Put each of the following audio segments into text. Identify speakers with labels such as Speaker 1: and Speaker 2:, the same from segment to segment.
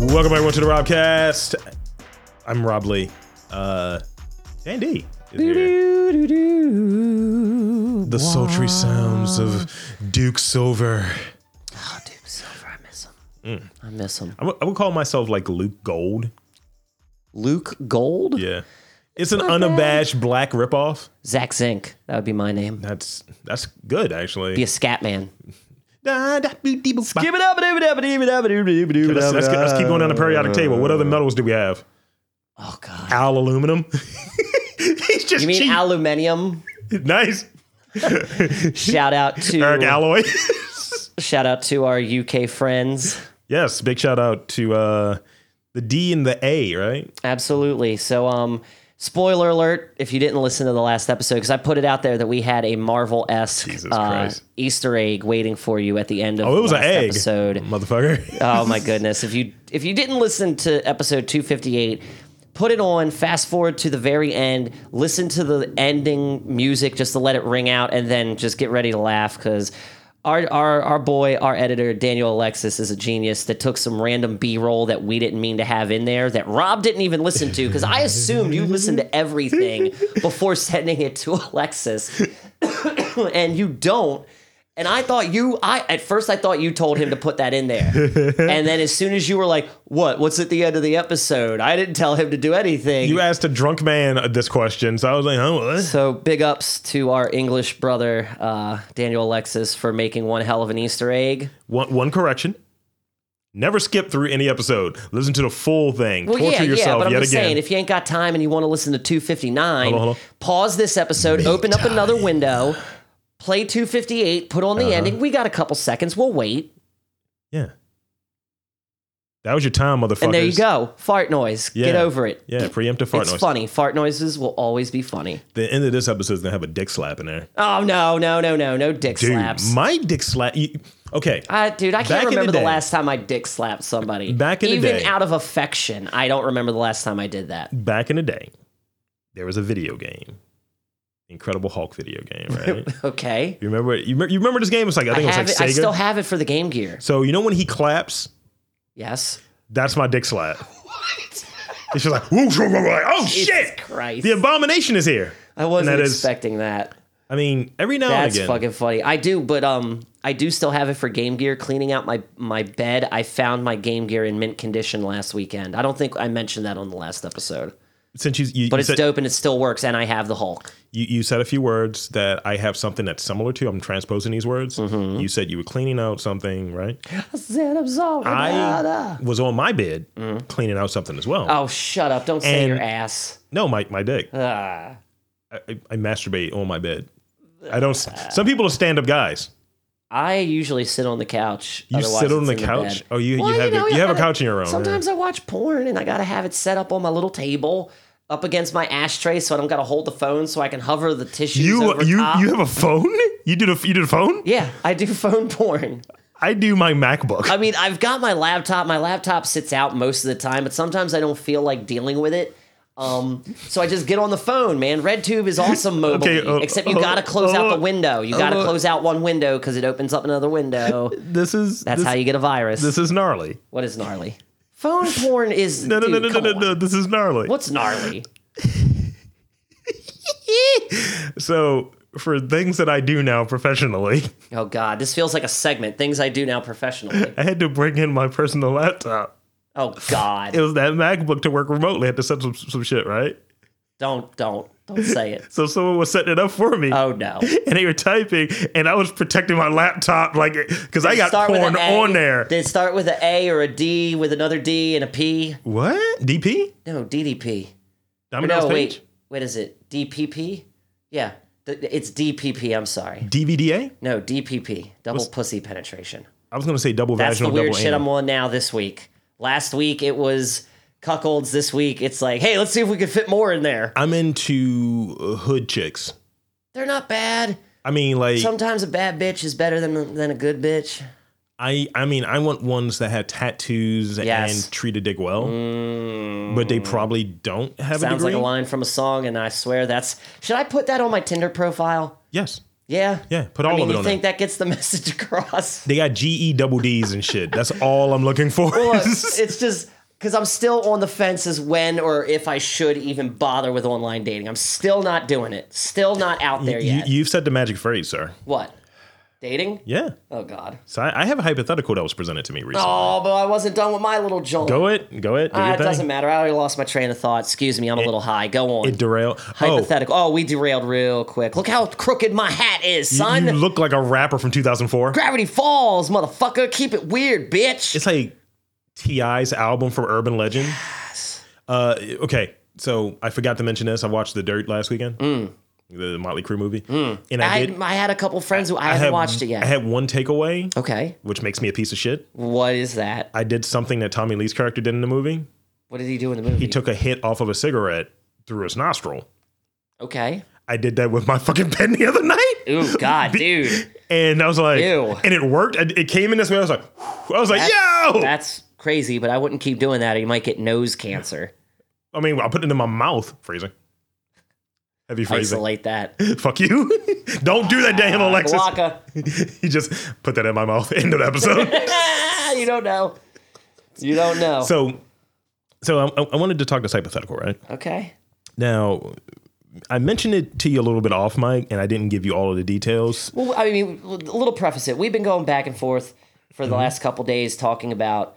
Speaker 1: Welcome everyone to the Robcast. I'm Rob Lee. Uh, Andy is here.
Speaker 2: The
Speaker 1: The sultry sounds of Duke Silver.
Speaker 2: oh, Duke Silver, I miss him. I miss him.
Speaker 1: I would I would call myself like Luke Gold.
Speaker 2: Luke Gold,
Speaker 1: Yeah, it's an unabashed black ripoff.
Speaker 2: Zach Zink. That would be my name.
Speaker 1: That's that's good
Speaker 2: Be
Speaker 1: actually.
Speaker 2: a scat man.
Speaker 1: Da, da, boo, dee, boo, bop.
Speaker 2: it up, it up, it up, it
Speaker 1: Let's, let's, let's keep going down the periodic table. What other metals do we have?
Speaker 2: Oh God.
Speaker 1: Al aluminum. He's just
Speaker 2: You mean
Speaker 1: cheap.
Speaker 2: aluminium?
Speaker 1: nice.
Speaker 2: Shout out to
Speaker 1: Eric Alloy.
Speaker 2: shout out to our UK friends.
Speaker 1: Yes, big shout out to uh, the D and the A, right?
Speaker 2: Absolutely. So, um, spoiler alert if you didn't listen to the last episode, because I put it out there that we had a Marvel esque
Speaker 1: Jesus
Speaker 2: uh,
Speaker 1: Christ.
Speaker 2: Easter egg waiting for you at the end of
Speaker 1: Oh, it was
Speaker 2: the
Speaker 1: an
Speaker 2: last
Speaker 1: egg,
Speaker 2: episode.
Speaker 1: motherfucker.
Speaker 2: Oh my goodness! If you if you didn't listen to episode 258, put it on. Fast forward to the very end. Listen to the ending music just to let it ring out, and then just get ready to laugh because. Our, our, our boy, our editor, Daniel Alexis, is a genius that took some random B roll that we didn't mean to have in there that Rob didn't even listen to because I assumed you listened to everything before sending it to Alexis and you don't. And I thought you, I at first I thought you told him to put that in there, and then as soon as you were like, "What? What's at the end of the episode?" I didn't tell him to do anything.
Speaker 1: you asked a drunk man this question, so I was like, huh? What?
Speaker 2: so big ups to our English brother uh, Daniel Alexis for making one hell of an Easter egg.
Speaker 1: One, one correction. Never skip through any episode. Listen to the full thing.
Speaker 2: Well,
Speaker 1: Torture
Speaker 2: yeah, yeah,
Speaker 1: yourself
Speaker 2: but I'm
Speaker 1: yet
Speaker 2: just
Speaker 1: again.
Speaker 2: saying, if you ain't got time and you want to listen to 259,
Speaker 1: Hold on, hold on.
Speaker 2: pause this episode, open up another window, play 258, put on
Speaker 1: Uh-huh.
Speaker 2: the ending. We got a couple seconds. We'll wait,
Speaker 1: yeah. That was your time, motherfucker.
Speaker 2: and there you go. Fart noise. Get
Speaker 1: Yeah.
Speaker 2: over it.
Speaker 1: Yeah, preemptive fart
Speaker 2: it's
Speaker 1: noise.
Speaker 2: funny. Fart noises will always be funny.
Speaker 1: The end of this episode is gonna have a dick slap in there.
Speaker 2: Oh no, no, no, no, no dick
Speaker 1: Dude,
Speaker 2: slaps.
Speaker 1: my dick slap. you- Okay,
Speaker 2: I, dude, I
Speaker 1: Back
Speaker 2: can't
Speaker 1: in the
Speaker 2: remember the,
Speaker 1: day.
Speaker 2: last time I dick slapped somebody.
Speaker 1: Back in the
Speaker 2: even
Speaker 1: day.
Speaker 2: out of affection, I don't remember the last time I did that.
Speaker 1: back in the day, there was a video game, Incredible Hulk video game, right?
Speaker 2: Okay,
Speaker 1: You remember? You remember, you remember this game? It's like I
Speaker 2: I,
Speaker 1: think it was
Speaker 2: have
Speaker 1: like
Speaker 2: it,
Speaker 1: Sega.
Speaker 2: I still have it for the Game Gear.
Speaker 1: so you know when he claps,
Speaker 2: Yes.
Speaker 1: that's my dick slap. It's just like, whoosh, whoosh, whoosh, like, oh
Speaker 2: Jesus
Speaker 1: shit!
Speaker 2: Christ!
Speaker 1: The abomination is here.
Speaker 2: I wasn't
Speaker 1: and that is-
Speaker 2: expecting that.
Speaker 1: I mean, every now and
Speaker 2: That's
Speaker 1: again,
Speaker 2: fucking funny. I do, but um, I do still have it for Game Gear. Cleaning out my my bed, I found my Game Gear in mint condition last weekend. I don't think I mentioned that on the last episode,
Speaker 1: since you you,
Speaker 2: but
Speaker 1: you
Speaker 2: it's
Speaker 1: said,
Speaker 2: dope and it still works. And I have the Hulk.
Speaker 1: you you said a few words that I have something that's similar to. I'm transposing these words.
Speaker 2: Mm-hmm.
Speaker 1: You said you were cleaning out something, right?
Speaker 2: said I'm sorry.
Speaker 1: I was on my bed cleaning out something as well.
Speaker 2: Mm-hmm. oh, shut up! Don't say
Speaker 1: And-
Speaker 2: your ass.
Speaker 1: No, my my dick.
Speaker 2: Ah.
Speaker 1: I, I- I masturbate on my bed. I don't.
Speaker 2: Ah.
Speaker 1: Some people are stand up guys.
Speaker 2: I usually sit on the couch.
Speaker 1: You
Speaker 2: otherwise
Speaker 1: sit on
Speaker 2: it's
Speaker 1: the
Speaker 2: in
Speaker 1: couch.
Speaker 2: bed.
Speaker 1: oh, you
Speaker 2: Well,
Speaker 1: you have
Speaker 2: know,
Speaker 1: your, you have a
Speaker 2: gotta-
Speaker 1: couch in your own. yeah.
Speaker 2: Sometimes I watch porn and I gotta have it set up on my little table up against my ashtray, so I don't gotta hold the phone, so I can hover the tissues.
Speaker 1: You
Speaker 2: over
Speaker 1: you
Speaker 2: top.
Speaker 1: you have a phone? You did a you did a phone?
Speaker 2: Yeah, I do phone porn.
Speaker 1: I do my MacBook.
Speaker 2: I mean, I've got my laptop. My laptop sits out most of the time, but sometimes I don't feel like dealing with it. Um, so I just get on the phone, man. RedTube is awesome mobile.
Speaker 1: Okay, uh,
Speaker 2: except you
Speaker 1: uh,
Speaker 2: gotta close out
Speaker 1: uh,
Speaker 2: the window. You gotta
Speaker 1: uh,
Speaker 2: close out one window because it opens up another window.
Speaker 1: this is
Speaker 2: That's
Speaker 1: this,
Speaker 2: how you get a virus.
Speaker 1: this is gnarly.
Speaker 2: what is gnarly? Phone porn is
Speaker 1: No no
Speaker 2: dude,
Speaker 1: no no
Speaker 2: come
Speaker 1: no no
Speaker 2: on.
Speaker 1: no. This is gnarly.
Speaker 2: What's gnarly?
Speaker 1: So for things that I do now professionally,
Speaker 2: Oh God, this feels like a segment. Things I do now professionally.
Speaker 1: I had to bring in my personal laptop.
Speaker 2: Oh
Speaker 1: It
Speaker 2: God,
Speaker 1: was that MacBook to work remotely. I had to set some some shit right.
Speaker 2: don't don't don't say it.
Speaker 1: So someone was setting it up for me.
Speaker 2: Oh no.
Speaker 1: and they were typing, and I was protecting my laptop, like, because I got
Speaker 2: Start with
Speaker 1: porn
Speaker 2: an A.
Speaker 1: on there.
Speaker 2: Did it start with an A or a D with another D and a P?
Speaker 1: what? DP?
Speaker 2: No, DDP.
Speaker 1: Diamond
Speaker 2: No,
Speaker 1: Dallas
Speaker 2: wait.
Speaker 1: Page?
Speaker 2: What is it? DPP? Yeah, th- it's DPP. I'm sorry.
Speaker 1: DVDA?
Speaker 2: No, DPP. Double pussy penetration.
Speaker 1: I was going to say double
Speaker 2: That's the
Speaker 1: vaginal,
Speaker 2: weird
Speaker 1: double
Speaker 2: shit
Speaker 1: anal.
Speaker 2: I'm on now this week. Last week it was cuckolds. This week it's like, hey, let's see if we can fit more in there.
Speaker 1: I'm into uh, hood chicks.
Speaker 2: They're not bad.
Speaker 1: I mean, like,
Speaker 2: Sometimes a bad bitch is better than than a good bitch.
Speaker 1: I, I mean, I want ones that have tattoos
Speaker 2: Yes. Mm.
Speaker 1: and treat a dick well, but they probably don't have a
Speaker 2: Sounds
Speaker 1: degree.
Speaker 2: like a line from a song, and I swear that's. Should I put that on my Tinder profile?
Speaker 1: Yes,
Speaker 2: Yeah.
Speaker 1: yeah. Put all
Speaker 2: I mean,
Speaker 1: of it
Speaker 2: you
Speaker 1: on
Speaker 2: think
Speaker 1: there.
Speaker 2: that gets the message across?
Speaker 1: They got G E double D's and shit. That's all I'm looking for.
Speaker 2: Look, it's just because I'm still on the fence as when or if I should even bother with online dating. I'm still not doing it. Still not out there
Speaker 1: You,
Speaker 2: yet.
Speaker 1: you've said the magic phrase, sir.
Speaker 2: what? Dating?
Speaker 1: Yeah.
Speaker 2: Oh God.
Speaker 1: So I, I have a hypothetical that was presented to me recently.
Speaker 2: Oh, but I wasn't done with my little jolt.
Speaker 1: Go it. Go it. Do
Speaker 2: Ah,
Speaker 1: your
Speaker 2: it
Speaker 1: thing.
Speaker 2: doesn't matter. I already lost my train of thought. Excuse me, I'm a little high. Go on.
Speaker 1: It derail.
Speaker 2: Hypothetical. Oh. we derailed real quick. Look how crooked my hat is,
Speaker 1: Oh,
Speaker 2: son.
Speaker 1: you look like a rapper from 2004.
Speaker 2: Gravity falls, motherfucker. Keep it weird, bitch.
Speaker 1: It's like T.I.'s album from Urban Legend. Uh, okay, so I forgot to mention this. I watched The Dirt last weekend, the Motley Crue movie, and I,
Speaker 2: Mm. I,
Speaker 1: did.
Speaker 2: had, I had a couple friends who I, haven't
Speaker 1: had-
Speaker 2: watched it yet.
Speaker 1: I had one takeaway,
Speaker 2: okay,
Speaker 1: which makes me a piece of shit.
Speaker 2: what is that?
Speaker 1: I did something that Tommy Lee's character did in the movie.
Speaker 2: What did he do in the movie?
Speaker 1: He took a hit off of a cigarette through his nostril.
Speaker 2: okay.
Speaker 1: I did that with my fucking pen the other night.
Speaker 2: Ooh, God, dude,
Speaker 1: And I was like,
Speaker 2: Ew.
Speaker 1: and it worked. It it came in this way. I was like, I was like, yo.
Speaker 2: that's crazy. But I wouldn't keep doing that. or You might get nose cancer.
Speaker 1: I mean, I put it in my mouth. Freezing. Heavy freezing.
Speaker 2: Isolate that.
Speaker 1: Fuck you. Don't do that, damn
Speaker 2: Ah,
Speaker 1: Alexis.
Speaker 2: Blanca,
Speaker 1: You just put that in my mouth. End of the episode.
Speaker 2: Ah, you don't know. You don't know.
Speaker 1: so, so I, I wanted to talk this hypothetical, right?
Speaker 2: okay.
Speaker 1: Now, I mentioned it to you a little bit off mic, and I didn't give you all of the details.
Speaker 2: Well, I mean, a little preface it. We've been going back and forth for
Speaker 1: Mm-hmm.
Speaker 2: the last couple days talking about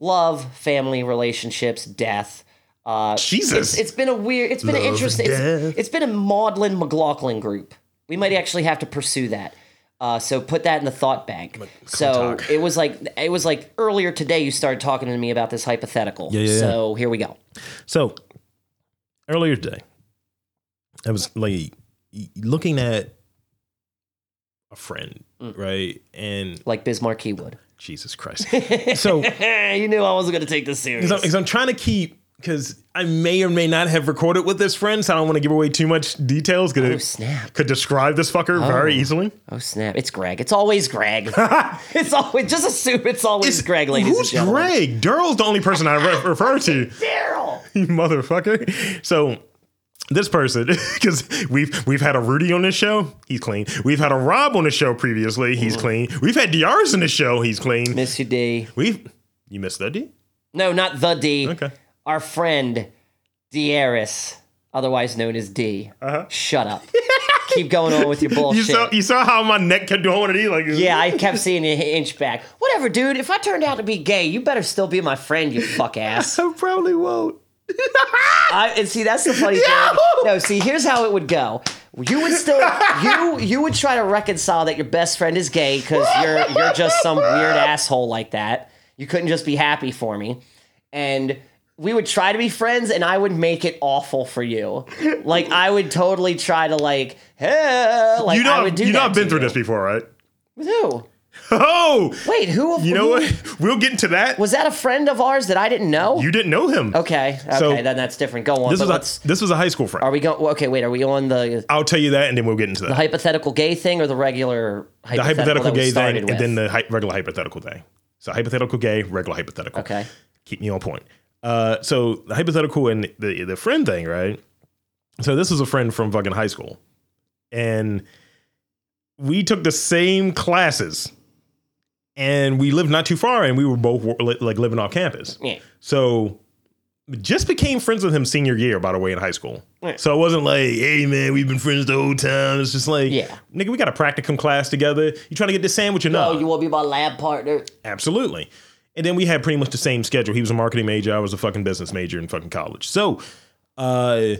Speaker 2: love, family, relationships, death. Uh,
Speaker 1: Jesus.
Speaker 2: it's been a weird. It's been an
Speaker 1: Love,
Speaker 2: interesting. It's,
Speaker 1: death.
Speaker 2: it's been a Maudlin McLaughlin group. We might actually have to pursue that. Uh, so put that in the thought bank. So
Speaker 1: McClintock.
Speaker 2: it was like it was like earlier today. You started talking to me about this hypothetical.
Speaker 1: yeah, yeah.
Speaker 2: So here we go.
Speaker 1: so, earlier today, I was like looking at a friend, right? And
Speaker 2: Like Bismarck he would.
Speaker 1: Jesus Christ. so,
Speaker 2: Eh, you knew I wasn't going to take this serious.
Speaker 1: because I'm, 'cause I'm trying to keep because I may or may not have recorded with this friend, so I don't want to give away too much details
Speaker 2: Oh
Speaker 1: because it
Speaker 2: snap!
Speaker 1: could describe this fucker very easily.
Speaker 2: Oh snap! It's Greg. It's always Greg. it's always just assume it's always Greg, ladies and
Speaker 1: Who's
Speaker 2: gentlemen.
Speaker 1: Greg? Daryl's the only person I re- refer to,
Speaker 2: Daryl.
Speaker 1: you motherfucker. So this person, because we've we've had a Rudy on this show, he's clean. We've had a Rob on the show previously,
Speaker 2: Mm.
Speaker 1: he's clean. We've had Diar's on the show, he's clean.
Speaker 2: Miss you, D.
Speaker 1: We've you missed that, D?
Speaker 2: No, not the D.
Speaker 1: Okay.
Speaker 2: Our friend Dieris, otherwise known as D. Uh-huh. Shut up. Keep going on with your
Speaker 1: You
Speaker 2: bullshit.
Speaker 1: saw you saw how my neck kept doing one of these, like
Speaker 2: yeah, I kept seeing you inch back. Whatever, dude. If I turned out to be gay, you better still be my friend, you fuck ass.
Speaker 1: I probably won't.
Speaker 2: I, and see, that's the funny thing.
Speaker 1: No!
Speaker 2: No, see, here's how it would go. You would still you you would try to reconcile that your best friend is gay because you're you're just some weird asshole like that. You couldn't just be happy for me, and we would try to be friends, and I would make it awful for you. Like I would totally try to like, eh, like
Speaker 1: You know,
Speaker 2: I would do
Speaker 1: you know,
Speaker 2: that
Speaker 1: I've been
Speaker 2: to
Speaker 1: through
Speaker 2: you.
Speaker 1: this before, right?
Speaker 2: With who?
Speaker 1: Oh,
Speaker 2: Wait, who?
Speaker 1: you know what? We'll get into that.
Speaker 2: Was that a friend of ours that I didn't know?
Speaker 1: You didn't know him.
Speaker 2: okay, okay,
Speaker 1: So-
Speaker 2: then that's different. Go on.
Speaker 1: This
Speaker 2: but
Speaker 1: was
Speaker 2: let's-
Speaker 1: a, this was a high school friend.
Speaker 2: are we going? Okay, wait. Are we on the
Speaker 1: I'll tell you that, and then we'll get into that.
Speaker 2: hypothetical gay thing or the regular
Speaker 1: The
Speaker 2: hypothetical,
Speaker 1: hypothetical
Speaker 2: that we
Speaker 1: gay thing,
Speaker 2: started with?
Speaker 1: and then the hy- regular hypothetical thing. So hypothetical gay, regular hypothetical.
Speaker 2: okay.
Speaker 1: Keep me on point. Uh, so the hypothetical and the the friend thing, right? So this was a friend from fucking high school, and we took the same classes, and we lived not too far, and we were both wo- li- like living off campus.
Speaker 2: Yeah.
Speaker 1: So just became friends with him senior year, by the way, in high school.
Speaker 2: Yeah.
Speaker 1: So it wasn't like, hey man, we've been friends the whole time. It's just like,
Speaker 2: Yeah.
Speaker 1: nigga, we got a practicum class together. You trying to get this sandwich or not?
Speaker 2: Oh, you want to be my lab partner?
Speaker 1: Absolutely. And then we had pretty much the same schedule. He was a marketing major. I was a fucking business major in fucking college. So, uh,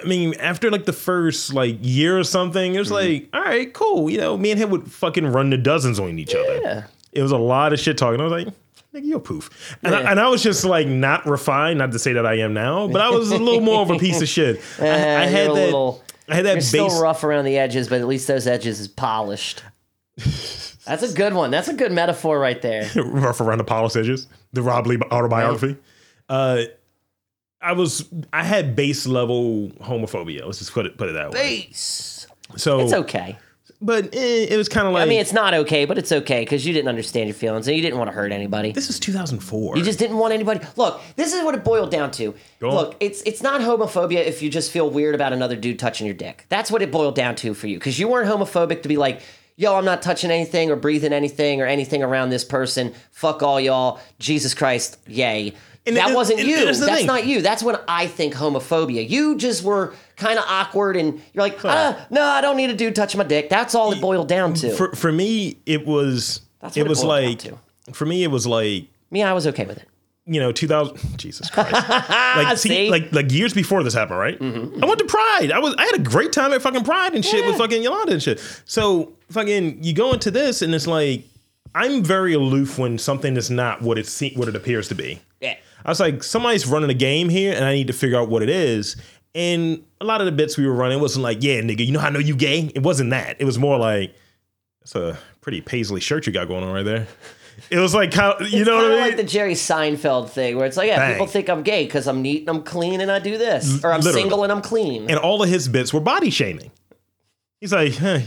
Speaker 1: I mean, after like the first like year or something, it was
Speaker 2: Mm-hmm.
Speaker 1: like, all right, cool. You know, me and him would fucking run the dozens on each
Speaker 2: Yeah.
Speaker 1: other. It was a lot of shit talking. I was like, nigga, you're poof. And,
Speaker 2: Yeah.
Speaker 1: I, and I was just like not refined, not to say that I am now, but I was a little more of a piece of shit. I, I
Speaker 2: Eh,
Speaker 1: had
Speaker 2: you're a
Speaker 1: that.
Speaker 2: little.
Speaker 1: I had that
Speaker 2: You're
Speaker 1: base.
Speaker 2: still rough around the edges, but at least those edges is polished. That's a good one. That's a good metaphor right there.
Speaker 1: rough around the Apollo edges, the Rob Lee autobiography. Uh, I was I had base level homophobia. Let's just put it put it that way.
Speaker 2: Peace.
Speaker 1: So,
Speaker 2: It's okay.
Speaker 1: but eh, it was kind of like
Speaker 2: I mean, it's not okay, but it's okay because you didn't understand your feelings and you didn't want to hurt anybody.
Speaker 1: this is 2004.
Speaker 2: You just didn't want anybody. Look, this is what it boiled down to.
Speaker 1: on.
Speaker 2: Look, it's it's not homophobia if you just feel weird about another dude touching your dick. That's what it boiled down to for you, because you weren't homophobic to be like, yo, I'm not touching anything or breathing anything or anything around this person. Fuck all y'all. Jesus Christ, yay.
Speaker 1: And
Speaker 2: that
Speaker 1: it-
Speaker 2: wasn't
Speaker 1: it-
Speaker 2: you.
Speaker 1: it is
Speaker 2: That's
Speaker 1: the thing.
Speaker 2: not you. That's when I think homophobia. You just were kind of awkward and you're like, ah, no, I don't need a dude touching my dick. That's all it boiled down to.
Speaker 1: For for me, it was
Speaker 2: That's what
Speaker 1: it
Speaker 2: it
Speaker 1: was
Speaker 2: boiled down
Speaker 1: like
Speaker 2: to.
Speaker 1: for me it was like
Speaker 2: Me, I was okay with it.
Speaker 1: you know 2000 Jesus Christ like see,
Speaker 2: See? Mm-hmm.
Speaker 1: like like years before this happened right I went to Pride I was I had a great time at fucking Pride and shit with
Speaker 2: Yeah.
Speaker 1: fucking Yolanda and shit so fucking you go into this and it's like I'm very aloof when something is not what it se- what it appears to be
Speaker 2: Yeah.
Speaker 1: I was like, somebody's running a game here, and I need to figure out what it is. And a lot of the bits we were running wasn't like, yeah, nigga, you know how I know you gay? It wasn't that. It was more like, that's a pretty paisley shirt you got going on right there. It was like, kind of- you know what I
Speaker 2: Kinda
Speaker 1: mean?
Speaker 2: like the Jerry Seinfeld thing where it's like, yeah,
Speaker 1: Bang.
Speaker 2: people think I'm gay because I'm neat and I'm clean and I do this. Or I'm
Speaker 1: literally.
Speaker 2: single and I'm clean.
Speaker 1: and all of his bits were body shaming. He's like, huh.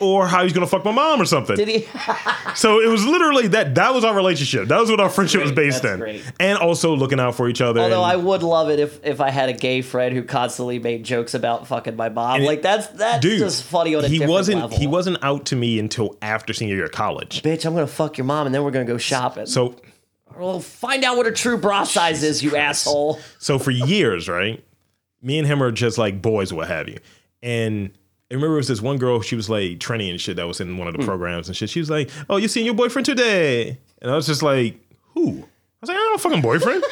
Speaker 1: or how he's gonna fuck my mom or something.
Speaker 2: Did he?
Speaker 1: So it was literally that. That was our relationship. That was what our friendship was
Speaker 2: great.
Speaker 1: based
Speaker 2: That's
Speaker 1: in.
Speaker 2: great.
Speaker 1: And also looking out for each other.
Speaker 2: Although I
Speaker 1: and-
Speaker 2: would love it if, if I had a gay friend who constantly made jokes about fucking my mom. Like that's that's
Speaker 1: dude,
Speaker 2: just funny on a
Speaker 1: he
Speaker 2: different
Speaker 1: wasn't
Speaker 2: level.
Speaker 1: he wasn't out to me until after senior year of college.
Speaker 2: Bitch, I'm gonna fuck your mom and then we're gonna go shopping. So,
Speaker 1: So
Speaker 2: we'll find out what her true bra size is, you asshole.
Speaker 1: So for years, right? Me and him are just like boys, what have you. And I remember it was this one girl, she was like Trini and shit that was in one of the programs and shit. She was like, Oh, you seen your boyfriend today? And I was just like, Who? I was like, I don't have a fucking boyfriend.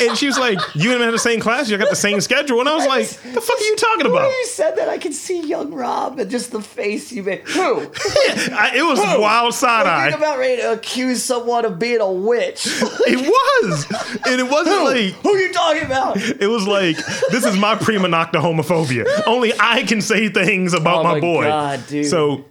Speaker 1: and she was like, You and him had the same class, you got the same schedule. And I was like, The fuck are you talking about?
Speaker 2: You said that I could see young Rob and just the face you made. Who?
Speaker 1: I, it was wild side
Speaker 2: I'm
Speaker 1: eye.
Speaker 2: about ready to accuse someone of being a witch.
Speaker 1: It was. And it wasn't like
Speaker 2: Who are you talking about?
Speaker 1: it was like this is my prima nocta homophobia. Only I can say things about
Speaker 2: Oh
Speaker 1: my,
Speaker 2: my
Speaker 1: boy.
Speaker 2: God, dude.
Speaker 1: So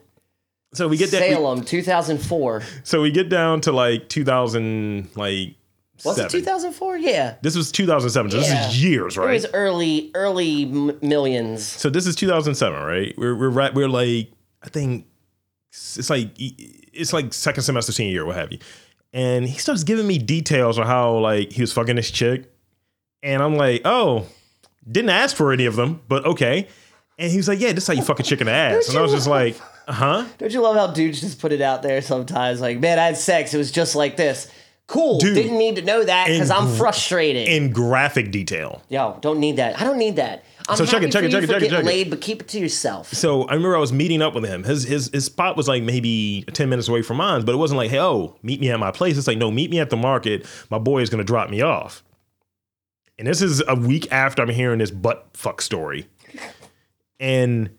Speaker 1: so we get that we-
Speaker 2: Salem, 2004.
Speaker 1: so we get down to like 2000 like
Speaker 2: Was
Speaker 1: seven.
Speaker 2: it 2004? Yeah.
Speaker 1: This was 2007. So
Speaker 2: Yeah.
Speaker 1: this is years,
Speaker 2: It
Speaker 1: right?
Speaker 2: was early, early m- millions.
Speaker 1: so this is 2007, right? We're we're right, we're like I think it's like it's like second semester senior year, what have you. And he starts giving me details on how like he was fucking this chick, and I'm like, oh, didn't ask for any of them, but okay. And he was like, yeah, this is how you fuck a chick in the ass, and I was just like, huh?
Speaker 2: Don't you love how dudes just put it out there sometimes? Like, man, I had sex. It was just like this. Cool.
Speaker 1: Dude.
Speaker 2: didn't need to know that because
Speaker 1: And
Speaker 2: I'm
Speaker 1: gr-
Speaker 2: frustrated.
Speaker 1: In graphic detail.
Speaker 2: Yo, don't need that. I don't need that. I'm
Speaker 1: So check
Speaker 2: happy
Speaker 1: it, check
Speaker 2: for
Speaker 1: it,
Speaker 2: you
Speaker 1: check it,
Speaker 2: for
Speaker 1: check it,
Speaker 2: getting
Speaker 1: check it.
Speaker 2: laid, but keep it to yourself.
Speaker 1: So I remember I was meeting up with him. His his his spot was like maybe ten minutes away from mine, but it wasn't like, hey, oh, meet me at my place. It's like, no, meet me at the market. My boy is gonna drop me off. And this is a week after I'm hearing this butt fuck story. And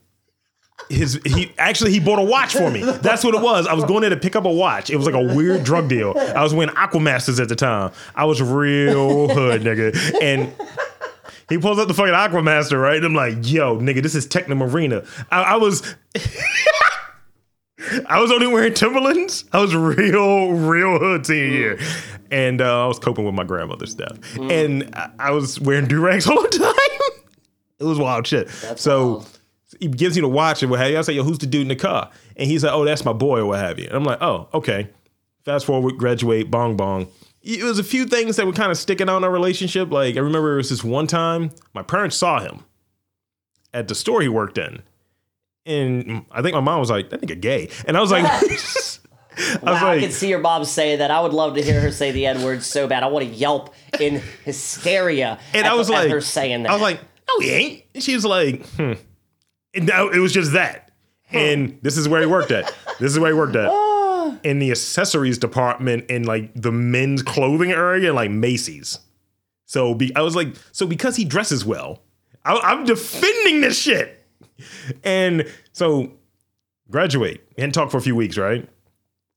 Speaker 1: his he actually he bought a watch for me. That's what it was. I was going there to pick up a watch. It was like a weird drug deal. I was wearing Aquamasters at the time. I was real hood, nigga. And he pulls up the fucking Aquamaster, right? And I'm like, yo, nigga, this is Techno Marina. I, I was I was only wearing Timberlands. I was real, real hood senior year. And uh, I was coping with my grandmother's death. And I, I was wearing durags all the time. it was wild shit. so
Speaker 2: wild.
Speaker 1: he gives me the watch and what have you. I say, yo, who's the dude in the car? And he's like, oh, that's my boy or what have you. And I'm like, oh, okay. Fast forward, graduate, bong bong. It was a few things that were kind of sticking out in our relationship. Like I remember it was this one time my parents saw him at the store he worked in. And I think my mom was like, that nigga gay. And I was like, I was
Speaker 2: Wow, I,
Speaker 1: like,
Speaker 2: can see your mom say that. I would love to hear her say the N word so bad. I want to yelp in hysteria.
Speaker 1: and
Speaker 2: at
Speaker 1: I
Speaker 2: the-
Speaker 1: was
Speaker 2: at
Speaker 1: like,
Speaker 2: her saying that.
Speaker 1: I was like, no, he ain't. And she was like, hmm. And no, it was just that. And this is where he worked at. This is where he worked at.
Speaker 2: Ah.
Speaker 1: In the accessories department in like the men's clothing area, like Macy's. So be, I was like, so because he dresses well, I, I'm defending this shit. And so graduate. We hadn't talked for a few weeks, right?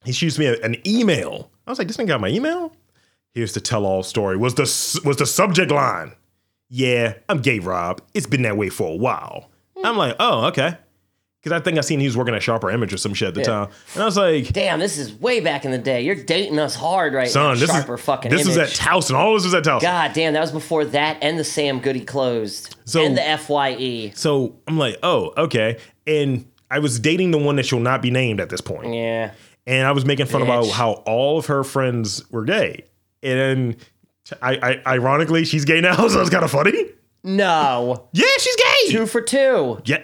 Speaker 1: He shoots me a- an email. I was like, this thing got my email? Here's the tell-all story. Was the s- was the subject line? Yeah, I'm gay, Rob. It's been that way for a while. I'm like, oh, okay. Because I think I seen he was working at Sharper Image or some shit at the time, and I was like,
Speaker 2: Damn, this is way back in the day. You're dating us hard right now.
Speaker 1: son, this
Speaker 2: Sharper
Speaker 1: is
Speaker 2: fucking
Speaker 1: this
Speaker 2: image.
Speaker 1: is at Towson. All this was at Towson.
Speaker 2: God damn, that was before that and the Sam Goody closed
Speaker 1: So-
Speaker 2: and the E. Fye.
Speaker 1: So I'm like, oh, okay. And I was dating the one that shall not be named at this point.
Speaker 2: Yeah,
Speaker 1: and I was making fun about
Speaker 2: Bitch.
Speaker 1: how all of her friends were gay, and t- I, I ironically she's gay now, so it's kind of funny.
Speaker 2: no,
Speaker 1: Yeah, she's gay.
Speaker 2: two for two.
Speaker 1: Yeah,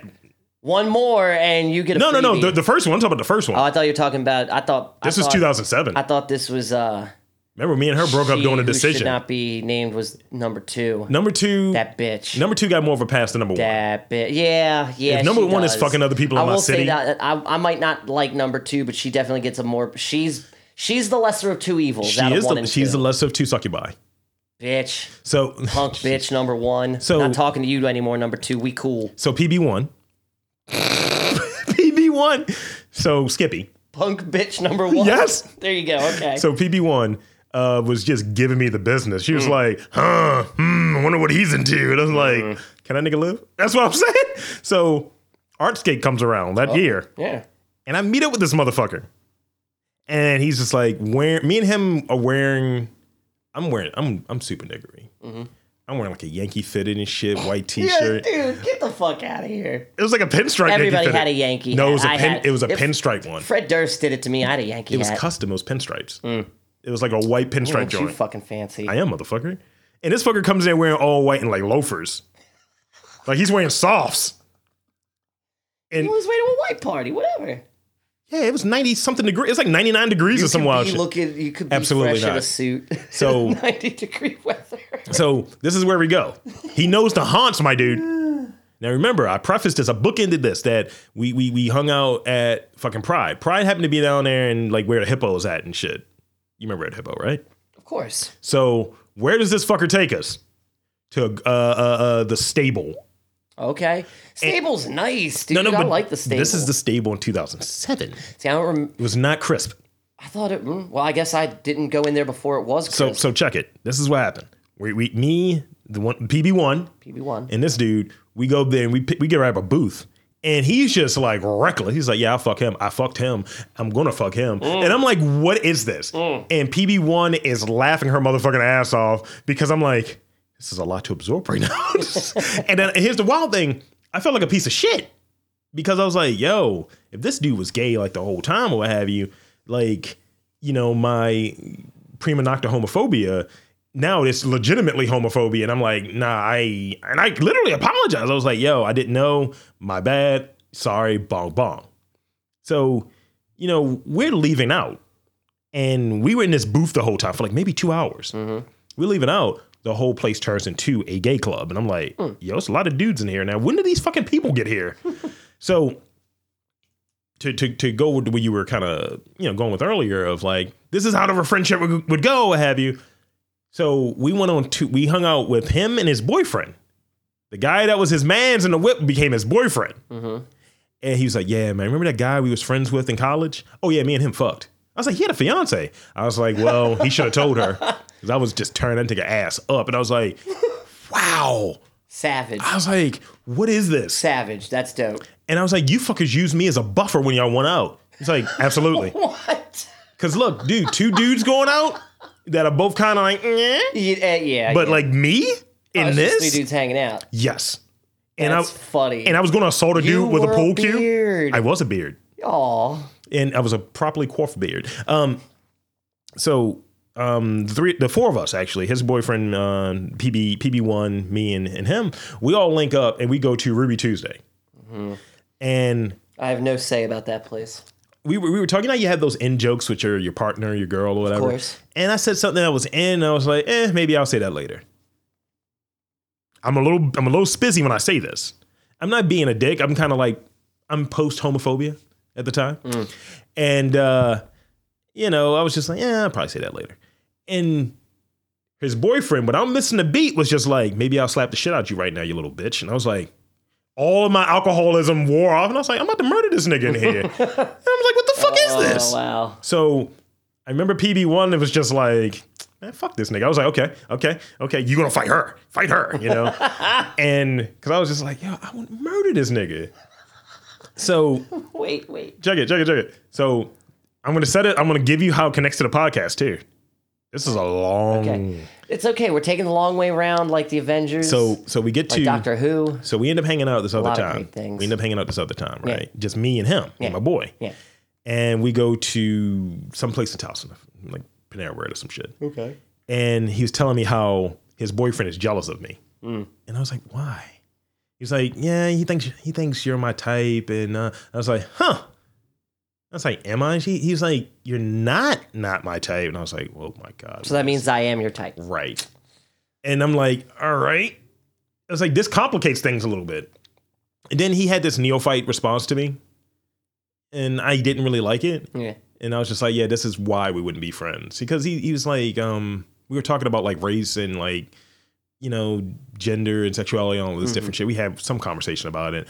Speaker 2: one more and you get a
Speaker 1: No, no, no.
Speaker 2: freebie.
Speaker 1: The, the first one. I'm talking about the first one.
Speaker 2: oh, I thought you were talking about. I thought
Speaker 1: this
Speaker 2: I
Speaker 1: was
Speaker 2: thought-
Speaker 1: 2007.
Speaker 2: I thought this was. uh
Speaker 1: Remember, me and her broke up
Speaker 2: she
Speaker 1: doing a
Speaker 2: who
Speaker 1: decision.
Speaker 2: Should not be named was number two.
Speaker 1: number two.
Speaker 2: That bitch.
Speaker 1: Number two got more of a pass than number one.
Speaker 2: That bitch. Yeah, yeah.
Speaker 1: If number
Speaker 2: she
Speaker 1: one is
Speaker 2: does.
Speaker 1: fucking other people in
Speaker 2: I
Speaker 1: my
Speaker 2: will
Speaker 1: city-
Speaker 2: say that I, I might not like number two, but she definitely gets a more. She's she's the lesser of two evils.
Speaker 1: She
Speaker 2: out of
Speaker 1: is
Speaker 2: one
Speaker 1: the
Speaker 2: and
Speaker 1: she's the
Speaker 2: two.
Speaker 1: lesser of two succubi.
Speaker 2: bitch.
Speaker 1: So
Speaker 2: Punk bitch number one.
Speaker 1: So-
Speaker 2: not talking to you anymore. Number two, we cool.
Speaker 1: so PB one. PB one. So Skippy.
Speaker 2: Punk bitch number one.
Speaker 1: Yes.
Speaker 2: There you go. Okay.
Speaker 1: So PB one uh, was just giving me the business. She was like, huh, hmm, I wonder what he's into. And I was like, can that nigga live? That's what I'm saying. So Artscape comes around that year.
Speaker 2: yeah.
Speaker 1: And I meet up with this motherfucker. And he's just like wearing me and him are wearing I'm wearing I'm I'm super niggery. I'm wearing like a Yankee fitted and shit, white
Speaker 2: Mm-hmm. Yeah,
Speaker 1: t-shirt.
Speaker 2: dude, get the fuck out of here.
Speaker 1: It was like a pinstripe.
Speaker 2: Everybody
Speaker 1: Yankee
Speaker 2: had
Speaker 1: fitted.
Speaker 2: a Yankee
Speaker 1: No,
Speaker 2: hat.
Speaker 1: it was a
Speaker 2: I
Speaker 1: pin.
Speaker 2: had-
Speaker 1: it was a
Speaker 2: if-
Speaker 1: pinstripe one.
Speaker 2: Fred Durst did it to me. I had a Yankee
Speaker 1: It was
Speaker 2: hat.
Speaker 1: custom. It was pinstripes. It was like a white pinstripe
Speaker 2: Aren't Mm. you
Speaker 1: joint.
Speaker 2: fucking fancy?
Speaker 1: I am motherfucker. And this fucker comes in wearing all white and like loafers, like he's wearing softs.
Speaker 2: He was waiting to a white party, whatever.
Speaker 1: Yeah, it was ninety something degrees. It's like ninety nine degrees or some
Speaker 2: could
Speaker 1: wild
Speaker 2: be
Speaker 1: shit.
Speaker 2: looking, you could be
Speaker 1: Absolutely
Speaker 2: fresh in
Speaker 1: not.
Speaker 2: a suit.
Speaker 1: So-
Speaker 2: 90 degree weather.
Speaker 1: So this is where we go. He knows the haunts, my dude. Now remember, I prefaced this, I bookended this that we we we hung out at fucking Pride. Pride happened to be down there and like where the hippo is at and shit. You remember Red Hippo, right?
Speaker 2: Of course.
Speaker 1: So where does this fucker take us? To uh, uh, uh, the stable.
Speaker 2: Okay. Stable's nice, dude. I like the stable.
Speaker 1: This is the stable in 2007.
Speaker 2: See, I don't rem-
Speaker 1: It was not crisp.
Speaker 2: I thought it. mm, Well, I guess I didn't go in there before it was
Speaker 1: So
Speaker 2: Chris.
Speaker 1: so check it. This is what happened. We, we me the one PB one
Speaker 2: PB1.
Speaker 1: and this dude, we go up there and we pick, we get right up a booth. And he's just like reckless. He's like, "Yeah, I fuck him. I fucked him. I'm gonna fuck him." And I'm like, "What is this?" And PB one is laughing her motherfucking ass off because I'm like, "This is a lot to absorb right now." and then here's the wild thing: I felt like a piece of shit because I was like, "Yo, if this dude was gay like the whole time or what have you, like, you know, my prima nocta homophobia. Now it's legitimately homophobia. And I'm like, nah, I, and I literally apologized. I was like, yo, I didn't know. My bad. Sorry. Bong bong. So, you know, we're leaving out. And we were in this booth the whole time for like maybe two hours. We're leaving out. The whole place turns into a gay club. And I'm like, yo, it's a lot of dudes in here. Now, when did these fucking people get here? so, to, to, to go with what you were kind of you know going with earlier of like this is how the friendship would, would go what have you so we went on to we hung out with him and his boyfriend the guy that was his man's in the whip became his boyfriend and he was like yeah man remember that guy we was friends with in college oh yeah me and him fucked i was like he had a fiance i was like well he should have told her because i was just turning that nigga ass up and i was like wow
Speaker 2: Savage.
Speaker 1: i was like what is this
Speaker 2: Savage. That's dope.
Speaker 1: and i was like you fuckers use me as a buffer when y'all went out He's like absolutely
Speaker 2: What?
Speaker 1: Cause look, dude, two dudes going out that are both kind of like, eh,
Speaker 2: Yeah. uh, yeah
Speaker 1: but
Speaker 2: yeah.
Speaker 1: like me in
Speaker 2: It's just Three
Speaker 1: this,
Speaker 2: dudes hanging out.
Speaker 1: yes. And I
Speaker 2: That's funny.
Speaker 1: and I was going to assault a
Speaker 2: You
Speaker 1: dude with a
Speaker 2: were
Speaker 1: pool cue.
Speaker 2: beard.
Speaker 1: I was a beard,
Speaker 2: Aw.
Speaker 1: and I was a properly coiffed beard. Um, so um, the three, the four of us actually, his boyfriend, uh, PB PB one, me and and him, we all link up and we go to Ruby Tuesday,
Speaker 2: Mm-hmm.
Speaker 1: and
Speaker 2: I have no say about that place.
Speaker 1: we were, we were talking how you had those in jokes with your your partner, your girl, or whatever.
Speaker 2: course.
Speaker 1: And I said something that was in. And I was like, eh, maybe I'll say that later. I'm a little I'm a little spizzy when I say this. I'm not being a dick. I'm kind of like I'm post homophobia at the time, and uh, you know I was just like, yeah, I'll probably say that later. And his boyfriend, when I'm missing the beat, was just like, maybe I'll slap the shit out you right now, you little bitch. And I was like, all of my alcoholism wore off, and I was like, I'm about to murder this nigga in here. and I was like, what the fuck is this?
Speaker 2: Oh, wow.
Speaker 1: So I remember PB one. It was just like, man, fuck this nigga. I was like, okay, okay, okay. You gonna fight her? Fight her, you know? and because I was just like, yo, I want to murder this nigga. So
Speaker 2: Wait, wait.
Speaker 1: check it, check it, check it. So I'm gonna set it. I'm gonna give you how it connects to the podcast too. This is a long.
Speaker 2: Okay. It's okay. We're taking the long way round like the Avengers.
Speaker 1: So so we get to
Speaker 2: like Doctor Who.
Speaker 1: So we end up hanging out this other
Speaker 2: lot of
Speaker 1: time.
Speaker 2: great things.
Speaker 1: We end up hanging out this other time, right? Just me and him, and my boy.
Speaker 2: Yeah.
Speaker 1: And we go to someplace in Towson, like Panera Bread or some shit.
Speaker 2: Okay.
Speaker 1: And he was telling me how his boyfriend is jealous of me. And I was like, why? He's like, yeah, he thinks he thinks you're my type, and uh, I was like, huh. I was like, am I? He, he's like, you're not not my type, and I was like, oh my god.
Speaker 2: So that means I am your type.
Speaker 1: right. And I'm like, all right. I was like, this complicates things a little bit. And then he had this neophyte response to me, and I didn't really like it.
Speaker 2: Yeah.
Speaker 1: And I was just like, yeah, this is why we wouldn't be friends. Because he, he was like, um, we were talking about like race and like, you know, gender and sexuality and all this different shit. We had some conversation about it.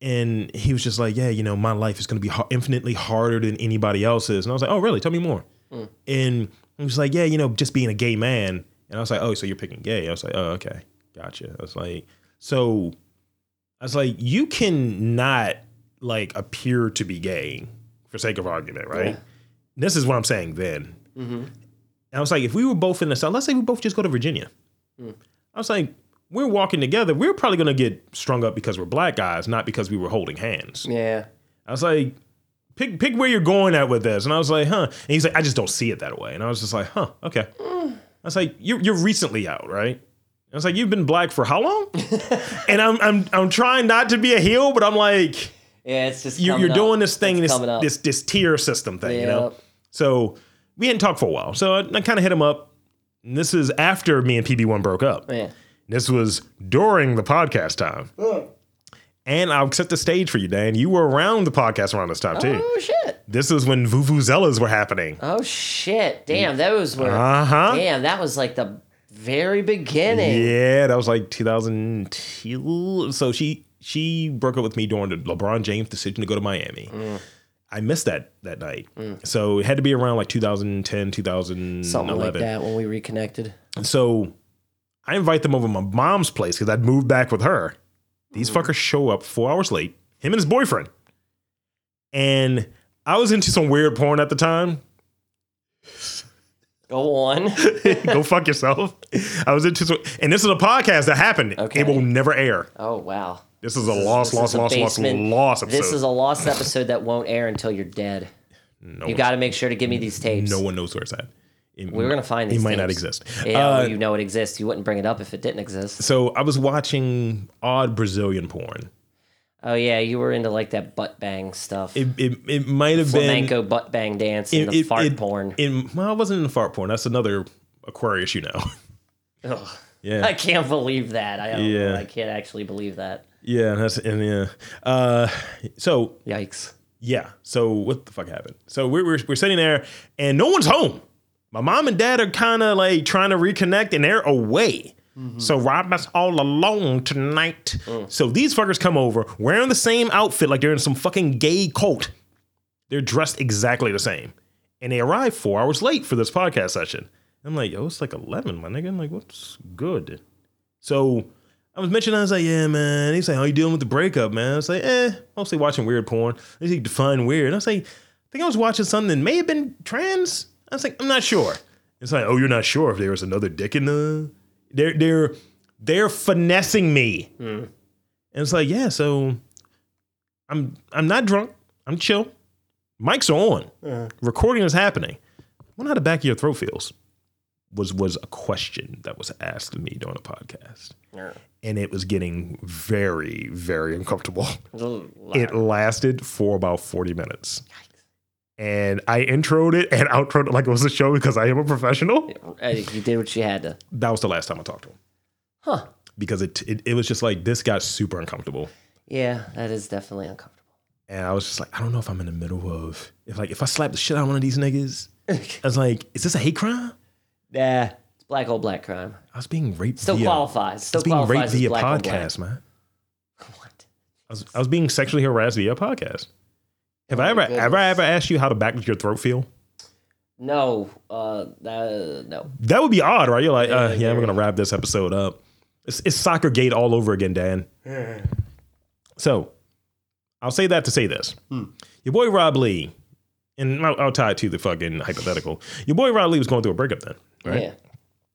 Speaker 1: And he was just like, yeah, you know, my life is going to be har- infinitely harder than anybody else's. And I was like, oh, really? Tell me more. And he was like, yeah, you know, just being a gay man. And I was like, oh, so you're picking gay. I was like, oh, okay. Gotcha. I was like, so I was like, you can not like appear to be gay for sake of argument, right?
Speaker 2: Yeah.
Speaker 1: This is what I'm saying then. And I was like, if we were both in the South, let's say we both just go to Virginia. I was like, we're walking together. We're probably going to get strung up because we're black guys, not because we were holding hands.
Speaker 2: Yeah.
Speaker 1: I was like, pick pick where you're going at with this. And I was like, huh. And he's like, I just don't see it that way. And I was just like, huh, okay. I was like, you're you're recently out, right? I was like, you've been black for how long? and I'm I'm I'm trying not to be a heel, but I'm like,
Speaker 2: Yeah, it's just
Speaker 1: you're,
Speaker 2: coming
Speaker 1: you're
Speaker 2: up.
Speaker 1: doing this thing,
Speaker 2: It's
Speaker 1: this,
Speaker 2: coming up.
Speaker 1: this this tier system thing, you know.
Speaker 2: Yep.
Speaker 1: So we hadn't talked for a while, so I, I kind of hit him up. And this is after me and PB One broke up.
Speaker 2: Yeah.
Speaker 1: This was during the podcast time. And I'll set the stage for you, Dan. You were around the podcast around this time too.
Speaker 2: Oh shit.
Speaker 1: This is when vuvuzelas were happening.
Speaker 2: Oh shit. Damn, those were
Speaker 1: Uh huh.
Speaker 2: Damn, that was like the very beginning.
Speaker 1: Yeah, that was like 2002. So she she broke up with me during the LeBron James decision to go to Miami.
Speaker 2: Mm.
Speaker 1: I missed that that night. So it had to be around like 2010, 2011.
Speaker 2: Something like that when we reconnected.
Speaker 1: So I invite them over to my mom's place because I'd moved back with her. These
Speaker 2: Mm-hmm.
Speaker 1: fuckers show up four hours late, him and his boyfriend. And I was into some weird porn at the time.
Speaker 2: Go on.
Speaker 1: Go fuck yourself. I was into some, and this is a podcast that happened.
Speaker 2: Okay.
Speaker 1: It will never air.
Speaker 2: Oh wow.
Speaker 1: This is a loss,
Speaker 2: This
Speaker 1: loss,
Speaker 2: is a
Speaker 1: loss, loss,
Speaker 2: basement-
Speaker 1: loss episode.
Speaker 2: This is a lost episode that won't air until you're dead.
Speaker 1: no,
Speaker 2: You
Speaker 1: one,
Speaker 2: got to make sure to give me these tapes.
Speaker 1: no one knows where it's at. It,
Speaker 2: We're gonna find these.
Speaker 1: it might not
Speaker 2: tapes.
Speaker 1: exist.
Speaker 2: Yeah, well,
Speaker 1: Uh,
Speaker 2: you know it exists. You wouldn't bring it up if it didn't exist.
Speaker 1: so I was watching odd Brazilian porn.
Speaker 2: Oh yeah, you were into like that butt bang stuff,
Speaker 1: It it, it might have been
Speaker 2: flamenco butt bang dance, and the fart porn.
Speaker 1: it- well, I wasn't in fart porn. That's another Aquarius, you know.
Speaker 2: Ugh.
Speaker 1: yeah,
Speaker 2: I can't believe that. I don't,
Speaker 1: Yeah.
Speaker 2: I can't actually believe that.
Speaker 1: yeah, and that's and yeah. Uh, so
Speaker 2: Yikes.
Speaker 1: yeah, so what the fuck happened? So we're we're, we're sitting there, and no one's home. My mom and dad are kind of like trying to reconnect, and they're away. So Rob is all alone tonight. So these fuckers come over wearing the same outfit, like they're in some fucking gay cult. They're dressed exactly the same. And they arrive four hours late for this podcast session. I'm like, yo, it's like 11, my nigga. I'm like, what's good? So I was mentioning, I was like, yeah, man. He's like, how you dealing with the breakup, man? I was like, eh, mostly watching weird porn. They like, define weird. And I was like, I think I was watching something that may have been trans. I was like, I'm not sure. It's like, oh, you're not sure if there was another dick in the. They're, they're, they're finessing me. And it's like, yeah, so I'm I'm not drunk. I'm chill. Mics are on. Recording is happening. What how the back of your throat feels was was a question that was asked of me during a podcast. And it was getting very, very uncomfortable.
Speaker 2: It,
Speaker 1: It lasted for about 40 minutes. And I introed it and outroed it like it was a show because I am a professional.
Speaker 2: you did what you had to.
Speaker 1: That was the last time I talked to him.
Speaker 2: Huh.
Speaker 1: Because it it, it was just like this got super uncomfortable.
Speaker 2: Yeah, that is definitely uncomfortable.
Speaker 1: And I was just like, I don't know if I'm in the middle of if like if I slap the shit out of one of these niggas. I was like, is this a hate crime?
Speaker 2: Nah, it's black old black crime.
Speaker 1: I was being raped.
Speaker 2: Still
Speaker 1: via, I
Speaker 2: qualifies. Still
Speaker 1: was being raped
Speaker 2: qualifies as
Speaker 1: via
Speaker 2: black on black.
Speaker 1: podcast, man.
Speaker 2: What?
Speaker 1: I was, I was being sexually harassed via podcast. Have I ever
Speaker 2: Oh goodness.
Speaker 1: ever ever asked you how the back of your throat feel?
Speaker 2: No, uh, that, no.
Speaker 1: That would be odd, right? You're like, uh, yeah,
Speaker 2: Yeah,
Speaker 1: we're
Speaker 2: very.
Speaker 1: gonna wrap this episode up. It's, it's soccer gate all over again, Dan.
Speaker 2: Hmm.
Speaker 1: so, I'll say that to say this:
Speaker 2: Hmm.
Speaker 1: your boy Rob Lee, and I'll, I'll tie it to the fucking hypothetical. Your boy Rob Lee was going through a breakup then, right?
Speaker 2: Yeah.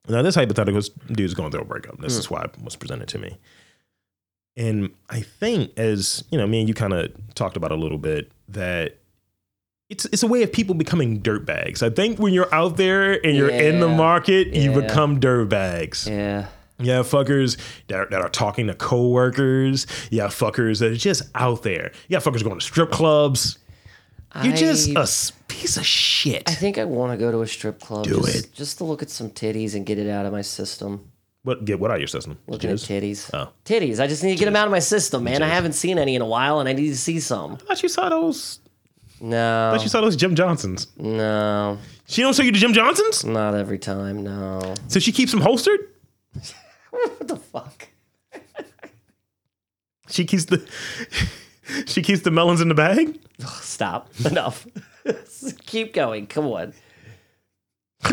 Speaker 1: Now, this hypothetical dude's going through a breakup. This
Speaker 2: Hmm.
Speaker 1: is why it was presented to me. And I think, as you know, me and you kind of talked about a little bit that it's it's a way of people becoming dirtbags. I think when you're out there and you're in the
Speaker 2: Yeah.
Speaker 1: market, you
Speaker 2: Yeah.
Speaker 1: become dirtbags.
Speaker 2: Yeah.
Speaker 1: Yeah, fuckers that are, that are talking to coworkers. Yeah, fuckers that are just out there. Yeah, fuckers going to strip clubs. You're just a
Speaker 2: I-
Speaker 1: s- piece of shit.
Speaker 2: I think I want to go to a strip club.
Speaker 1: Do
Speaker 2: just,
Speaker 1: it.
Speaker 2: just to look at some titties and get it out of my system.
Speaker 1: what? Get what out of your system?
Speaker 2: Looking
Speaker 1: Jizz?
Speaker 2: at titties.
Speaker 1: Oh.
Speaker 2: Titties. I just need to get them out of my system, man. I haven't seen any in a while, and I need to see some.
Speaker 1: I thought you saw those. I
Speaker 2: No,
Speaker 1: thought you saw those Jim Johnsons.
Speaker 2: no,
Speaker 1: She don't show you the Jim Johnsons,
Speaker 2: not every time. No.
Speaker 1: so she keeps them holstered.
Speaker 2: what the fuck?
Speaker 1: She keeps the she keeps the melons in the bag.
Speaker 2: Stop. Enough. Keep going. Come on.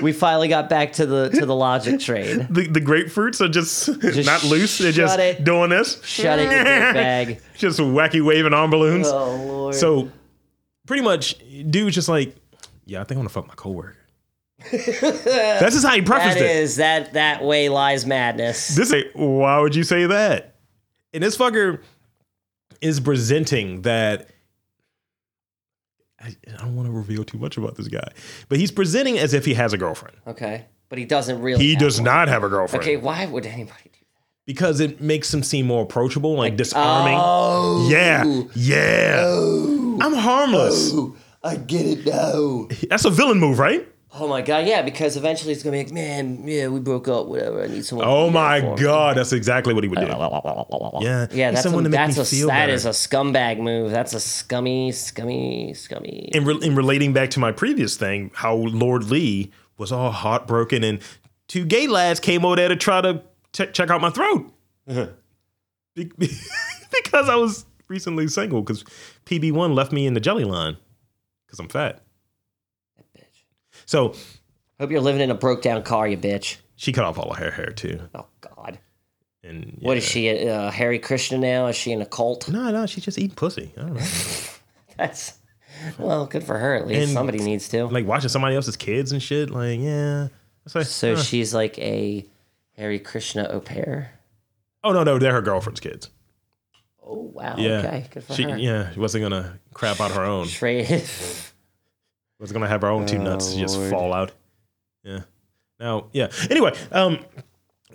Speaker 2: We finally got back to the to the logic train.
Speaker 1: The the grapefruits are just, not loose. They're just
Speaker 2: shut it.
Speaker 1: doing this.
Speaker 2: Shut it, you bag.
Speaker 1: just wacky waving arm balloons.
Speaker 2: Oh lord.
Speaker 1: So pretty much, dude's just like, yeah, I think I want to fuck my coworker. That's just how he
Speaker 2: that
Speaker 1: prefaced it.
Speaker 2: is that that way lies madness.
Speaker 1: This ain't, why would you say that? And this fucker is presenting that. I, I don't want to reveal too much about this guy, but he's presenting as if he has a girlfriend.
Speaker 2: Okay, but he doesn't really.
Speaker 1: He
Speaker 2: have
Speaker 1: does
Speaker 2: one.
Speaker 1: not have a girlfriend
Speaker 2: Okay, why would anybody do that?
Speaker 1: because it makes him seem more approachable, like, disarming.
Speaker 2: Oh,
Speaker 1: Yeah, yeah. I'm harmless.
Speaker 2: Oh. I get it now.
Speaker 1: That's a villain move, right?
Speaker 2: Oh my god, yeah, because eventually it's gonna be like, man, yeah, we broke up, whatever. I need someone.
Speaker 1: Oh my god, that's exactly what he would do. Yeah,
Speaker 2: Yeah,
Speaker 1: he's
Speaker 2: that's a,
Speaker 1: someone to make
Speaker 2: that's
Speaker 1: me
Speaker 2: a
Speaker 1: feel
Speaker 2: that
Speaker 1: better.
Speaker 2: is a scumbag move. That's a scummy, scummy, scummy.
Speaker 1: in, re- in relating back to my previous thing, how Lord Lee was all heartbroken and two gay lads came over there to try to che- check out my throat.
Speaker 2: Uh-huh.
Speaker 1: Be- be- because I was recently single, because PB1 left me in the jelly line because I'm fat.
Speaker 2: bitch.
Speaker 1: So
Speaker 2: Hope you're living in a broke down car, you bitch.
Speaker 1: she cut off all of her hair too.
Speaker 2: Oh God,
Speaker 1: And
Speaker 2: what is she? A uh, Harry Krishna now? Is she in a cult?
Speaker 1: No, no, she's just eating pussy. I don't know.
Speaker 2: That's well, good for her. At least
Speaker 1: And-
Speaker 2: somebody needs to.
Speaker 1: like watching somebody else's kids and shit. Like, yeah. It's like,
Speaker 2: so
Speaker 1: huh.
Speaker 2: she's like a Harry Krishna au pair.
Speaker 1: oh no, no, they're her girlfriend's kids.
Speaker 2: Oh wow.
Speaker 1: Yeah.
Speaker 2: Okay. Good for
Speaker 1: She,
Speaker 2: her.
Speaker 1: yeah, she wasn't gonna crap out her own.
Speaker 2: Trade.
Speaker 1: was gonna have our own two nuts
Speaker 2: Oh,
Speaker 1: just
Speaker 2: Lord.
Speaker 1: fall out. Yeah. Now, yeah. Anyway, um,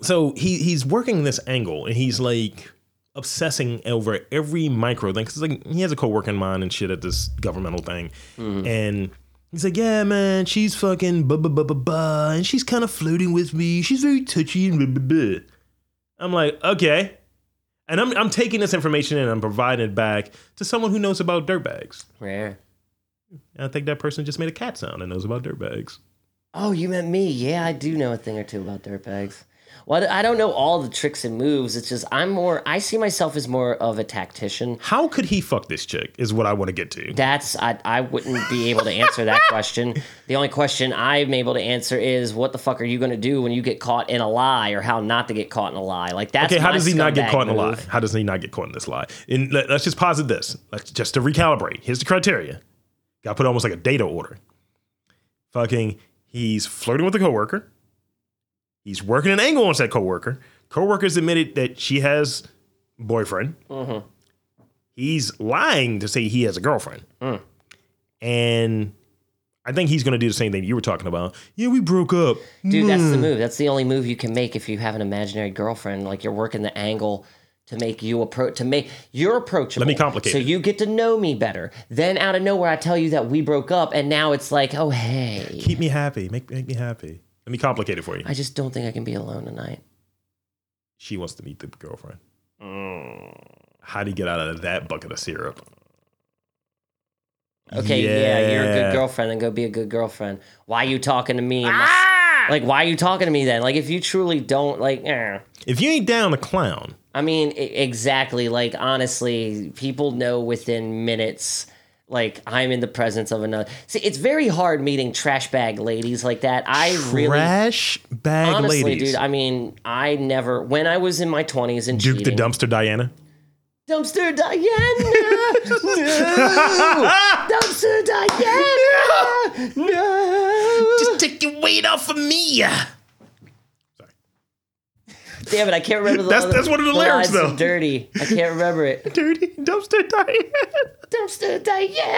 Speaker 1: so he he's working this angle and he's like obsessing over every micro thing because like he has a co-working mind and shit at this governmental thing, and. He's like, yeah, man, she's fucking blah, blah, blah, blah, blah, and she's kind of flirting with me. She's very touchy and blah, blah, blah. I'm like, okay. And I'm, I'm taking this information and I'm providing it back to someone who knows about dirtbags.
Speaker 2: Rare.
Speaker 1: And I think that person just made a cat sound and knows about dirtbags.
Speaker 2: Oh, you meant me? Yeah, I do know a thing or two about dirtbags. Well, I don't know all the tricks and moves. It's just I'm more. I see myself as more of a tactician.
Speaker 1: How could he fuck this chick is what I want to get to.
Speaker 2: That's I, I wouldn't be able to answer that question. The only question I'm able to answer is what the fuck are you going to do when you get caught in a lie, or how not to get caught in a lie? Like that's
Speaker 1: Okay, how
Speaker 2: my
Speaker 1: does he not get
Speaker 2: scumbag
Speaker 1: caught in a lie?
Speaker 2: move.
Speaker 1: How does he not get caught in this lie? And let, us just posit this, let's, just to recalibrate. Here's the criteria. Got to put almost like a data order. Fucking, he's flirting with a coworker. He's working an angle on that coworker. Coworker's admitted that she has boyfriend.
Speaker 2: Mm-hmm.
Speaker 1: He's lying to say he has a girlfriend.
Speaker 2: Mm.
Speaker 1: And I think he's going to do the same thing you were talking about. Yeah, we broke up.
Speaker 2: Dude, that's the move. That's the only move you can make if you have an imaginary girlfriend. Like you're working the angle to make you approach to make you're approachable.
Speaker 1: Let me complicate
Speaker 2: So
Speaker 1: it.
Speaker 2: you get to know me better. Then out of nowhere, I tell you that we broke up, and now it's like, oh hey,
Speaker 1: Keep me happy. Make, make me happy. Let me complicate it for you.
Speaker 2: I just don't think I can be alone tonight.
Speaker 1: she wants to meet the girlfriend. How do you get out of that bucket of syrup?
Speaker 2: Okay, yeah. you're a
Speaker 1: Yeah.
Speaker 2: good girlfriend, then go be a good girlfriend. Why you talking to me? and my-
Speaker 1: Ah!
Speaker 2: Like, why you talking to me then? Like, if you truly don't, like, eh.
Speaker 1: If you ain't down a clown,
Speaker 2: I mean, e- exactly. Like, honestly, people know within minutes. Like, I'm in the presence of another. See, it's very hard meeting trash bag ladies like that. I really,
Speaker 1: trash bag
Speaker 2: honestly,
Speaker 1: ladies.
Speaker 2: dude. I mean, I never. When I was in my 20s and
Speaker 1: Duke
Speaker 2: cheating,
Speaker 1: the dumpster Diana.
Speaker 2: dumpster Diana, no, dumpster Diana, no.
Speaker 1: Just take your weight off of me. Sorry.
Speaker 2: Damn it, I can't remember the
Speaker 1: That's- that's one of the lyrics,
Speaker 2: lines of
Speaker 1: though.
Speaker 2: Dirty. I can't remember it.
Speaker 1: Dirty dumpster Diana.
Speaker 2: Dumpster Diane.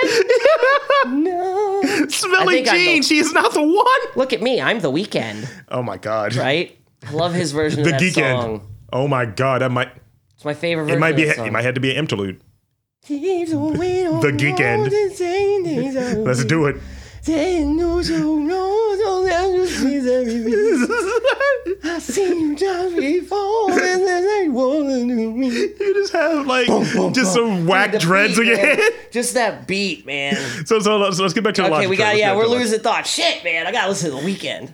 Speaker 2: No.
Speaker 1: Smelly
Speaker 2: think I know.
Speaker 1: Jean. She's not the one.
Speaker 2: Look at me. I'm the weekend,
Speaker 1: Oh my God.
Speaker 2: right? I love his version of
Speaker 1: The
Speaker 2: that
Speaker 1: geek
Speaker 2: song.
Speaker 1: end. Oh my god, that might
Speaker 2: It's my favorite version.
Speaker 1: it might
Speaker 2: of
Speaker 1: be
Speaker 2: that
Speaker 1: it might have to be an interlude.
Speaker 2: the
Speaker 1: geek end. Let's do it.
Speaker 2: I seen you just before, and that ain't wanna do me.
Speaker 1: You just have like just some whack
Speaker 2: The
Speaker 1: dreads
Speaker 2: beat,
Speaker 1: on your
Speaker 2: man.
Speaker 1: head.
Speaker 2: Just that beat, man.
Speaker 1: So so let's, let's get back to the
Speaker 2: Okay,
Speaker 1: Logic
Speaker 2: we
Speaker 1: track.
Speaker 2: got
Speaker 1: Let's get
Speaker 2: yeah,
Speaker 1: back
Speaker 2: we're
Speaker 1: to the Logic.
Speaker 2: losing thought. Shit, man, I gotta listen to the weekend.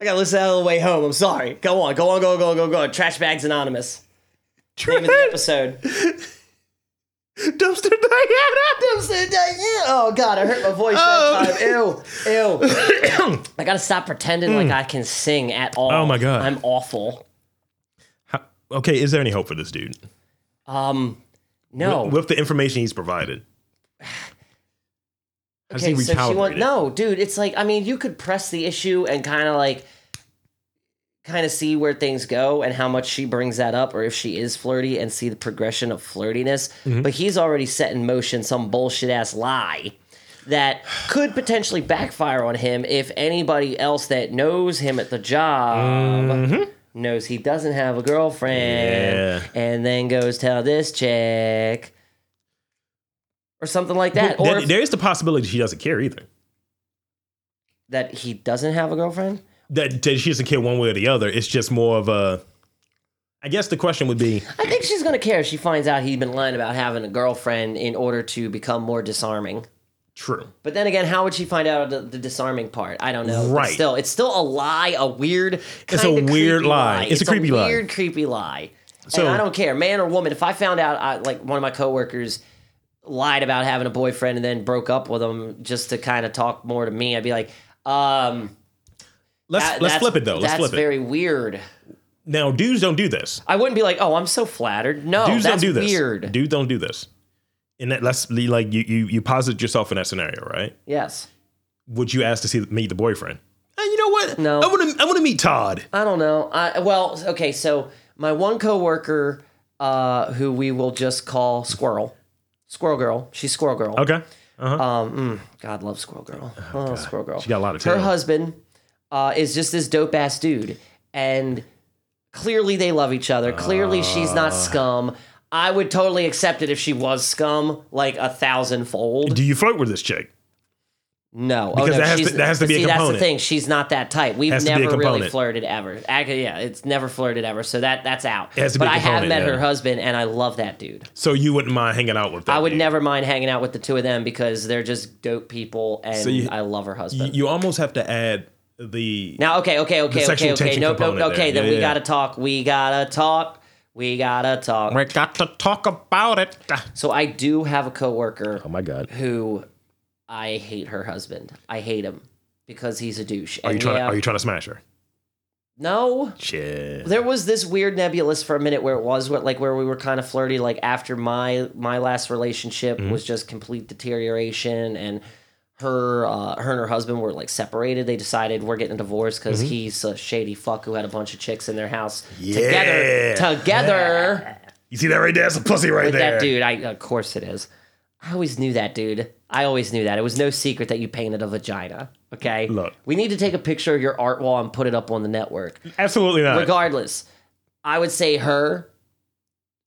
Speaker 2: I gotta listen to that on the way home. I'm sorry. Go on, go on, go go go go. Trash bags anonymous. Name of the episode.
Speaker 1: Dumpster Diana.
Speaker 2: Oh god, I hurt my voice
Speaker 1: Oh.
Speaker 2: that time. Ew, ew. I gotta stop pretending like I can sing at all.
Speaker 1: Hmm. Oh my God.
Speaker 2: I'm awful.
Speaker 1: How- Okay, is there any hope for this dude?
Speaker 2: Um, no.
Speaker 1: With the information he's provided. Has
Speaker 2: okay,
Speaker 1: he
Speaker 2: so she
Speaker 1: recalibrated?
Speaker 2: went. No, dude, it's like I mean, you could press the issue and kind of like, kind of see where things go and how much she brings that up, or if she is flirty and see the progression of flirtiness.
Speaker 1: Mm-hmm.
Speaker 2: But he's already set in motion some bullshit ass lie. That could potentially backfire on him if anybody else that knows him at the job knows he doesn't have a girlfriend
Speaker 1: Mm-hmm. Yeah.
Speaker 2: and then goes tell this chick or something like that. or
Speaker 1: There-
Speaker 2: if-
Speaker 1: there is the possibility she doesn't care either.
Speaker 2: that he doesn't have a girlfriend?
Speaker 1: That, that she doesn't care one way or the other. It's just more of a. I guess the question would be
Speaker 2: I think she's gonna care if she finds out he's been lying about having a girlfriend in order to become more disarming.
Speaker 1: true.
Speaker 2: But then again, how would she find out the, the disarming part? I don't know. But
Speaker 1: Right.
Speaker 2: Still, it's still a lie, a weird.
Speaker 1: It's
Speaker 2: kinda
Speaker 1: a weird
Speaker 2: creepy
Speaker 1: lie. It's a creepy lie.
Speaker 2: Weird, creepy lie.
Speaker 1: So-
Speaker 2: and I don't care, man or woman. If I found out, I, like one of my coworkers lied about having a boyfriend and then broke up with him just to kind of talk more to me, I'd be like, um,
Speaker 1: Let's
Speaker 2: that-
Speaker 1: let's
Speaker 2: that's-
Speaker 1: flip it though. Let's
Speaker 2: that's
Speaker 1: flip it.
Speaker 2: very weird.
Speaker 1: now dudes don't do this.
Speaker 2: I wouldn't be like, oh, I'm so flattered. No,
Speaker 1: Dudes
Speaker 2: Oh, that's
Speaker 1: don't do this.
Speaker 2: weird.
Speaker 1: Dudes don't do this. And that, let's like you you you posit yourself in that scenario, right?
Speaker 2: Yes.
Speaker 1: Would you ask to see meet the boyfriend? And you know what?
Speaker 2: No.
Speaker 1: I want to I want to meet Todd.
Speaker 2: I don't know. I, well, okay. So my one coworker, uh, who we will just call Squirrel, Squirrel Girl. She's Squirrel Girl.
Speaker 1: Okay.
Speaker 2: Um, mm, God love Squirrel Girl. Oh, Squirrel Girl.
Speaker 1: She got a lot of
Speaker 2: Her
Speaker 1: talent.
Speaker 2: husband uh, is just this dope ass dude, and clearly they love each other. Clearly she's not
Speaker 1: Uh.
Speaker 2: scum. I would totally accept it if she was scum, like a thousandfold.
Speaker 1: Do you flirt with this chick?
Speaker 2: No, oh,
Speaker 1: Because
Speaker 2: no,
Speaker 1: that has
Speaker 2: she's-
Speaker 1: to- that has to be a
Speaker 2: see, That's
Speaker 1: component.
Speaker 2: the thing; she's not that type. We've
Speaker 1: Has to be a
Speaker 2: never really
Speaker 1: component.
Speaker 2: flirted ever. Actually, yeah, it's never flirted ever. So that that's out.
Speaker 1: has to be
Speaker 2: but
Speaker 1: a
Speaker 2: I have
Speaker 1: component,
Speaker 2: met
Speaker 1: yeah.
Speaker 2: her husband, and I love that dude.
Speaker 1: So you wouldn't mind hanging out with that?
Speaker 2: I would
Speaker 1: dude?
Speaker 2: never mind hanging out with the two of them because they're just dope people, and
Speaker 1: you-
Speaker 2: I love her husband.
Speaker 1: You, you almost have to add the
Speaker 2: now, okay, okay, okay,
Speaker 1: sexual
Speaker 2: okay, okay.
Speaker 1: tension
Speaker 2: Nope, nope.
Speaker 1: component
Speaker 2: Okay,
Speaker 1: there.
Speaker 2: then
Speaker 1: Yeah,
Speaker 2: we
Speaker 1: yeah.
Speaker 2: gotta talk. We gotta talk. We gotta talk.
Speaker 1: We got to talk about it.
Speaker 2: So I do have a coworker
Speaker 1: Oh my god.
Speaker 2: who I hate her husband. I hate him because he's a douche.
Speaker 1: Are you trying to, are you trying to smash her?
Speaker 2: no.
Speaker 1: Shit.
Speaker 2: there was this weird nebulous for a minute where it was what like where we were kind of flirty like after my my last relationship
Speaker 1: Mm-hmm.
Speaker 2: was just complete deterioration and her uh, her and her husband were like separated they decided we're getting a divorce because
Speaker 1: Mm-hmm.
Speaker 2: he's a shady fuck who had a bunch of chicks in their house
Speaker 1: Yeah.
Speaker 2: together together
Speaker 1: You see that right there? That's a pussy right
Speaker 2: with
Speaker 1: there.
Speaker 2: that dude i of course it is i always knew that dude i always knew that it was no secret that you painted a vagina okay
Speaker 1: Look.
Speaker 2: we need to take a picture of your art wall and put it up on the network
Speaker 1: Absolutely not.
Speaker 2: regardless i would say her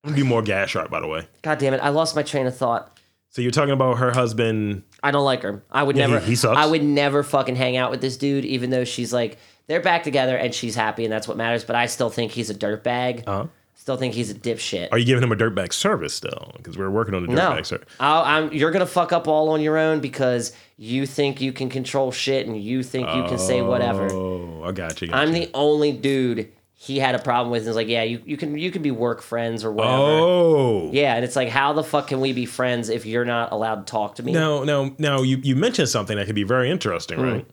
Speaker 1: It'd be more gas sharp, by the way.
Speaker 2: god damn it i lost my train of thought
Speaker 1: So you're talking about her husband.
Speaker 2: i don't like her i would
Speaker 1: Yeah,
Speaker 2: never
Speaker 1: he- he sucks.
Speaker 2: i would never fucking hang out with this dude even though she's like they're back together and she's happy and that's what matters but i still think he's a dirtbag
Speaker 1: Uh-huh.
Speaker 2: still think he's a dipshit
Speaker 1: Are you giving him a dirtbag service still? Because we're working on a dirtbag
Speaker 2: no,
Speaker 1: service.
Speaker 2: I'll, I'm, you're gonna fuck up all on your own because you think you can control shit and you think you can say whatever.
Speaker 1: Oh, I got you. got
Speaker 2: I'm
Speaker 1: you.
Speaker 2: the only dude he had a problem with. And it's like, yeah, you, you can you can be work friends or whatever.
Speaker 1: Oh.
Speaker 2: Yeah, and it's like, how the fuck can we be friends if you're not allowed to talk to me?
Speaker 1: Now, now, now, you, you mentioned something that could be very
Speaker 2: Hmm.
Speaker 1: interesting, right?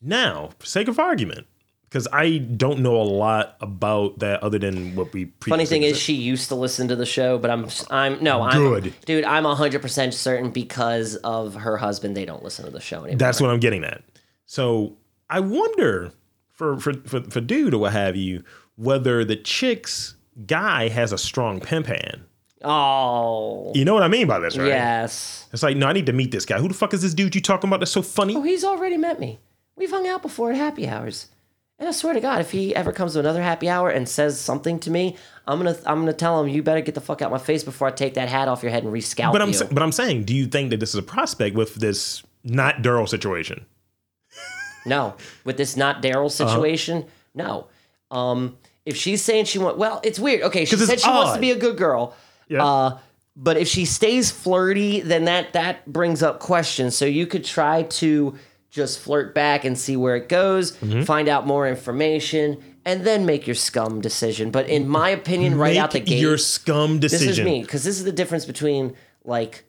Speaker 1: Now, for sake of argument, because I don't know a lot about that other than what we
Speaker 2: Funny
Speaker 1: previously
Speaker 2: thing is,
Speaker 1: said.
Speaker 2: she used to listen to the show, but I'm I'm no I'm
Speaker 1: Good.
Speaker 2: dude. I'm hundred percent certain because of her husband, they don't listen to the show anymore.
Speaker 1: That's what I'm getting at. So I wonder for for for, for dude or what have you, whether the chick's guy has a strong pimp hand.
Speaker 2: oh
Speaker 1: You know what I mean by this, right?
Speaker 2: yes,
Speaker 1: It's like, no, I need to meet this guy. Who the fuck is this dude you talking about? That's so funny.
Speaker 2: oh he's already met me. We've hung out before at happy hours, And I swear to God, if he ever comes to another happy hour and says something to me, I'm gonna I'm gonna tell him you better get the fuck out my face before I take that hat off your head and rescalp
Speaker 1: But I'm
Speaker 2: you.
Speaker 1: sa- but I'm saying, do you think that this is a prospect with this not Daryl situation?
Speaker 2: No, with this not
Speaker 1: Uh-huh.
Speaker 2: Daryl situation, no. Um, if she's saying she want, well, it's weird. Okay, she
Speaker 1: 'Cause it's
Speaker 2: said she wants
Speaker 1: odd.
Speaker 2: to be a good girl.
Speaker 1: Yeah.
Speaker 2: Uh, but if she stays flirty, then that that brings up questions. So you could try to just flirt back and see where it goes,
Speaker 1: Mm-hmm.
Speaker 2: find out more information, and then make your scum decision. But in my opinion, right
Speaker 1: Make
Speaker 2: out the gate,
Speaker 1: your scum
Speaker 2: this
Speaker 1: decision.
Speaker 2: is me because this is the difference between like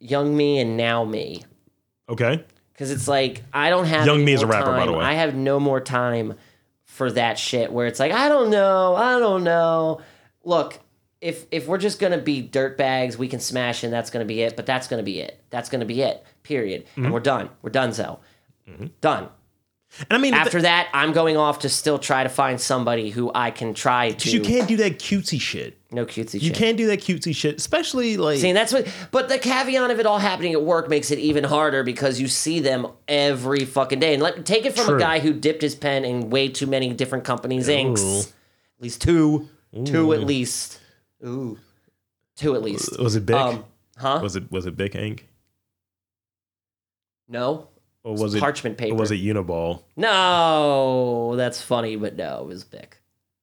Speaker 2: young me and now me.
Speaker 1: Okay.
Speaker 2: Because it's like I don't have
Speaker 1: Young
Speaker 2: any
Speaker 1: Me is a
Speaker 2: more
Speaker 1: rapper, by
Speaker 2: time.
Speaker 1: the way.
Speaker 2: I have no more time for that shit. Where it's like I don't know, I don't know. Look, if if we're just gonna be dirt bags, we can smash and that's gonna be it. But that's gonna be it. That's gonna be it. Period.
Speaker 1: Mm-hmm.
Speaker 2: And we're done. We're done. So done.
Speaker 1: And I mean,
Speaker 2: After that, I'm going off to still try to find somebody who I can try to.
Speaker 1: you can't do that cutesy shit.
Speaker 2: no cutesy
Speaker 1: You
Speaker 2: shit.
Speaker 1: can't do that cutesy shit, especially like.
Speaker 2: See, and that's what. But the caveat of it all happening at work makes it even harder because you see them every fucking day. And let take it from
Speaker 1: True.
Speaker 2: a guy who dipped his pen in way too many different companies' inks. At least two, two at least. Ooh, two at least.
Speaker 1: was it big?
Speaker 2: Um, huh?
Speaker 1: was it was it big ink?
Speaker 2: no,
Speaker 1: Or was it
Speaker 2: parchment paper.
Speaker 1: Or was it Uniball?
Speaker 2: no, that's funny, but no, it was Bic.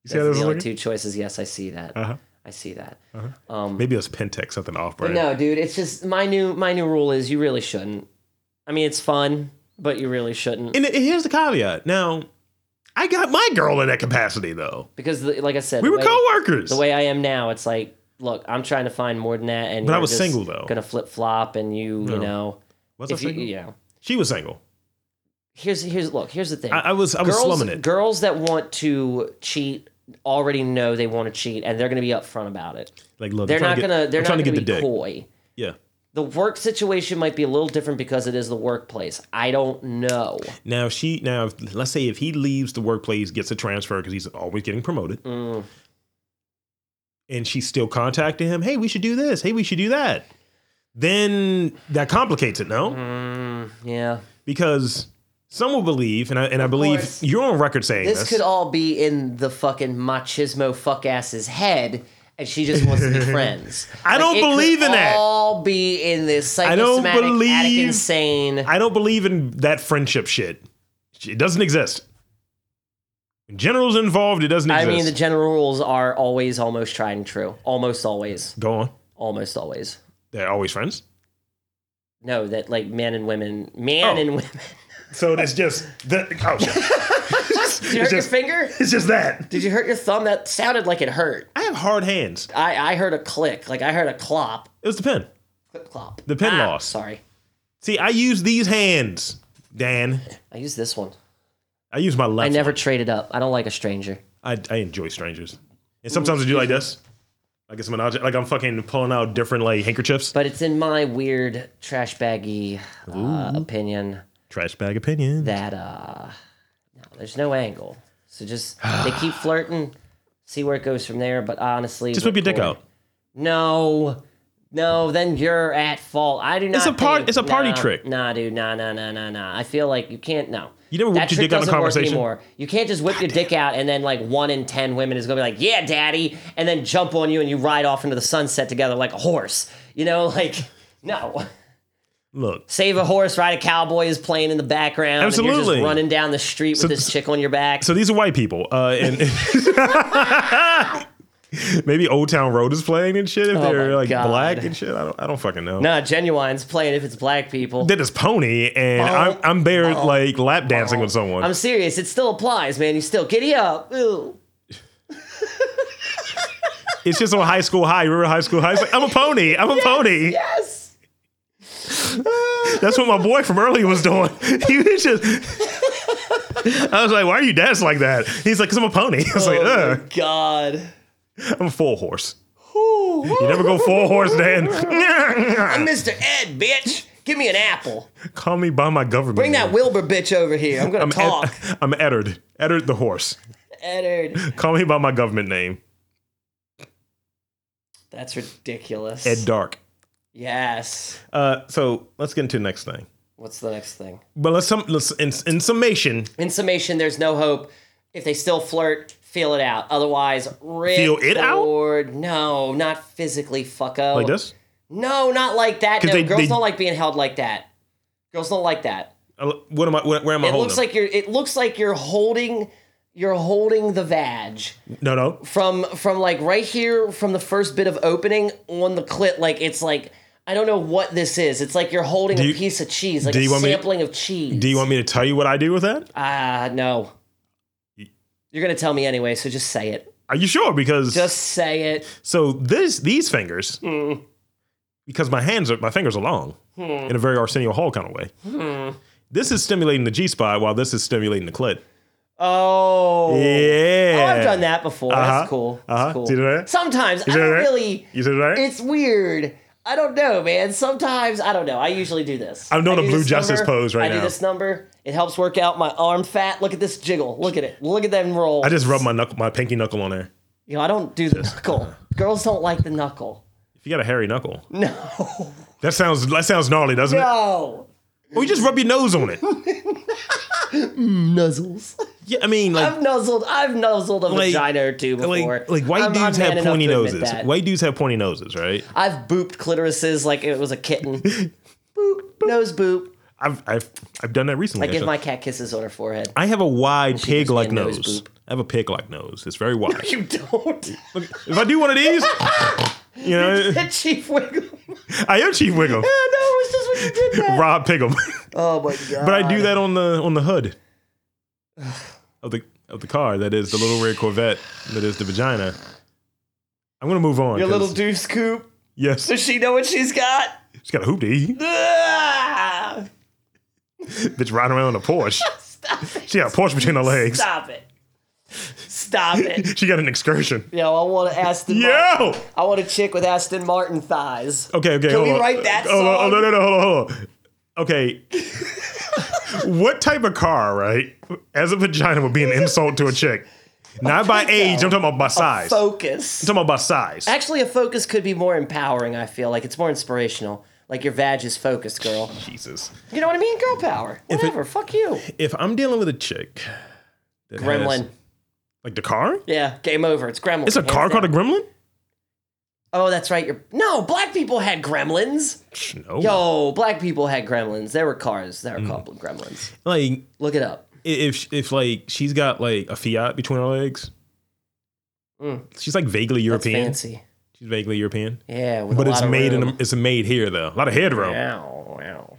Speaker 1: You see how this
Speaker 2: That's the
Speaker 1: is
Speaker 2: only
Speaker 1: looking?
Speaker 2: two choices. Yes, I see that.
Speaker 1: Uh-huh.
Speaker 2: I see that. Um,
Speaker 1: Maybe it was Pentex, something off
Speaker 2: But
Speaker 1: brand.
Speaker 2: no, dude, it's just my new my new rule is you really shouldn't. I mean, it's fun, but you really shouldn't.
Speaker 1: And and here's the caveat. Now, I got my girl in that capacity though.
Speaker 2: because the, like I said,
Speaker 1: We
Speaker 2: the
Speaker 1: were
Speaker 2: way,
Speaker 1: coworkers.
Speaker 2: the way I am now, it's like, look, I'm trying to find more than that, and
Speaker 1: But I
Speaker 2: you're
Speaker 1: was
Speaker 2: just
Speaker 1: single, though.
Speaker 2: Gonna flip flop, and you, you know,
Speaker 1: was I
Speaker 2: if you,
Speaker 1: single?
Speaker 2: you know,
Speaker 1: She was single.
Speaker 2: here's here's look, here's the thing.
Speaker 1: I, I was I was
Speaker 2: girls,
Speaker 1: slumming it.
Speaker 2: Girls that want to cheat already know they want to cheat, and they're gonna be upfront about it.
Speaker 1: Like look,
Speaker 2: They're
Speaker 1: I'm trying
Speaker 2: not
Speaker 1: to get-
Speaker 2: gonna they're
Speaker 1: I'm
Speaker 2: not
Speaker 1: trying to
Speaker 2: gonna
Speaker 1: get
Speaker 2: be
Speaker 1: the dick.
Speaker 2: coy.
Speaker 1: Yeah.
Speaker 2: The work situation might be a little different because it is the workplace. I don't know.
Speaker 1: Now if she now if, let's say if he leaves the workplace, gets a transfer because he's always getting promoted,
Speaker 2: Mm.
Speaker 1: and she's still contacting him. Hey, we should do this. Hey, we should do that. Then that complicates it, no?
Speaker 2: Mm-hmm. Yeah.
Speaker 1: Because some will believe, and I and I believe
Speaker 2: course.
Speaker 1: you're on record saying this.
Speaker 2: This could all be in the fucking machismo fuckass's head, and she just wants to be friends.
Speaker 1: I don't
Speaker 2: it could
Speaker 1: believe in that.
Speaker 2: All be in this
Speaker 1: don't
Speaker 2: psychosomatic, attic
Speaker 1: believe-
Speaker 2: insane.
Speaker 1: I don't believe in that friendship shit. It doesn't exist. When general's involved, it doesn't
Speaker 2: I
Speaker 1: exist.
Speaker 2: mean, the general rules are always almost tried and true. Almost always,
Speaker 1: Go on.
Speaker 2: almost always.
Speaker 1: They're always friends.
Speaker 2: No, that like men and women, man
Speaker 1: Oh.
Speaker 2: and women.
Speaker 1: So it's just the oh, shit.
Speaker 2: Did you hurt
Speaker 1: just-
Speaker 2: your finger?
Speaker 1: it's just that.
Speaker 2: Did you hurt your thumb? That sounded like it hurt.
Speaker 1: I have hard hands.
Speaker 2: I I heard a click, like I heard a clop,
Speaker 1: It was the pen.
Speaker 2: clip clop.
Speaker 1: The pin
Speaker 2: Ah,
Speaker 1: loss.
Speaker 2: Sorry,
Speaker 1: See, I use these hands, Dan.
Speaker 2: I used this one.
Speaker 1: I use my left.
Speaker 2: I never traded up. I don't like a stranger.
Speaker 1: I, I enjoy strangers, and sometimes I do like this. Like it's an object. Like I'm fucking pulling out different like handkerchiefs.
Speaker 2: But it's in my weird trash baggy uh, opinion
Speaker 1: Trash bag opinion.
Speaker 2: that uh, no, there's no angle. So just they keep flirting, see where it goes from there. But honestly,
Speaker 1: just whip your dick
Speaker 2: record-
Speaker 1: out.
Speaker 2: No, no, then you're at fault. I do not.
Speaker 1: a part-
Speaker 2: think-
Speaker 1: it's a party
Speaker 2: nah,
Speaker 1: trick.
Speaker 2: Nah, dude, nah, nah, nah, nah, nah. I feel like you can't. No,
Speaker 1: You never
Speaker 2: that
Speaker 1: whipped your
Speaker 2: trick
Speaker 1: dick out in a
Speaker 2: doesn't work
Speaker 1: conversation?
Speaker 2: anymore. You can't just whip your dick out and then like one in ten women is gonna be like, "Yeah, daddy," and then jump on you and you ride off into the sunset together like a horse. You know, like no.
Speaker 1: Look,
Speaker 2: Save a horse, ride a cowboy is playing in the background. And you're
Speaker 1: Absolutely.
Speaker 2: just running down the street with this chick on your back.
Speaker 1: So these are white people, uh, and maybe Old Town Road is playing and shit. If they're
Speaker 2: Oh my
Speaker 1: like
Speaker 2: God.
Speaker 1: black and shit, I don't, I don't fucking know.
Speaker 2: nah, genuine's playing if it's black people.
Speaker 1: Did his pony, and I'm, I'm there like lap dancing with someone.
Speaker 2: Oh, I'm serious. It still applies, man. You still giddy up. Ooh.
Speaker 1: it's just on high school high. Remember high school high? It's like, I'm a pony. I'm a pony.
Speaker 2: Yes.
Speaker 1: That's what my boy from earlier was doing. he was just. I was like, why are you dancing like that? He's like, because I'm a pony. I was like,
Speaker 2: Oh
Speaker 1: Ugh,
Speaker 2: my God.
Speaker 1: I'm a full horse. You never go full horse, Dan.
Speaker 2: I'm Mr. Ed, bitch. Give me an apple.
Speaker 1: Call me by my government.
Speaker 2: Bring that Wilbur bitch over here. I'm gonna
Speaker 1: I'm
Speaker 2: talk.
Speaker 1: Ed- I'm Eddard. Eddard the horse.
Speaker 2: Eddard.
Speaker 1: Call me by my government name.
Speaker 2: That's ridiculous.
Speaker 1: Ed Dark.
Speaker 2: Yes.
Speaker 1: Uh, so let's get into the next thing.
Speaker 2: What's the next thing?
Speaker 1: But let's sum let's in, in summation
Speaker 2: In summation, there's no hope. If they still flirt, feel it out. Otherwise, rip
Speaker 1: Feel it out?
Speaker 2: Ford- No, not physically, fucko.
Speaker 1: like this.
Speaker 2: No, not like that.
Speaker 1: 'Cause
Speaker 2: No,
Speaker 1: they-
Speaker 2: girls
Speaker 1: they-
Speaker 2: don't like being held like that. Girls don't like that.
Speaker 1: Uh, What am I? Where, where am I
Speaker 2: It
Speaker 1: holding?
Speaker 2: looks like you're. It looks like you're holding. You're holding the vag
Speaker 1: like no, no.
Speaker 2: from from like right here from the first bit of opening on the clit. Like it's like I don't know what this is. It's like you're holding a
Speaker 1: you-
Speaker 2: piece of cheese, like
Speaker 1: do
Speaker 2: a
Speaker 1: you want me-
Speaker 2: sampling of cheese.
Speaker 1: Do you want me to tell you what I do with that?
Speaker 2: Ah, no. You're gonna tell me anyway, so just say it.
Speaker 1: Are you sure? Because
Speaker 2: Just say it.
Speaker 1: so this these fingers,
Speaker 2: Hmm.
Speaker 1: because my hands are my fingers are long in a very Arsenio Hall kind of way.
Speaker 2: Hmm.
Speaker 1: This is stimulating the G spot while this is stimulating the clit.
Speaker 2: Oh.
Speaker 1: Yeah,
Speaker 2: Oh, I've done that before.
Speaker 1: Uh-huh.
Speaker 2: That's cool. That's
Speaker 1: Uh-huh.
Speaker 2: cool.
Speaker 1: See that?
Speaker 2: Sometimes I
Speaker 1: see
Speaker 2: don't
Speaker 1: that?
Speaker 2: really.
Speaker 1: You see that?
Speaker 2: It's weird. I don't know, man. Sometimes I don't know. I usually do this.
Speaker 1: I'm doing
Speaker 2: I
Speaker 1: a
Speaker 2: do
Speaker 1: Blue
Speaker 2: this
Speaker 1: Justice
Speaker 2: number.
Speaker 1: pose right
Speaker 2: I do
Speaker 1: now.
Speaker 2: this number. It helps work out my arm fat. Look at this jiggle. Look at it. Look at them roll.
Speaker 1: I just rub my knuckle, my pinky knuckle on there.
Speaker 2: you know, I don't do the knuckle. Girls don't like the knuckle.
Speaker 1: If you got a hairy knuckle,
Speaker 2: No.
Speaker 1: that sounds that sounds gnarly, doesn't it?
Speaker 2: No.
Speaker 1: Or you just rub your nose on it.
Speaker 2: Nuzzles.
Speaker 1: Yeah, I mean, like
Speaker 2: I've nuzzled. I've nuzzled a
Speaker 1: Like-
Speaker 2: vagina or two before.
Speaker 1: like like white
Speaker 2: I'm- I'm
Speaker 1: dudes
Speaker 2: man
Speaker 1: have
Speaker 2: enough
Speaker 1: pointy
Speaker 2: to admit
Speaker 1: noses.
Speaker 2: that.
Speaker 1: White dudes have pointy noses, right?
Speaker 2: I've booped clitorises like it was a kitten. boop, nose boop.
Speaker 1: I've I've I've done that recently.
Speaker 2: I give
Speaker 1: actually.
Speaker 2: my cat kisses on her forehead.
Speaker 1: I have a wide pig like
Speaker 2: gives me a nose
Speaker 1: nose.
Speaker 2: boop.
Speaker 1: I have a pig like nose. It's very wide.
Speaker 2: You don't.
Speaker 1: if I do one of these, you know,
Speaker 2: Chief Wiggle. no,
Speaker 1: I am Chief Wiggle,
Speaker 2: it was just when you did that.
Speaker 1: Rob Piggum.
Speaker 2: Oh my god.
Speaker 1: but I do that on the on the hood of the of the car. That is the little red Corvette. That is the vagina. I'm gonna move on.
Speaker 2: Your
Speaker 1: 'cause-
Speaker 2: little deuce coop.
Speaker 1: yes,
Speaker 2: Does she know what she's got?
Speaker 1: she's got a hoop to eat.
Speaker 2: Ah!
Speaker 1: Bitch riding around in a Porsche. She got a Porsche between her legs.
Speaker 2: Stop it. Stop it.
Speaker 1: She got an excursion.
Speaker 2: Yo, I want to Aston. Martin.
Speaker 1: Yo.
Speaker 2: I want a chick with Aston Martin thighs.
Speaker 1: Okay, okay. Can hold
Speaker 2: we
Speaker 1: on.
Speaker 2: write that
Speaker 1: Hold on.
Speaker 2: song?
Speaker 1: Oh, no, no, no. Hold on, hold on. Okay. what type of car, right? As a vagina would be an insult to a chick. Not by age. I'm talking about by size. I'm
Speaker 2: Focus.
Speaker 1: talking about by size.
Speaker 2: Actually, a focus could be more empowering. I feel like it's more inspirational. Like your vag is focused, girl.
Speaker 1: Jesus.
Speaker 2: You know what I mean? Girl power.
Speaker 1: If it-
Speaker 2: Whatever. Fuck you.
Speaker 1: If I'm dealing with a chick, that has-
Speaker 2: Gremlin.
Speaker 1: like the car?
Speaker 2: Yeah. Game over. It's Gremlin.
Speaker 1: It's a
Speaker 2: hands
Speaker 1: car
Speaker 2: down.
Speaker 1: called a gremlin?
Speaker 2: Oh, that's right. You're no black people had gremlins.
Speaker 1: Psh, No.
Speaker 2: Yo, black people had gremlins. There were cars
Speaker 1: Mm.
Speaker 2: that were called gremlins.
Speaker 1: Like
Speaker 2: Look it up.
Speaker 1: i- if if like she's got like a Fiat between her legs. She's like vaguely
Speaker 2: Mm. That's
Speaker 1: European.
Speaker 2: fancy.
Speaker 1: She's vaguely European.
Speaker 2: Yeah, with
Speaker 1: But
Speaker 2: a
Speaker 1: it's
Speaker 2: lot of
Speaker 1: made
Speaker 2: room.
Speaker 1: in it's made here though. A lot of headroom.
Speaker 2: Wow, wow.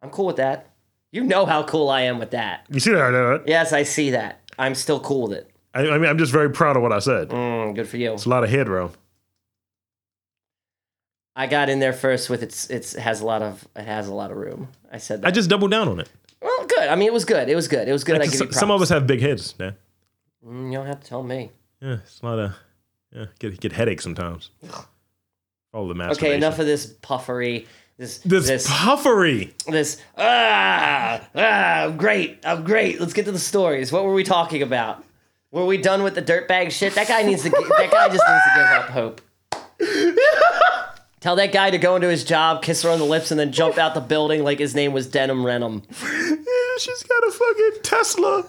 Speaker 2: I'm cool with that. You know how cool I am with that.
Speaker 1: You see that? uh,
Speaker 2: Yes, I see that. I'm still cool with it.
Speaker 1: I, I mean, I'm just very proud of what I said. It's
Speaker 2: Mm, good for you.
Speaker 1: a lot of headroom.
Speaker 2: I got in there first with its. It's it has a lot of. It has a lot of room. I said
Speaker 1: I
Speaker 2: that.
Speaker 1: just doubled down on it.
Speaker 2: well, good. I mean, it was good. It was good. It was good. I give you
Speaker 1: Some,
Speaker 2: props.
Speaker 1: some of us have big heads. Yeah,
Speaker 2: Mm, you don't have to tell me.
Speaker 1: yeah it's a lot of yeah. Get get headaches sometimes. All the masturbation.
Speaker 2: Okay, enough of this puffery. This
Speaker 1: This,
Speaker 2: this this,
Speaker 1: puffery.
Speaker 2: ah ah. I'm great. I'm great. Let's get to the stories. What were we talking about? Were we done with the dirtbag shit? That guy needs to. gi- that guy just needs to give up hope. Tell that guy to go into his job, kiss her on the lips, and then jump out the building like his name was Denim Renum.
Speaker 1: Yeah, she's got a fucking Tesla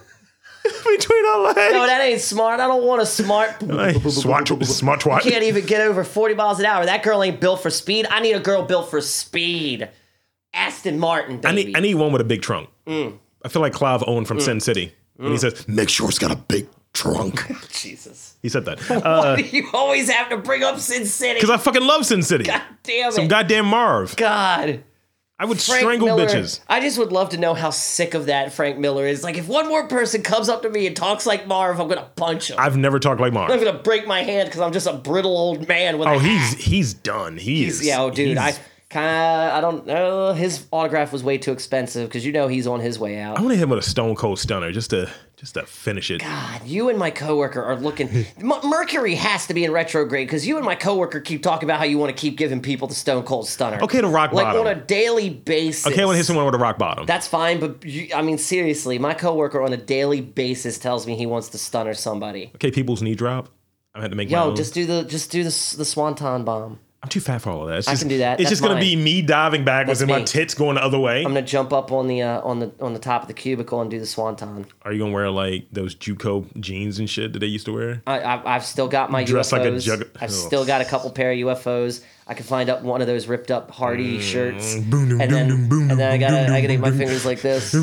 Speaker 1: between her legs.
Speaker 2: No, that ain't smart. I don't want a smart.
Speaker 1: Like, smart, smart twat.
Speaker 2: can't even get over 40 miles an hour. That girl ain't built for speed. I need a girl built for speed. Aston Martin,
Speaker 1: I
Speaker 2: baby.
Speaker 1: need I need one with a big trunk.
Speaker 2: Mm.
Speaker 1: I feel like Clive Owen from Sin City when he says, "Make sure it's got a big trunk."
Speaker 2: Jesus.
Speaker 1: he said that
Speaker 2: Why do you always have to bring up Sin City?
Speaker 1: because I fucking love Sin City.
Speaker 2: God damn it.
Speaker 1: Goddamn Marv,
Speaker 2: God.
Speaker 1: I would
Speaker 2: Frank
Speaker 1: strangle
Speaker 2: Miller-
Speaker 1: bitches.
Speaker 2: I just would love to know how sick of that Frank Miller is. Like, if one more person comes up to me and talks like Marv, I'm going to punch him. I-
Speaker 1: I've never talked like
Speaker 2: am
Speaker 1: Marv.
Speaker 2: going to break my hand because I'm just a brittle old man with
Speaker 1: Oh,
Speaker 2: a
Speaker 1: he's he's done. He is.
Speaker 2: Yeah, oh, dude, I
Speaker 1: he's-
Speaker 2: kind of, I don't know. His autograph was way too expensive because you know he's on his way out.
Speaker 1: I want to hit him with a Stone Cold Stunner just to just to finish it.
Speaker 2: God, you and my coworker are looking. M- Mercury has to be in retrograde because you and my coworker keep talking about how you want to keep giving people the Stone Cold Stunner.
Speaker 1: Okay, to rock
Speaker 2: like
Speaker 1: bottom.
Speaker 2: on a daily basis.
Speaker 1: okay, I want to hit someone with a rock bottom.
Speaker 2: That's fine, but you, I mean seriously, my coworker on a daily basis tells me he wants to stunner somebody.
Speaker 1: okay, people's knee drop. I had to make my
Speaker 2: Yo,
Speaker 1: own.
Speaker 2: just do the just do the s- the swanton bomb.
Speaker 1: I'm too fat for all of that. It's
Speaker 2: I
Speaker 1: just,
Speaker 2: can do that.
Speaker 1: It's
Speaker 2: That's
Speaker 1: just gonna
Speaker 2: mine.
Speaker 1: be me diving backwards
Speaker 2: That's
Speaker 1: and my
Speaker 2: me.
Speaker 1: tits going the other way.
Speaker 2: I'm gonna jump up on the uh, on the on the top of the cubicle and do the swanton.
Speaker 1: Are you gonna wear like those JUCO jeans and shit that they used to wear?
Speaker 2: I, I've, I've still got my
Speaker 1: Dress
Speaker 2: UFOs.
Speaker 1: like a jug- oh.
Speaker 2: I've
Speaker 1: Ugh.
Speaker 2: still got a couple pair of UFOs. I can find up one of those ripped up Hardy shirts,
Speaker 1: Mm. boom, doom,
Speaker 2: and
Speaker 1: doom,
Speaker 2: then
Speaker 1: doom, boom,
Speaker 2: and then I
Speaker 1: doom,
Speaker 2: gotta
Speaker 1: doom,
Speaker 2: I gotta
Speaker 1: doom,
Speaker 2: get my
Speaker 1: doom.
Speaker 2: fingers like this.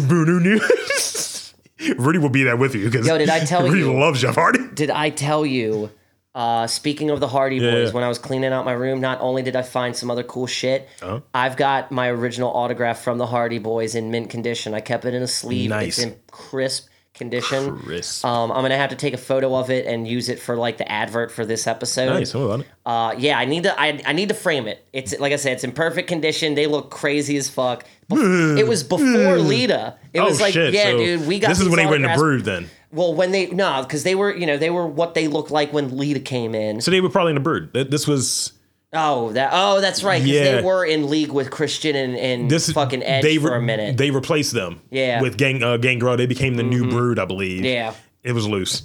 Speaker 1: Rudy will be there with you because
Speaker 2: Yo, did I tell
Speaker 1: Rudy
Speaker 2: you-
Speaker 1: loves Jeff Hardy.
Speaker 2: Did I tell you? Uh, speaking of the Hardy Boys,
Speaker 1: yeah.
Speaker 2: when I was cleaning out my room, not only did I find some other cool shit,
Speaker 1: Uh-huh.
Speaker 2: I've got my original autograph from the Hardy Boys in mint condition. I kept it in a sleeve.
Speaker 1: Nice.
Speaker 2: It's in crisp condition.
Speaker 1: Crisp.
Speaker 2: Um, I'm gonna have to take a photo of it and use it for like the advert for this episode.
Speaker 1: Nice, hold on.
Speaker 2: Uh, yeah, I need to. I, I need to frame it. It's like I said, it's in perfect condition. They look crazy as fuck. Bef- it was before Lita. It
Speaker 1: oh
Speaker 2: was like,
Speaker 1: shit!
Speaker 2: yeah,
Speaker 1: so
Speaker 2: dude, we got.
Speaker 1: This is
Speaker 2: these
Speaker 1: when they went to
Speaker 2: autographs.
Speaker 1: Brood then.
Speaker 2: Well, when they no, because they were you know they were what they looked like when Lita came in.
Speaker 1: So they were probably in the Brood. Th- This was
Speaker 2: oh, that oh that's right. 'cause
Speaker 1: Yeah.
Speaker 2: they were in league with Christian and, and
Speaker 1: this is
Speaker 2: fucking Edge
Speaker 1: they
Speaker 2: for
Speaker 1: re-
Speaker 2: a minute.
Speaker 1: They replaced them.
Speaker 2: Yeah. Mm-hmm.
Speaker 1: With Gang uh, Gangrel, they became the new Brood, I believe.
Speaker 2: yeah,
Speaker 1: It was loose.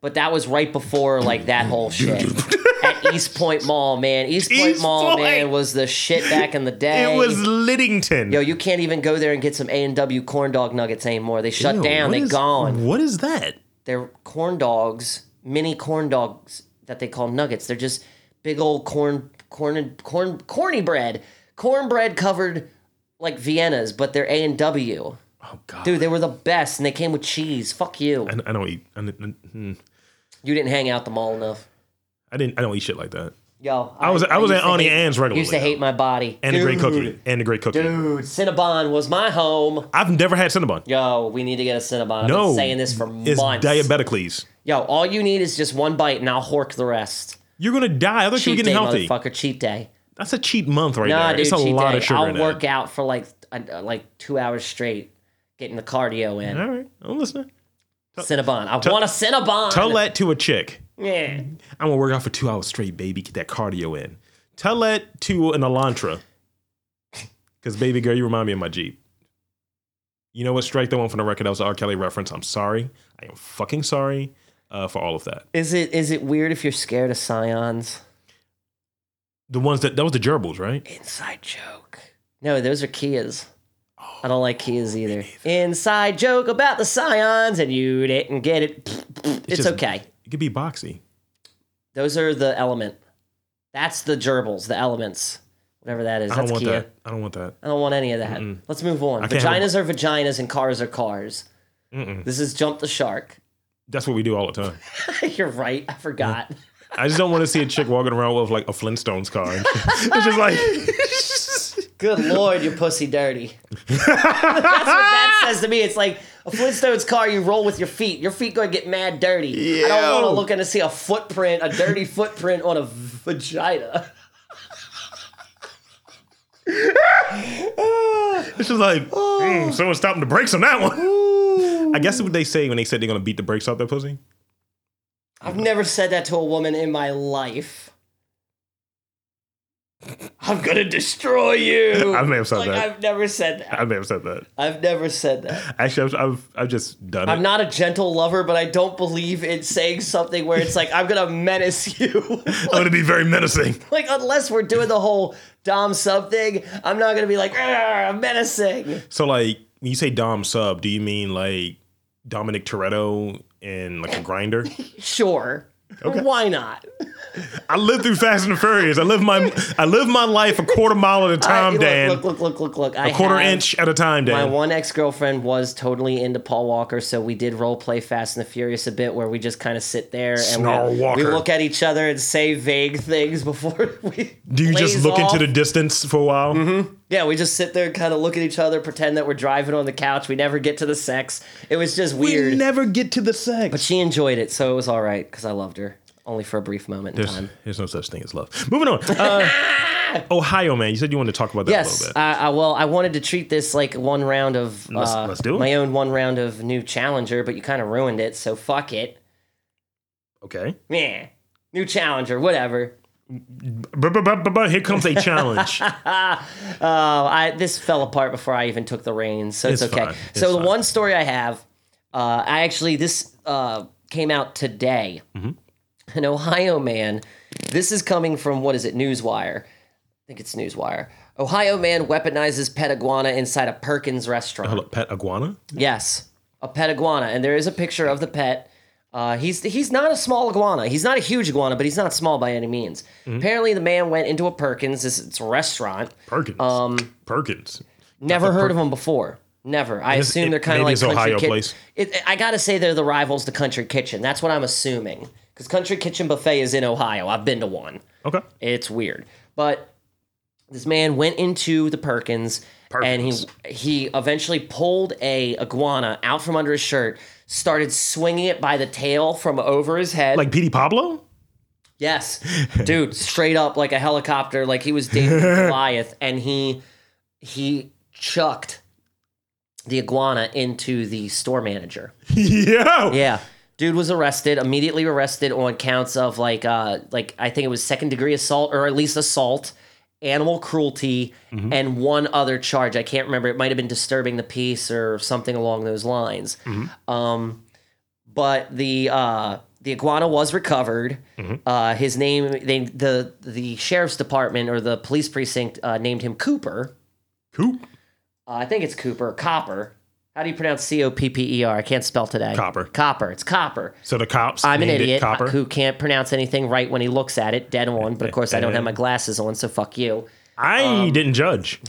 Speaker 2: but that was right before like that whole shit. At East Point Mall, man. East Point
Speaker 1: East
Speaker 2: Mall,
Speaker 1: Point.
Speaker 2: man, was the shit back in the day.
Speaker 1: It was Liddington.
Speaker 2: Yo, you can't even go there and get some A and W corn dog nuggets anymore. They shut
Speaker 1: Yo,
Speaker 2: down.
Speaker 1: what
Speaker 2: They
Speaker 1: is-
Speaker 2: gone.
Speaker 1: What is that?
Speaker 2: They're corn dogs, mini corn dogs that they call nuggets. They're just big old corn, corn, corn, corny bread, cornbread covered like Viennas, but they're A and W.
Speaker 1: Oh god.
Speaker 2: Dude, they were the best, and they came with cheese. Fuck you.
Speaker 1: I, I don't eat. I, didn't-
Speaker 2: You didn't hang out the mall enough.
Speaker 1: I didn't. I don't eat shit like that.
Speaker 2: Yo,
Speaker 1: I was. I, was
Speaker 2: used
Speaker 1: at
Speaker 2: to
Speaker 1: Auntie
Speaker 2: hate-
Speaker 1: Anne's regularly.
Speaker 2: Used to hate my body.
Speaker 1: And
Speaker 2: dude,
Speaker 1: a great cookie. And a great cookie.
Speaker 2: Dude, Cinnabon was my home.
Speaker 1: I've never had Cinnabon.
Speaker 2: Yo, we need to get a Cinnabon. I've
Speaker 1: No,
Speaker 2: been saying this for
Speaker 1: It's
Speaker 2: months.
Speaker 1: diabeticles.
Speaker 2: Yo, all you need is just one bite, and I'll hork the rest.
Speaker 1: You're gonna die. I thought you were
Speaker 2: Cheat
Speaker 1: getting
Speaker 2: day,
Speaker 1: healthy.
Speaker 2: motherfucker. Cheat day.
Speaker 1: That's a cheat month right
Speaker 2: Nah,
Speaker 1: there.
Speaker 2: dude.
Speaker 1: it's a
Speaker 2: cheat
Speaker 1: lot
Speaker 2: day.
Speaker 1: of sugar
Speaker 2: I'll
Speaker 1: in
Speaker 2: work
Speaker 1: that.
Speaker 2: out for like uh, like two hours straight, getting the cardio in.
Speaker 1: All right, I'm listening.
Speaker 2: Cinnabon. I want a Cinnabon.
Speaker 1: Tell that to a chick.
Speaker 2: yeah.
Speaker 1: I'm gonna work out for two hours straight, baby. Get that cardio in. Tell that to an Elantra. Because baby girl, you remind me of my Jeep. You know what? Strike that one from the record. That was an R. Kelly reference. I'm sorry. I am fucking sorry uh, for all of that.
Speaker 2: Is it is it weird if you're scared of scions?
Speaker 1: The ones that that was the gerbils, right?
Speaker 2: Inside joke. No, those are Kias. I don't like Kias
Speaker 1: Oh,
Speaker 2: either. Inside joke about the scions, and you didn't get it. It's,
Speaker 1: just-
Speaker 2: okay.
Speaker 1: It could be boxy.
Speaker 2: Those are the element. That's the gerbils, the elements, whatever that is.
Speaker 1: I don't
Speaker 2: That's
Speaker 1: want
Speaker 2: Kia.
Speaker 1: that. I don't want that.
Speaker 2: I don't want any of that. Let's move on.
Speaker 1: can't have
Speaker 2: Vaginas are vaginas and cars are cars. This is jump the shark.
Speaker 1: That's what we do all the time.
Speaker 2: You're right. I forgot.
Speaker 1: Mm. I just don't want to see a chick walking around with like a Flintstones car. it's just like
Speaker 2: Good lord, your pussy dirty. That's what that says to me. It's like a Flintstones car. You roll with your feet. Your feet gonna get mad dirty. I don't want to
Speaker 1: Yo.
Speaker 2: look in to see a footprint, a dirty footprint on a vagina.
Speaker 1: it's just like
Speaker 2: Oh.
Speaker 1: mm, someone's stopping the brakes on that one. I guess what they say when they said they're gonna beat the brakes off their pussy.
Speaker 2: I've never said that to a woman in my life. I'm gonna destroy you.
Speaker 1: I may have said
Speaker 2: like,
Speaker 1: that.
Speaker 2: I've never said that.
Speaker 1: I may have said that.
Speaker 2: I've never said that.
Speaker 1: Actually, I've I've, I've just done
Speaker 2: I'm
Speaker 1: it.
Speaker 2: not a gentle lover, but I don't believe in saying something where it's like I'm gonna menace you.
Speaker 1: I'm gonna be very menacing.
Speaker 2: like unless we're doing the whole dom sub thing, I'm not gonna be like "Arr, I'm menacing.
Speaker 1: So like when you say Dom sub, do you mean like Dominic Toretto and like a grinder?
Speaker 2: Sure, why not?
Speaker 1: I lived through Fast and the Furious. I lived my I lived my life a quarter mile at a
Speaker 2: I-
Speaker 1: time,
Speaker 2: look,
Speaker 1: Um, Dan.
Speaker 2: Look, look, look, look, look. I
Speaker 1: a quarter
Speaker 2: have-
Speaker 1: inch at a time,
Speaker 2: My
Speaker 1: Dan.
Speaker 2: one ex girlfriend was totally into Paul Walker, so we did role play Fast and the Furious a bit, where we just kind of sit there and
Speaker 1: Snarl
Speaker 2: we,
Speaker 1: Walker.
Speaker 2: we look at each other and say vague things before we.
Speaker 1: Do you just
Speaker 2: blaze
Speaker 1: look
Speaker 2: off. Mm-hmm.
Speaker 1: into the distance for a while?
Speaker 2: Yeah, we just sit there and kind of look at each other, pretend that we're driving on the couch. We never get to the sex. It was just weird.
Speaker 1: never get to the sex.
Speaker 2: but she enjoyed it, so it was all right because I loved her only for a brief moment in
Speaker 1: there's,
Speaker 2: time.
Speaker 1: there's no such thing as love. Moving on. Uh, Ohio man, you said you wanted to talk about that a
Speaker 2: Yes,
Speaker 1: little bit.
Speaker 2: I, I, well, I wanted to treat this like one round of
Speaker 1: Let's-
Speaker 2: uh,
Speaker 1: let's do it.
Speaker 2: my own one round of new challenger, but you kind of ruined it, so fuck it.
Speaker 1: Okay.
Speaker 2: Yeah, new challenger, whatever.
Speaker 1: But, but, but, but, but here comes a challenge.
Speaker 2: Oh, I this fell apart before I even took the reins, so it's,
Speaker 1: It's
Speaker 2: okay.
Speaker 1: fine. It's
Speaker 2: so the
Speaker 1: fine.
Speaker 2: one story I have, uh,
Speaker 1: Mm-hmm.
Speaker 2: I actually this uh, came out today. An Ohio man This is coming from what is it? Newswire. I think it's Newswire. Ohio man weaponizes pet iguana inside a Perkins restaurant.
Speaker 1: Hello, pet iguana?
Speaker 2: Yes, a pet iguana, and there is a picture of the pet. Uh, he's he's not a small iguana. He's not a huge iguana, but he's not small by any means.
Speaker 1: Mm-hmm.
Speaker 2: Apparently, the man went into a Perkins. This it's a restaurant.
Speaker 1: Perkins. Um, Perkins.
Speaker 2: Never heard of them before. Never. I
Speaker 1: It's-
Speaker 2: assume
Speaker 1: it-
Speaker 2: they're kind
Speaker 1: maybe
Speaker 2: of like
Speaker 1: it's
Speaker 2: country
Speaker 1: Ohio
Speaker 2: Kit-
Speaker 1: place.
Speaker 2: It, I gotta say they're the rivals to Country Kitchen. That's what I'm assuming because Country Kitchen buffet is in Ohio. I've been to one.
Speaker 1: Okay.
Speaker 2: It's weird. But this man went into the Perkins,
Speaker 1: Perkins.
Speaker 2: and he he eventually pulled a iguana out from under his shirt, started swinging it by the tail from over his head.
Speaker 1: Like Petey Pablo?
Speaker 2: yes, dude, straight up like a helicopter, like he was David and Goliath, and he he chucked the iguana into the store manager.
Speaker 1: yeah.
Speaker 2: Yeah. Dude was arrested, immediately arrested on counts of like uh like I think it was second degree assault or at least assault, animal cruelty, and one other charge. I can't remember. It might have been disturbing the peace or something along those lines. Um but the uh the iguana was recovered. Uh, his name, they, the the sheriff's department or the police precinct uh, named him Cooper.
Speaker 1: Coop.
Speaker 2: Uh, I think it's Cooper, Copper. How do you pronounce C O P P E R? I can't spell today.
Speaker 1: Copper.
Speaker 2: Copper. It's Copper.
Speaker 1: So the cops.
Speaker 2: I'm an
Speaker 1: named it
Speaker 2: idiot uh,
Speaker 1: Copper.
Speaker 2: who can't pronounce anything right when he looks at it, dead on. But of course, I don't have my glasses on, so fuck you.
Speaker 1: I
Speaker 2: Um,
Speaker 1: didn't judge.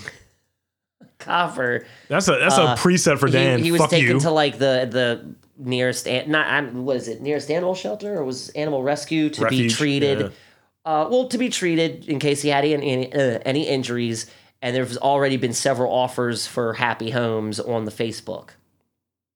Speaker 2: Copper.
Speaker 1: That's a that's a preset for Dan.
Speaker 2: uh, he, he was
Speaker 1: Fuck
Speaker 2: taken
Speaker 1: you.
Speaker 2: to like the the nearest an- not I'm, what is it nearest animal shelter or was animal rescue to be
Speaker 1: Refuge,
Speaker 2: treated.
Speaker 1: yeah.
Speaker 2: Uh, well, to be treated in case he had any any, uh, any injuries, and there's already been several offers for happy homes on the Facebook.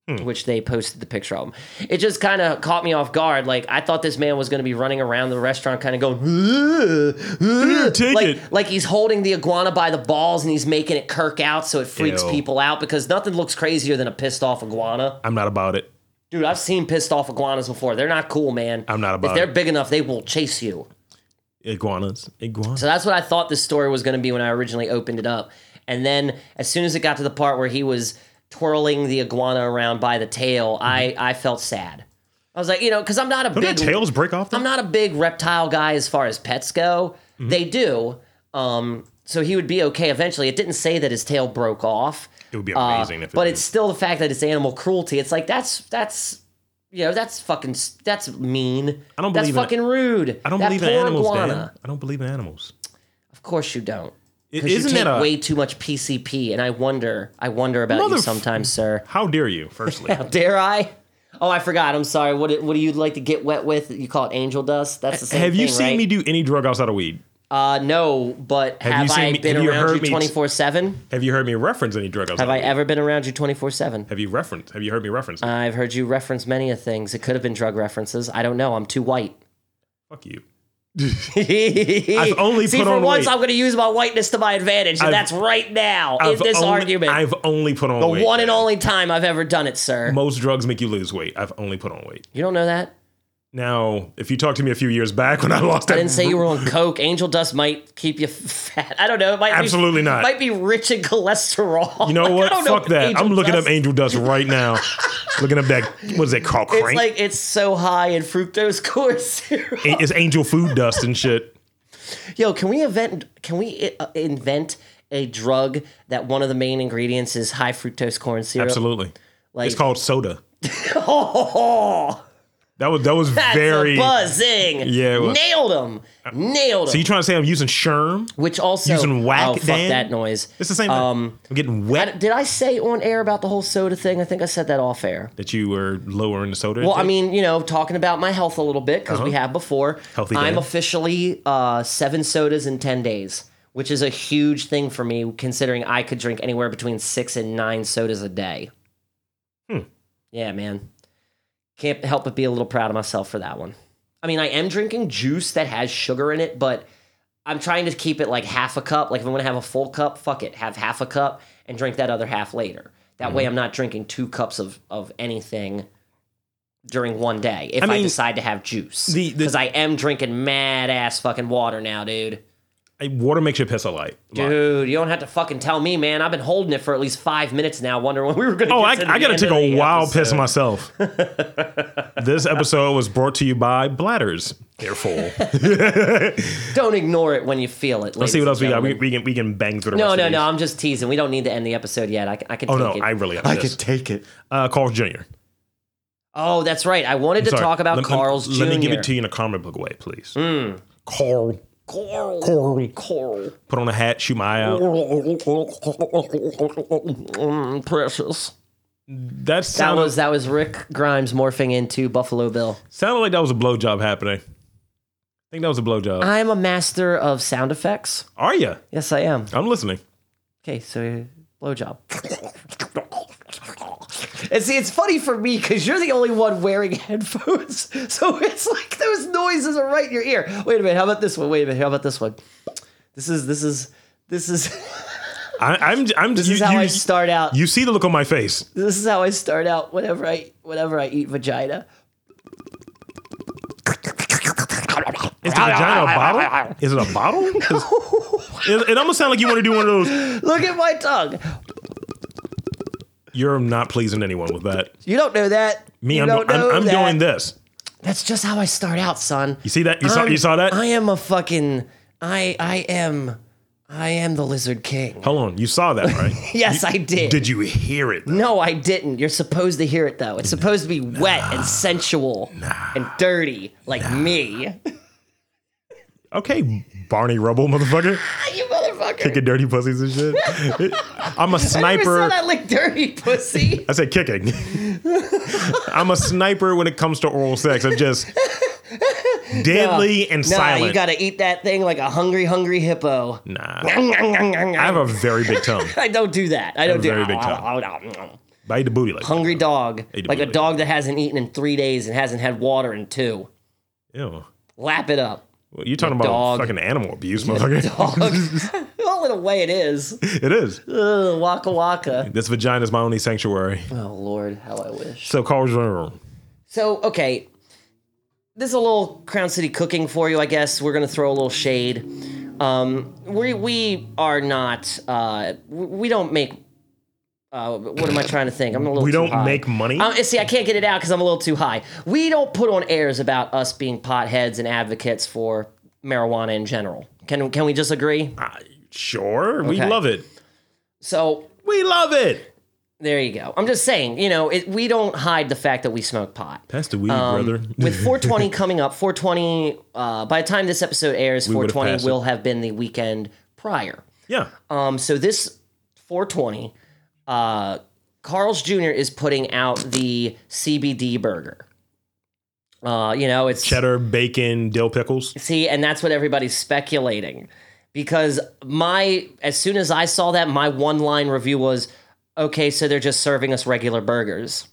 Speaker 1: Hmm.
Speaker 2: Which they posted the picture of him. It just kind of caught me off guard. Like I thought this man was going to be running around the restaurant, kind of going, "Ugh, ugh,"
Speaker 1: take
Speaker 2: like
Speaker 1: it.
Speaker 2: like he's holding the iguana by the balls and he's making it kirk out so it freaks
Speaker 1: Ew.
Speaker 2: people out because nothing looks crazier than a pissed off iguana.
Speaker 1: I'm not about it.
Speaker 2: Dude, I've seen pissed off iguanas before. They're not cool, man.
Speaker 1: I'm not
Speaker 2: If
Speaker 1: about
Speaker 2: they're
Speaker 1: it.
Speaker 2: big enough, they will chase you.
Speaker 1: Iguanas. Iguanas.
Speaker 2: So that's what I thought this story was going to be when I originally opened it up. And then as soon as it got to the part where he was twirling the iguana around by the tail, I I felt sad. I was like, you know, cuz I'm not a
Speaker 1: Don't their
Speaker 2: big
Speaker 1: tails break off? Them?
Speaker 2: I'm not a big reptile guy as far as pets go.
Speaker 1: Mm-hmm.
Speaker 2: They do. Um, so he would be okay eventually. It didn't say that his tail broke off.
Speaker 1: It would be amazing if it
Speaker 2: Uh, but
Speaker 1: did.
Speaker 2: it's still the fact that it's animal cruelty. It's like that's that's you know that's fucking s- that's mean.
Speaker 1: I don't
Speaker 2: that's
Speaker 1: believe in it.
Speaker 2: fucking rude.
Speaker 1: I don't
Speaker 2: That
Speaker 1: believe in
Speaker 2: poor
Speaker 1: animals,
Speaker 2: iguana.
Speaker 1: Dan. I don't believe in animals.
Speaker 2: Of course you don't.
Speaker 1: It,
Speaker 2: 'Cause you
Speaker 1: isn't
Speaker 2: take
Speaker 1: that a
Speaker 2: way too much PCP? And I wonder, I wonder about you
Speaker 1: Motherf-
Speaker 2: sometimes, sir.
Speaker 1: how dare you? Firstly,
Speaker 2: How dare I? Oh, I forgot. I'm sorry. What do- what do you like to get wet with? You call it angel dust. That's the same
Speaker 1: have you
Speaker 2: thing,
Speaker 1: seen
Speaker 2: right?
Speaker 1: me do any drug outside of weed?
Speaker 2: Uh, no, but have,
Speaker 1: you seen
Speaker 2: I
Speaker 1: me-
Speaker 2: been
Speaker 1: have you
Speaker 2: around
Speaker 1: heard
Speaker 2: you
Speaker 1: me-
Speaker 2: twenty four seven?
Speaker 1: Have you heard me reference any drug outside?
Speaker 2: Have I
Speaker 1: of weed?
Speaker 2: ever Uh, been around you twenty four seven?
Speaker 1: Have you referenced? Have you heard me reference? it?
Speaker 2: I've heard you reference many of things. It could have been drug references. I don't know. I'm too white.
Speaker 1: Fuck you.
Speaker 2: I've
Speaker 1: only
Speaker 2: See,
Speaker 1: put
Speaker 2: for
Speaker 1: on
Speaker 2: once
Speaker 1: weight.
Speaker 2: I'm going to use my whiteness to my advantage, and
Speaker 1: I've-
Speaker 2: that's right now in this
Speaker 1: only,
Speaker 2: argument.
Speaker 1: I've only put on
Speaker 2: the
Speaker 1: weight.
Speaker 2: one and
Speaker 1: man.
Speaker 2: only time I've ever done it, sir.
Speaker 1: Most drugs make you lose weight. I've only put on weight.
Speaker 2: You don't know that?
Speaker 1: Now, if you talked to me a few years back when I lost that,
Speaker 2: I didn't say you were on coke. Angel dust might keep you fat. I don't know. It might
Speaker 1: Absolutely
Speaker 2: be,
Speaker 1: not.
Speaker 2: Might be rich in cholesterol.
Speaker 1: you know
Speaker 2: Like, I
Speaker 1: what?
Speaker 2: don't
Speaker 1: Fuck that.
Speaker 2: angel
Speaker 1: I'm looking
Speaker 2: dust
Speaker 1: up angel dust right now. looking up that what is it called?
Speaker 2: It's
Speaker 1: Crank.
Speaker 2: like it's so high in fructose corn syrup.
Speaker 1: A- it's angel food dust and shit.
Speaker 2: Yo, can we invent? Can we uh, invent a drug that one of the main ingredients is high fructose corn syrup?
Speaker 1: Absolutely.
Speaker 2: Like,
Speaker 1: it's called soda.
Speaker 2: oh,
Speaker 1: That was that was
Speaker 2: that's
Speaker 1: very.
Speaker 2: a buzzing.
Speaker 1: Yeah, it was.
Speaker 2: nailed him. Nailed him.
Speaker 1: So you trying to say I'm using sherm?
Speaker 2: Which also
Speaker 1: using whack,
Speaker 2: Oh, fuck
Speaker 1: Dan?
Speaker 2: that noise.
Speaker 1: It's the same thing. I'm getting
Speaker 2: Um, I-
Speaker 1: wet
Speaker 2: did I say on air about the whole soda thing? I think I said that off air.
Speaker 1: that you were lower in the soda.
Speaker 2: Well, I
Speaker 1: intake?
Speaker 2: mean, you know, talking about my health a little bit because we have before.
Speaker 1: Healthy
Speaker 2: I'm
Speaker 1: Dan.
Speaker 2: officially uh, seven sodas in ten days, which is a huge thing for me, considering I could drink anywhere between six and nine sodas a day. Yeah, man, can't help but be a little proud of myself for that one. I mean, I am drinking juice that has sugar in it, but I'm trying to keep it like half a cup. Like if I'm gonna have a full cup, fuck it, have half a cup and drink that other half later. That way, I'm not drinking two cups of of anything during one day if I,
Speaker 1: mean,
Speaker 2: decide to have juice
Speaker 1: the- the-
Speaker 2: because I am drinking mad ass fucking water now, dude.
Speaker 1: Hey, water makes your piss a light.
Speaker 2: Dude, you don't have to fucking tell me, man. I've been holding it for at least five minutes now, wondering when we were gonna.
Speaker 1: Oh,
Speaker 2: get
Speaker 1: I,
Speaker 2: to the
Speaker 1: I gotta
Speaker 2: end
Speaker 1: take
Speaker 2: of
Speaker 1: a
Speaker 2: the
Speaker 1: wild
Speaker 2: episode.
Speaker 1: piss myself. this episode was brought to you by Bladders. They're full.
Speaker 2: Don't ignore it when you feel it.
Speaker 1: Let's see what else we got. We, we can we can bang through the
Speaker 2: no,
Speaker 1: rest
Speaker 2: no,
Speaker 1: of these.
Speaker 2: no. I'm just teasing. We don't need to end the episode yet. I, c- I can
Speaker 1: Oh
Speaker 2: take
Speaker 1: no,
Speaker 2: it.
Speaker 1: I really.
Speaker 3: I
Speaker 1: I
Speaker 3: could take it.
Speaker 1: Uh, Carl Jr.
Speaker 2: oh, that's right. I wanted to
Speaker 1: Sorry.
Speaker 2: talk about
Speaker 1: Lem- lem-
Speaker 2: Carl's
Speaker 1: Let,
Speaker 2: Jr.
Speaker 1: me give it to you in a comic book way, please. Carl,
Speaker 2: Carl.
Speaker 1: Carl,
Speaker 2: Carl.
Speaker 1: put on a hat, shoot my eye out.
Speaker 2: Mm, precious.
Speaker 1: That
Speaker 2: That
Speaker 1: sounded
Speaker 2: was that was Rick Grimes morphing into Buffalo Bill.
Speaker 1: sounded like that was a blowjob happening. I think that was a blowjob.
Speaker 2: I'm a master of sound effects.
Speaker 1: Are you?
Speaker 2: Yes, I am.
Speaker 1: I'm listening.
Speaker 2: Okay, so blowjob. And see, it's funny for me because you're the only one wearing headphones. So it's like those noises are right in your ear. Wait a minute, how about this one? Wait a minute, how about this one? This is this is this is
Speaker 1: I, I'm. I'm.
Speaker 2: this
Speaker 1: you,
Speaker 2: is how
Speaker 1: you,
Speaker 2: I start out.
Speaker 1: You see the look on my face.
Speaker 2: This is how I start out whenever I whenever I eat vagina.
Speaker 1: Is the vagina a bottle? Is it a bottle? 'Cause It, it almost sounds like you want to do one of those.
Speaker 2: Look at my tongue.
Speaker 1: You're not pleasing anyone with that.
Speaker 2: You don't know that.
Speaker 1: Me,
Speaker 2: you
Speaker 1: I'm,
Speaker 2: don't
Speaker 1: I'm,
Speaker 2: know
Speaker 1: I'm
Speaker 2: that.
Speaker 1: doing this.
Speaker 2: That's just how I start out, son.
Speaker 1: You see that? You saw?
Speaker 2: I'm-
Speaker 1: You saw that?
Speaker 2: I am a fucking. I I am. I am the Lizard King.
Speaker 1: Hold on. You saw that, right?
Speaker 2: Yes, I did.
Speaker 1: Did you hear it?
Speaker 2: No, I didn't. You're supposed to hear it though. It's supposed to be wet and sensual and dirty, like me.
Speaker 1: Okay, Barney Rubble, motherfucker.
Speaker 2: you motherfucker.
Speaker 1: Kicking dirty pussies and shit. I'm a
Speaker 2: I never
Speaker 1: sniper.
Speaker 2: said I lick dirty pussy.
Speaker 1: I said kicking. I'm a sniper when it comes to oral sex. I'm just deadly and
Speaker 2: nah,
Speaker 1: silent.
Speaker 2: you gotta eat that thing like a hungry, hungry hippo.
Speaker 1: nah. I
Speaker 2: I
Speaker 1: have a very big tongue.
Speaker 2: don't do that. I don't
Speaker 1: a
Speaker 2: do Oh,
Speaker 1: very big
Speaker 2: that.
Speaker 1: But I eat the booty like
Speaker 2: Hungry dog,
Speaker 1: Eat a
Speaker 2: like a
Speaker 1: booty.
Speaker 2: dog that hasn't eaten in three days and hasn't had water in two.
Speaker 1: Ew.
Speaker 2: Lap it up.
Speaker 1: Well, you're talking about
Speaker 2: Dog.
Speaker 1: fucking animal abuse, motherfucker.
Speaker 2: dog. well, in a way, it is.
Speaker 1: it is.
Speaker 2: Ugh, waka waka.
Speaker 1: This vagina is my only sanctuary.
Speaker 2: Oh Lord, how I wish.
Speaker 1: So Carl's room.
Speaker 2: So okay, this is a little Crown City cooking for you, I guess. We're gonna throw a little shade. Um, we we are not. Uh, we- we don't make. Uh, what am I trying to think? I'm a little.
Speaker 1: We
Speaker 2: too
Speaker 1: don't
Speaker 2: high.
Speaker 1: make money?
Speaker 2: Um, see, I can't get it out because I'm a little too high. We don't put on airs about us being potheads and advocates for marijuana in general. Can can we just agree?
Speaker 1: Uh, sure, we
Speaker 2: Okay.
Speaker 1: love it.
Speaker 2: So
Speaker 1: We love it.
Speaker 2: There you go. I'm just saying, you know, it, we don't hide the fact that we smoke pot.
Speaker 1: That's the weed,
Speaker 2: Um,
Speaker 1: brother.
Speaker 2: with 420 coming up, 420, uh, by the time this episode airs,
Speaker 1: would've
Speaker 2: 420
Speaker 1: passed
Speaker 2: will have been the weekend prior.
Speaker 1: yeah.
Speaker 2: Um, so this 420, uh, Carl's Jr. is putting out the CBD burger. Uh, you know, it's
Speaker 1: Cheddar, bacon, dill pickles.
Speaker 2: See, and that's what everybody's speculating. Because my as soon as I saw that, my one line review was, okay, so they're just serving us regular burgers.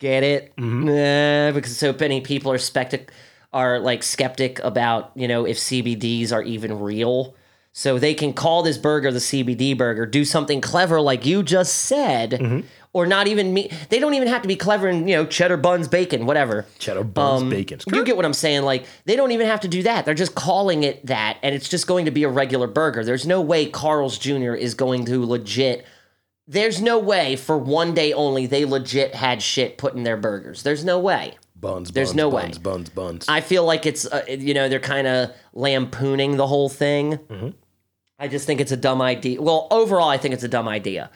Speaker 2: Get it? Yeah, because so many people are spectic are like skeptic about, you know, if CBDs are even real. So they can call this burger the CBD burger, do something clever like you just said, or not even me. They don't even have to be clever and, you know, cheddar buns, bacon, whatever.
Speaker 1: Cheddar buns, bacon.
Speaker 2: Um, You get what I'm saying? Like they don't even have to do that. They're just calling it that, and it's just going to be a regular burger. There's no way Carl's Jr. is going to legit. There's no way for one day only they legit had shit put in their burgers. There's no way.
Speaker 1: Buns,
Speaker 2: There's
Speaker 1: buns,
Speaker 2: no way.
Speaker 1: buns, buns, buns.
Speaker 2: I feel like it's uh, you know they're kind of lampooning the whole thing. I just think it's a dumb idea. Well, overall, I think it's a dumb idea.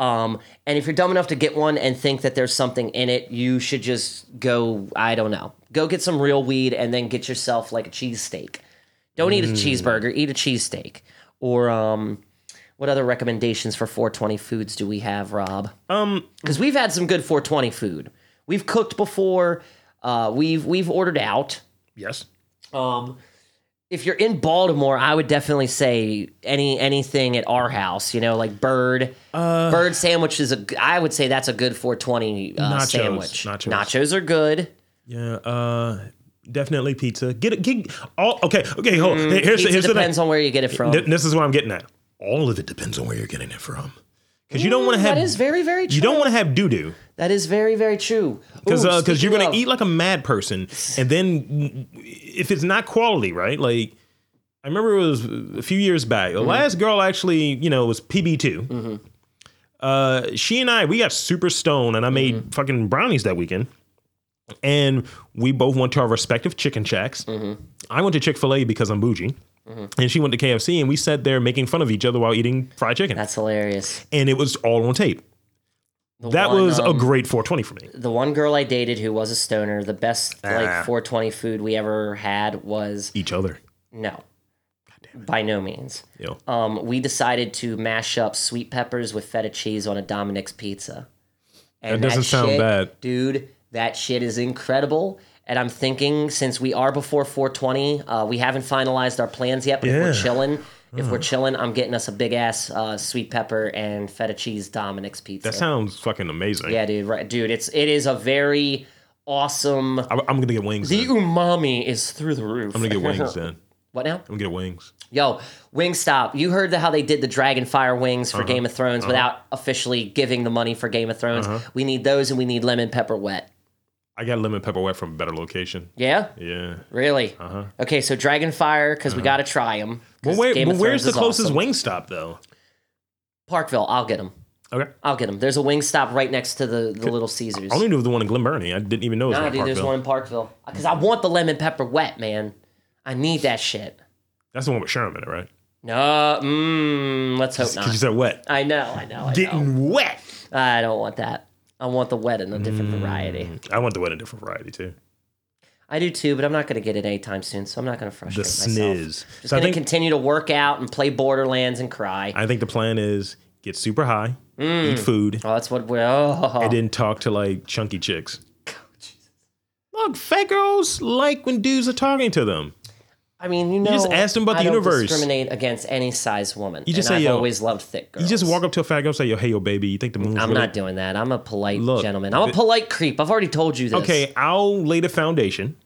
Speaker 2: Um, and if you're dumb enough to get one and think that there's something in it, you should just go. I don't know. Go get some real weed and then get yourself like a cheesesteak. Don't eat a cheeseburger. Eat a cheesesteak. Or um, what other recommendations for 420 foods do we have, Rob? because we've had some good 420 food. We've cooked before. Uh, we've we've ordered out.
Speaker 1: yes.
Speaker 2: Um, if you're in Baltimore, I would definitely say any anything at our house. You know, like bird
Speaker 1: Uh,
Speaker 2: bird sandwich is a. g- I would say that's a good 420 uh,
Speaker 1: Nachos,
Speaker 2: sandwich.
Speaker 1: nachos.
Speaker 2: are good.
Speaker 1: Yeah. Uh, definitely pizza. Get it. Get all. Okay. Okay. Hold. on. here's
Speaker 2: Mm, Pizza
Speaker 1: here's the
Speaker 2: depends
Speaker 1: thing.
Speaker 2: on where you get it from.
Speaker 1: Th- This is what I'm getting at. All of it depends on where you're getting it from. Because you don't want to have
Speaker 2: Mm, that is very very true.
Speaker 1: you don't want to have doo doo.
Speaker 2: that is very very true.
Speaker 1: because
Speaker 2: Ooh,
Speaker 1: because uh, you're
Speaker 2: speaking
Speaker 1: gonna
Speaker 2: of-
Speaker 1: eat like a mad person, and then if it's not quality, right? Like I remember it was a few years back.
Speaker 2: Mm-hmm.
Speaker 1: The last girl actually, you know, was PB 2
Speaker 2: Mm-hmm.
Speaker 1: Uh, she and I we got super stoned, and I made fucking brownies that weekend. and we both went to our respective chicken shacks.
Speaker 2: Mm-hmm.
Speaker 1: I went to Chick Fil A because I'm bougie, and she went to KFC, and we sat there making fun of each other while eating fried chicken,
Speaker 2: That's hilarious.
Speaker 1: and it was all on tape.
Speaker 2: The
Speaker 1: That
Speaker 2: one,
Speaker 1: was
Speaker 2: um,
Speaker 1: a great 420 for me.
Speaker 2: the one girl I dated who was a stoner. The best
Speaker 1: Ah.
Speaker 2: like 420 food we ever had was
Speaker 1: Each other,
Speaker 2: no, by no means.
Speaker 1: you know.
Speaker 2: um, we decided to mash up sweet peppers with feta cheese on a Dominic's pizza. And
Speaker 1: That doesn't sound
Speaker 2: shit,
Speaker 1: bad.
Speaker 2: dude. That shit is incredible. And I'm thinking, since we are before 420, uh, we haven't finalized our plans yet. But if
Speaker 1: Yeah.
Speaker 2: we're chilling, if we're chilling, I'm getting us a big ass uh, sweet pepper and feta cheese Dominic's pizza.
Speaker 1: That sounds fucking amazing.
Speaker 2: yeah, dude. Right, dude. It's it is a very awesome.
Speaker 1: I, I'm gonna get wings.
Speaker 2: The
Speaker 1: then.
Speaker 2: umami is through the roof.
Speaker 1: I'm gonna get wings then.
Speaker 2: What now?
Speaker 1: I'm gonna get wings.
Speaker 2: Yo, Wingstop, you heard the, how they did the Dragon Fire wings
Speaker 1: Uh-huh.
Speaker 2: for Game of Thrones without officially giving the money for Game of Thrones.
Speaker 1: Uh-huh.
Speaker 2: We need those and we need lemon pepper wet.
Speaker 1: I got lemon pepper wet from a better location.
Speaker 2: Yeah?
Speaker 1: Yeah.
Speaker 2: Really? Okay, so Dragon Fire, because we got to try them.
Speaker 1: Uh-huh. Well, where, well where's the closest wing stop though?
Speaker 2: Parkville, I'll get them.
Speaker 1: Okay.
Speaker 2: I'll get them. There's a Wingstop right next to the, the Little Caesars.
Speaker 1: I only knew of the one in Glenburnie. I didn't even know it was
Speaker 2: Nah,
Speaker 1: in
Speaker 2: dude, there's
Speaker 1: Parkville.
Speaker 2: one in Parkville. Because I want the lemon pepper wet, man. I need that shit.
Speaker 1: That's the one with Sherman, right?
Speaker 2: No, mmm, let's hope
Speaker 1: Because you
Speaker 2: not.
Speaker 1: said wet.
Speaker 2: I know, I know, I know.
Speaker 1: Getting wet.
Speaker 2: I don't want that. I want the wet in a different
Speaker 1: Mm.
Speaker 2: variety.
Speaker 1: I want the wet in a different variety too.
Speaker 2: I do too, but I'm not going to get it anytime soon, so I'm not going to
Speaker 1: The
Speaker 2: frustrate myself.
Speaker 1: sniz.
Speaker 2: Just
Speaker 1: So I
Speaker 2: going to
Speaker 1: think
Speaker 2: continue to work out and play Borderlands and cry.
Speaker 1: I think the plan is get super high, eat food,
Speaker 2: oh, that's what we're. Oh,
Speaker 1: and then talk to like chunky chicks. Look, fat girls like when dudes are talking to them.
Speaker 2: I mean, you know,
Speaker 1: just asked him about the
Speaker 2: I don't
Speaker 1: universe.
Speaker 2: Discriminate against any size woman. You
Speaker 1: just
Speaker 2: just and
Speaker 1: say,
Speaker 2: I've
Speaker 1: yo,
Speaker 2: always loved thick girls.
Speaker 1: You just walk up to a fat girl and say, "Yo, hey, yo, baby, you think the moon's
Speaker 2: I'm
Speaker 1: really
Speaker 2: not doing that. I'm a polite
Speaker 1: Look,
Speaker 2: gentleman. I'm a polite creep. I've already told you this.
Speaker 1: Okay, I'll lay the foundation,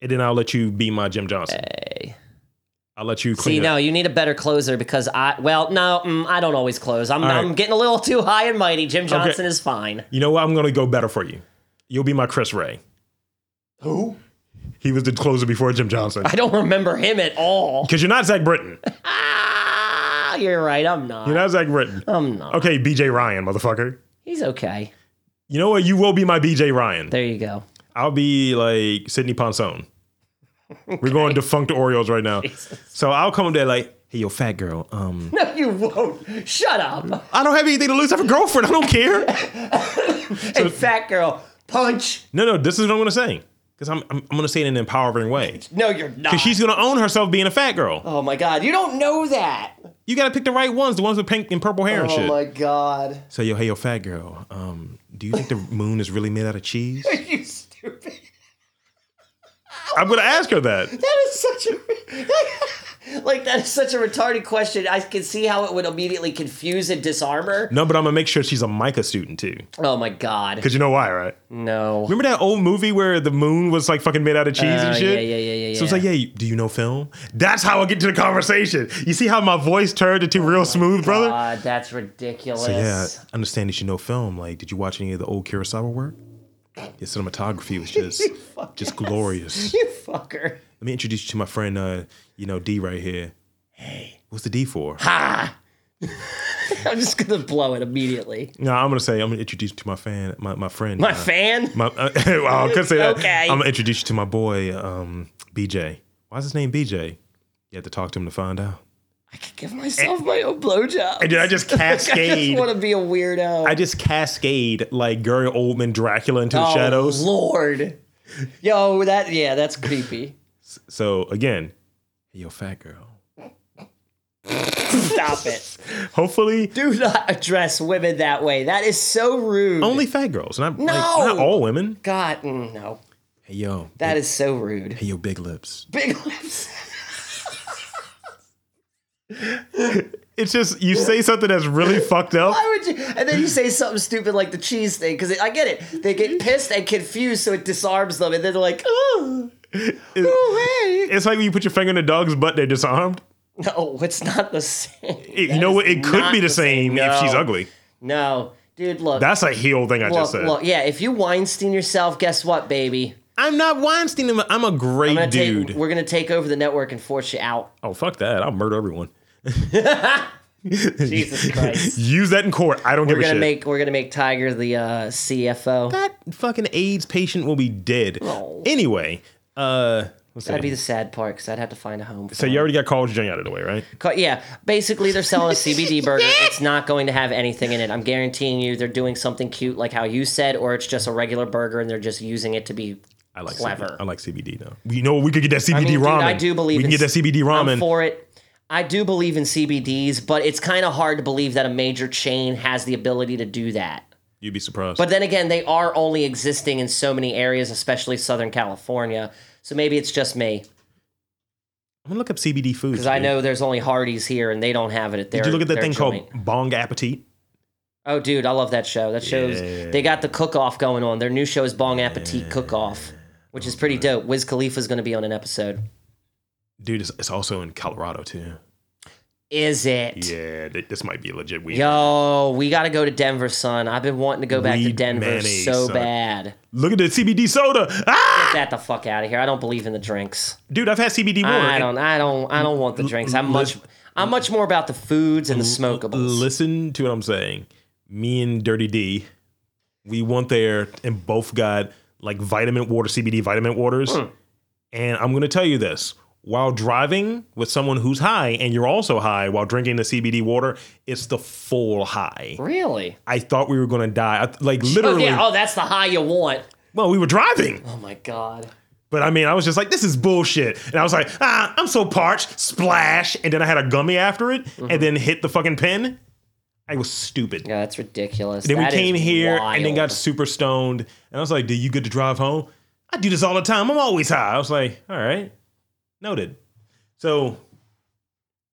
Speaker 1: and then I'll let you be my Jim Johnson. I'll let you clean
Speaker 2: See,
Speaker 1: up.
Speaker 2: no, you need a better closer because I. Well, no, mm, I don't always close. I'm,
Speaker 1: right.
Speaker 2: I'm getting a little too high and mighty. Jim Johnson is fine.
Speaker 1: You know what? I'm gonna go better for you. You'll be my Chris Ray.
Speaker 2: Who?
Speaker 1: He was the closer before Jim Johnson.
Speaker 2: I don't remember him at all.
Speaker 1: Because you're not Zach Britton.
Speaker 2: Ah, you're right. I'm not.
Speaker 1: You're not Zach Britton.
Speaker 2: I'm not.
Speaker 1: Okay, BJ Ryan, motherfucker.
Speaker 2: He's okay.
Speaker 1: You know what? You will be my BJ Ryan.
Speaker 2: There you go.
Speaker 1: I'll be like Sidney Ponson. We're going defunct Orioles right now. So I'll come up there like, hey, yo, fat girl. Um,
Speaker 2: No, you won't. Shut up.
Speaker 1: I don't have anything to lose. I have a girlfriend. I don't care.
Speaker 2: hey, fat girl, punch.
Speaker 1: No, no, this is what I'm gonna say because I'm, I'm I'm gonna say it in an empowering way.
Speaker 2: No, you're not.
Speaker 1: Because she's gonna own herself being a fat girl.
Speaker 2: oh my god, you don't know that.
Speaker 1: You gotta pick the right ones, the ones with pink and purple hair and
Speaker 2: Oh
Speaker 1: shit.
Speaker 2: my god.
Speaker 1: So yo, hey yo, fat girl. Um, do you think the moon is really made out of cheese?
Speaker 2: you stupid.
Speaker 1: I'm gonna ask her that.
Speaker 2: That is such a like that is such a retarded question. I can see how it would immediately confuse and disarm her.
Speaker 1: No, but I'm gonna make sure she's a Micah student too.
Speaker 2: Oh my god.
Speaker 1: Cause you know why, right?
Speaker 2: No.
Speaker 1: Remember that old movie where the moon was like fucking made out of cheese
Speaker 2: Uh,
Speaker 1: and shit?
Speaker 2: yeah, yeah, yeah, yeah,
Speaker 1: So it's like,
Speaker 2: yeah.
Speaker 1: yeah, do you know film? That's how I get to the conversation. You see how my voice turned into real smooth, brother?
Speaker 2: God, that's ridiculous.
Speaker 1: So yeah, I understand that you know film. Like, did you watch any of the old Kurosawa work? Your cinematography was just just glorious.
Speaker 2: You fucker.
Speaker 1: Let me introduce you to my friend, uh, you know, D right here. Hey, what's the D for?
Speaker 2: I'm just gonna blow it immediately.
Speaker 1: No, I'm gonna say I'm gonna introduce you to my fan, my my friend,
Speaker 2: My
Speaker 1: uh,
Speaker 2: fan?
Speaker 1: My, uh, well, I could say that.
Speaker 2: Okay.
Speaker 1: I'm gonna introduce you to my boy, um, BJ. Why's his name BJ? You had to talk to him to find out.
Speaker 2: I could give myself my own blowjob.
Speaker 1: And did I just
Speaker 2: I just
Speaker 1: cascade?
Speaker 2: want to be a weirdo.
Speaker 1: I just cascade like Gary Oldman Dracula into the
Speaker 2: oh,
Speaker 1: shadows.
Speaker 2: Lord. Yo, that yeah, that's creepy.
Speaker 1: So again, hey, yo, fat girl.
Speaker 2: Stop it.
Speaker 1: Hopefully,
Speaker 2: Do not address women that way. That is so rude.
Speaker 1: only fat girls, not like,
Speaker 2: No!
Speaker 1: not all women.
Speaker 2: God, mm, no.
Speaker 1: Hey yo,
Speaker 2: That is so rude.
Speaker 1: hey yo, big lips.
Speaker 2: Big lips.
Speaker 1: It's just you say something that's really fucked up.
Speaker 2: Why would you? And then you say something stupid like the cheese thing because I get it. They get
Speaker 1: Mm-hmm.
Speaker 2: pissed and confused, so it disarms them, and then they're like, "Oh, oh, hey."
Speaker 1: It's like when you put your finger in a dog's butt, they're disarmed.
Speaker 2: No, it's not the same.
Speaker 1: It-
Speaker 2: That
Speaker 1: you know what?
Speaker 2: is
Speaker 1: It could
Speaker 2: not
Speaker 1: be the same if she's
Speaker 2: No.
Speaker 1: ugly.
Speaker 2: No, dude, look.
Speaker 1: That's a heel thing I
Speaker 2: Look,
Speaker 1: just said.
Speaker 2: look, yeah, if you Weinstein yourself, guess what, baby?
Speaker 1: I'm not Weinstein. I'm a- I'm a great
Speaker 2: I'm gonna take-
Speaker 1: dude.
Speaker 2: we're going to take over the network and force you out.
Speaker 1: oh fuck that! I'll murder everyone.
Speaker 2: Jesus Christ.
Speaker 1: Use that in court. I don't
Speaker 2: We're
Speaker 1: give a
Speaker 2: gonna
Speaker 1: shit.
Speaker 2: make we're gonna make Tiger the uh, CFO.
Speaker 1: that fucking AIDS patient will be dead.
Speaker 2: Oh.
Speaker 1: Anyway, uh, let's
Speaker 2: That'd
Speaker 1: see.
Speaker 2: be the sad part because I'd have to find a home.
Speaker 1: so you already got College Junk out of the way, right?
Speaker 2: Co- yeah, basically they're selling a CBD burger. It's not going to have anything in it. I'm guaranteeing you they're doing something cute like how you said, or it's just a regular burger and they're just using it to be
Speaker 1: I like
Speaker 2: clever.
Speaker 1: CBD. I like CBD though. You know we could get that CBD
Speaker 2: mean, dude,
Speaker 1: ramen.
Speaker 2: I do believe
Speaker 1: we can
Speaker 2: in
Speaker 1: get that
Speaker 2: s-
Speaker 1: CBD ramen.
Speaker 2: I'm for it. I do believe in CBDs, but it's kind of hard to believe that a major chain has the ability to do that.
Speaker 1: You'd be surprised.
Speaker 2: But then again, they are only existing in so many areas, especially Southern California. So maybe it's just me
Speaker 1: I'm gonna look up CBD food
Speaker 2: because I know there's only Hardee's here and they don't have it at their.
Speaker 1: Did you look at that
Speaker 2: their
Speaker 1: thing
Speaker 2: joint.
Speaker 1: called Bong Appetit?
Speaker 2: Oh, dude, I love that show. That show's they got the cook off going on. Their new show is Bong Appetit Cook Off, which is pretty dope. Wiz Khalifa's going to be on an episode.
Speaker 1: Dude, it's, it's also in Colorado too.
Speaker 2: Is it?
Speaker 1: Yeah, th- this might be legit weed.
Speaker 2: Yo, we got to go to Denver, son. I've been wanting to go back to
Speaker 1: Weed
Speaker 2: Denver
Speaker 1: mayonnaise,
Speaker 2: so
Speaker 1: son.
Speaker 2: bad.
Speaker 1: Look at the CBD soda. Ah,
Speaker 2: Get that the fuck out of here. I don't believe in the drinks.
Speaker 1: dude, I've had CBD water.
Speaker 2: I don't. I don't. I don't want the drinks. I'm much. I'm much more about the foods and the smokables.
Speaker 1: Listen to what I'm saying. Me and Dirty D, we went there and both got like vitamin water, CBD vitamin waters.
Speaker 2: Hmm.
Speaker 1: And I'm going to tell you this while driving with someone who's high and you're also high while drinking the CBD water, it's the full high.
Speaker 2: Really?
Speaker 1: I thought we were going to die. I, like
Speaker 2: Oh,
Speaker 1: literally,
Speaker 2: yeah. oh, that's the high you want.
Speaker 1: well, we were driving.
Speaker 2: Oh my god.
Speaker 1: But I mean, I was just like, this is bullshit. And I was like, ah, I'm so parched, splash. And then I had a gummy after it
Speaker 2: Mm-hmm.
Speaker 1: and then hit the fucking pin. I was stupid.
Speaker 2: Yeah, that's ridiculous.
Speaker 1: Then
Speaker 2: That
Speaker 1: we
Speaker 2: is
Speaker 1: came here and then
Speaker 2: wild.
Speaker 1: got super stoned. And I was like, do you get to drive home? I do this all the time. I'm always high. I was like, all right, noted. So,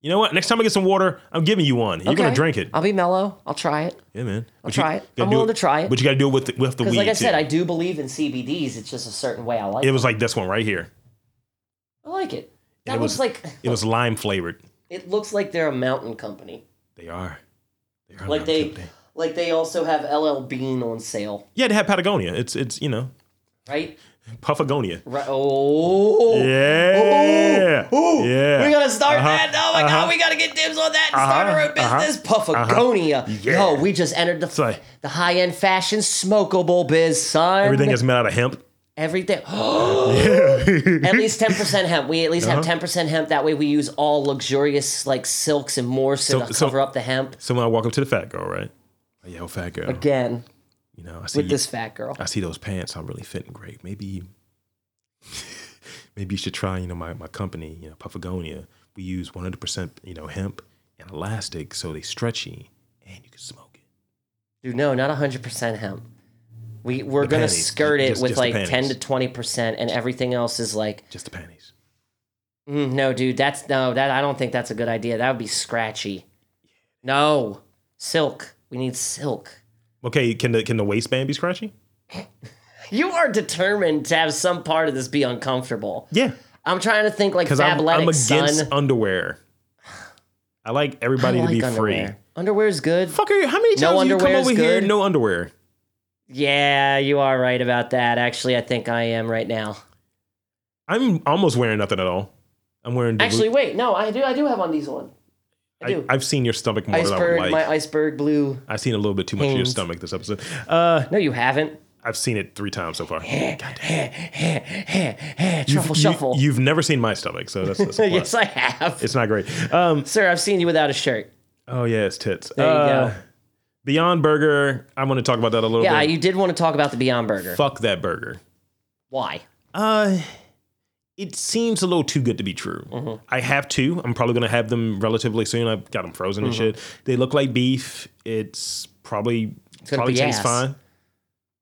Speaker 1: you know what? Next time I get some water, I'm giving you one. You're going to
Speaker 2: Okay.
Speaker 1: drink it.
Speaker 2: I'll be mellow. I'll try it.
Speaker 1: yeah, man. I'll
Speaker 2: try it. I'm willing to try it.
Speaker 1: But you got to do it with the, with the weed.
Speaker 2: Because, like I said,
Speaker 1: too.
Speaker 2: I do believe in CBDs. It's just a certain way I like
Speaker 1: it
Speaker 2: it.
Speaker 1: was like this one right here.
Speaker 2: I like it. That
Speaker 1: it
Speaker 2: looks
Speaker 1: was-
Speaker 2: like
Speaker 1: It was lime flavored.
Speaker 2: it looks like they're a mountain company.
Speaker 1: They are. They are
Speaker 2: Like
Speaker 1: lime
Speaker 2: they
Speaker 1: flavored.
Speaker 2: like they also have LL Bean on sale,
Speaker 1: Yeah, they have Patagonia. It's it's you know
Speaker 2: right?
Speaker 1: Puffagonia.
Speaker 2: Right. Oh.
Speaker 1: Yeah.
Speaker 2: Ooh, ooh,
Speaker 1: Yeah.
Speaker 2: We gotta start
Speaker 1: Uh-huh,
Speaker 2: that. Oh my
Speaker 1: uh-huh.
Speaker 2: god, we gotta get dibs on that and start
Speaker 1: Uh-huh,
Speaker 2: our own business. Puffagonia.
Speaker 1: Yeah.
Speaker 2: Yo, we just entered the
Speaker 1: like-
Speaker 2: the high end fashion smokable biz, son.
Speaker 1: Everything is made out of hemp.
Speaker 2: Everything. at least ten percent hemp. We at least
Speaker 1: Uh-huh.
Speaker 2: have ten percent hemp. That way, we use all luxurious like silks and more so,
Speaker 1: So-
Speaker 2: to
Speaker 1: so-
Speaker 2: cover up the hemp.
Speaker 1: So when I walk up to the fat girl, right? Like, Yo, fat girl.
Speaker 2: Again,
Speaker 1: You Uh. know, I see
Speaker 2: with this fat girl.
Speaker 1: I see those pants. I'm really fitting great. Maybe maybe you should try. You know, my my company. You know, Puffagonia. We use 100 percent you know hemp and elastic, so they stretchy and you can smoke it.
Speaker 2: Dude, no, not hundred percent hemp. We we're gonna
Speaker 1: panties.
Speaker 2: skirt it
Speaker 1: Just-
Speaker 2: with
Speaker 1: just the
Speaker 2: like ten
Speaker 1: panties.
Speaker 2: to twenty percent, and everything else is like,
Speaker 1: Just the panties.
Speaker 2: mm, no, dude, that's no, that I don't think that's a good idea. That would be scratchy. No, silk. We need silk.
Speaker 1: Okay, can the can the waistband be scratchy?
Speaker 2: You are determined to have some part of this be uncomfortable.
Speaker 1: Yeah,
Speaker 2: I'm trying to think like
Speaker 1: because I'm,
Speaker 2: Fabletics,
Speaker 1: I'm against
Speaker 2: son.
Speaker 1: underwear. I like everybody to be free.
Speaker 2: Underwear is good.
Speaker 1: Fucker, how many times
Speaker 2: No
Speaker 1: do you come
Speaker 2: underwear is
Speaker 1: over here
Speaker 2: good.
Speaker 1: no underwear?
Speaker 2: Yeah, you are right about that. Actually, I think I am right now.
Speaker 1: I'm almost wearing nothing at all. I'm wearing the
Speaker 2: Actually, wait, no, I do. I do have on these on. I
Speaker 1: blue-
Speaker 2: do.
Speaker 1: I, have seen your stomach more than I would
Speaker 2: iceberg,
Speaker 1: like.
Speaker 2: my iceberg blue.
Speaker 1: I've seen a little bit too much of your
Speaker 2: Hands.
Speaker 1: stomach this episode. Uh,
Speaker 2: No, you haven't.
Speaker 1: I've seen it three times so far. God damn.
Speaker 2: Truffle shuffle.
Speaker 1: You, have never seen my stomach, so that's, that's a plus.
Speaker 2: yes, I have.
Speaker 1: It's not great. Um,
Speaker 2: Sir, I've seen you without a shirt.
Speaker 1: oh yeah, it's tits.
Speaker 2: There you
Speaker 1: Uh,
Speaker 2: go.
Speaker 1: Beyond Burger. I'm going to talk about that a little
Speaker 2: Yeah,
Speaker 1: bit.
Speaker 2: you did want to talk about the Beyond Burger.
Speaker 1: Fuck that burger.
Speaker 2: Why?
Speaker 1: Uh, it seems a little too good to be true.
Speaker 2: Mm-hmm.
Speaker 1: I have two. I'm probably gonna have them relatively soon. I've got them frozen
Speaker 2: Mm-hmm.
Speaker 1: and shit. They look like beef. It's probably
Speaker 2: gonna
Speaker 1: probably
Speaker 2: be
Speaker 1: tastes
Speaker 2: ass.
Speaker 1: fine.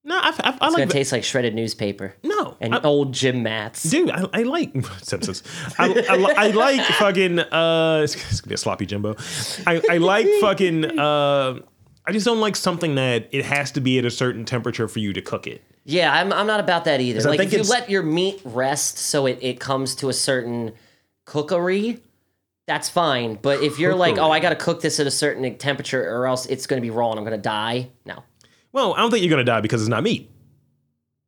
Speaker 1: No, I, I, I
Speaker 2: It's
Speaker 1: like
Speaker 2: gonna
Speaker 1: that.
Speaker 2: taste like shredded newspaper
Speaker 1: no.
Speaker 2: and
Speaker 1: I,
Speaker 2: old Jim Mats.
Speaker 1: dude, I, I like Simpsons. I, I, li- I like fucking. Uh, it's, it's gonna be a sloppy Jimbo. I, I like fucking. Uh, I just don't like something that it has to be at a certain temperature for you to cook it.
Speaker 2: Yeah, I'm, I'm not about that either.
Speaker 1: I
Speaker 2: Like,
Speaker 1: think
Speaker 2: if you
Speaker 1: it's-
Speaker 2: let your meat rest so it, it comes to a certain cookery, that's fine. But if you're like, oh, I got to cook this at a certain e, temperature or else it's going to be raw and I'm going to die, no.
Speaker 1: Well, I don't think you're gonna die because it's not meat.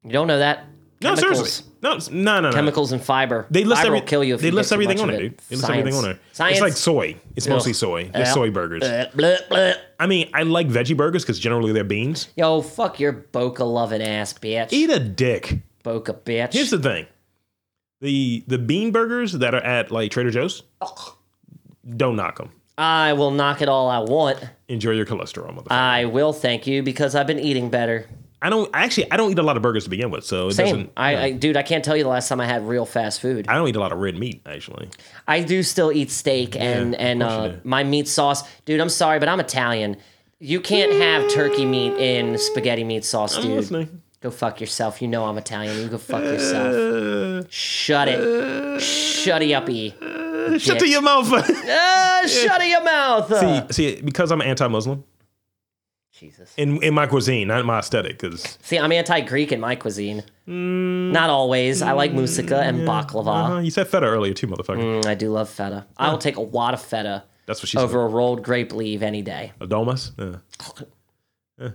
Speaker 2: You don't know that.
Speaker 1: No,
Speaker 2: chemicals.
Speaker 1: seriously. No, it's- no, no, no.
Speaker 2: Chemicals and fiber.
Speaker 1: They list
Speaker 2: fiber
Speaker 1: every,
Speaker 2: will kill you if
Speaker 1: They
Speaker 2: you get
Speaker 1: list
Speaker 2: too
Speaker 1: everything
Speaker 2: much
Speaker 1: on
Speaker 2: of
Speaker 1: there, dude. They list
Speaker 2: Science.
Speaker 1: everything on there.
Speaker 2: Science.
Speaker 1: It's like soy. It's mostly
Speaker 2: Ugh.
Speaker 1: soy. They're
Speaker 2: Ugh.
Speaker 1: soy burgers.
Speaker 2: Blah, blah, blah.
Speaker 1: I mean, I like veggie burgers because generally they're beans.
Speaker 2: Yo, fuck your boca loving ass, bitch.
Speaker 1: Eat a dick.
Speaker 2: boca bitch.
Speaker 1: Here's the thing. The the bean burgers that are at like Trader Joe's, don't knock them.
Speaker 2: I will knock it all I want.
Speaker 1: Enjoy your cholesterol, motherfucker.
Speaker 2: I will thank you because I've been eating better.
Speaker 1: I don't actually. I don't eat a lot of burgers to begin with, so it
Speaker 2: Same.
Speaker 1: doesn't.
Speaker 2: I, I dude, I can't tell you the last time I had real fast food.
Speaker 1: I don't eat a lot of red meat actually.
Speaker 2: I do still eat steak and
Speaker 1: of
Speaker 2: and
Speaker 1: course
Speaker 2: uh,
Speaker 1: you do.
Speaker 2: my meat sauce, dude. I'm sorry, but I'm Italian. You can't have turkey meat in spaghetti meat sauce,
Speaker 1: I'm
Speaker 2: dude.
Speaker 1: listening.
Speaker 2: Go fuck yourself. You know I'm Italian. You go fuck yourself.
Speaker 1: Uh,
Speaker 2: Shut it. Shutty uppy.
Speaker 1: shut to your mouth.
Speaker 2: Uh, shutty your mouth. Uh,
Speaker 1: See, because I'm anti-Muslim
Speaker 2: Jesus.
Speaker 1: in in my cuisine, not my aesthetic. Because
Speaker 2: See, I'm anti-Greek in my cuisine.
Speaker 1: Mm.
Speaker 2: Not always. I like moussaka and baklava.
Speaker 1: uh-huh, you said feta earlier too, motherfucker.
Speaker 2: Mm, I do love feta. I will take a wad of feta
Speaker 1: Oh. That's what she said.
Speaker 2: over a rolled grape leaf any day.
Speaker 1: Adomas. Yeah. Yeah.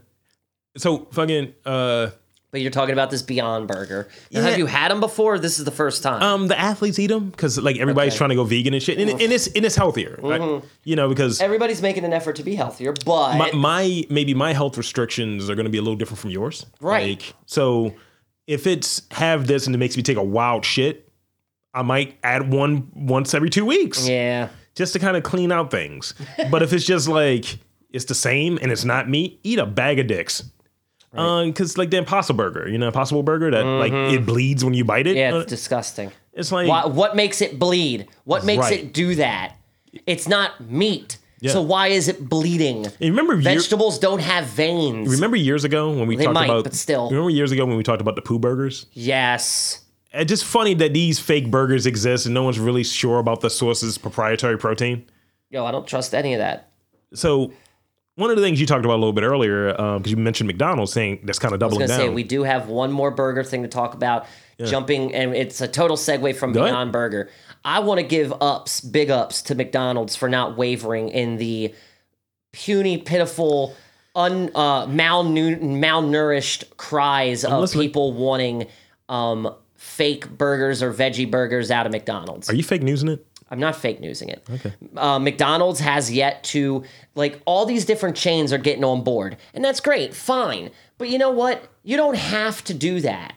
Speaker 1: So fucking. Uh,
Speaker 2: But you're talking about this Beyond Burger. Now,
Speaker 1: Yeah.
Speaker 2: Have you had them before? This is the first time.
Speaker 1: um, the athletes eat them because like everybody's
Speaker 2: Okay. Mm-hmm.
Speaker 1: trying to go vegan and shit, and, and it's and it's healthier, right? you know, because
Speaker 2: Everybody's making an effort to be healthier, but
Speaker 1: my, my maybe my health restrictions are going to be a little different from yours,
Speaker 2: Right.
Speaker 1: Like, so if it's have this and it makes me take a wild shit, I might add one once every two weeks,
Speaker 2: yeah,
Speaker 1: just to kind of clean out things. but if it's just like it's the same and it's not meat, eat a bag of dicks. Because like the Impossible Burger, you know, Impossible Burger that like it bleeds when you bite it.
Speaker 2: Mm-hmm. yeah,
Speaker 1: Uh,
Speaker 2: it's disgusting.
Speaker 1: it's like
Speaker 2: Why, what makes it bleed? What makes
Speaker 1: Right.
Speaker 2: it do that? It's not meat.
Speaker 1: Yeah.
Speaker 2: So why is it bleeding?
Speaker 1: you remember year-
Speaker 2: Vegetables don't have veins.
Speaker 1: remember years ago when we talked
Speaker 2: might,
Speaker 1: about
Speaker 2: but still.
Speaker 1: remember years ago when we talked about the poo burgers.
Speaker 2: yes.
Speaker 1: it's just funny that these fake burgers exist and no one's really sure about the source's proprietary protein.
Speaker 2: Yo, I don't trust any of that.
Speaker 1: So one of the things you talked about a little bit earlier, because you mentioned McDonald's saying that's kind of
Speaker 2: I
Speaker 1: doubling
Speaker 2: was
Speaker 1: down.
Speaker 2: gonna say we do have one more burger thing to talk about. Jumping and it's a total segue from
Speaker 1: ahead.
Speaker 2: Beyond Burger. I want to give ups, big ups to McDonald's for not wavering in the puny, pitiful, un uh, malnu- malnourished cries of
Speaker 1: listening.
Speaker 2: people wanting um, fake burgers or veggie burgers out of McDonald's.
Speaker 1: Are you fake newsing it?
Speaker 2: I'm not fake newsing it. Okay. Uh, McDonald's has yet to like all these different chains are getting on board, and that's great, fine. But you know what? You don't have to do that.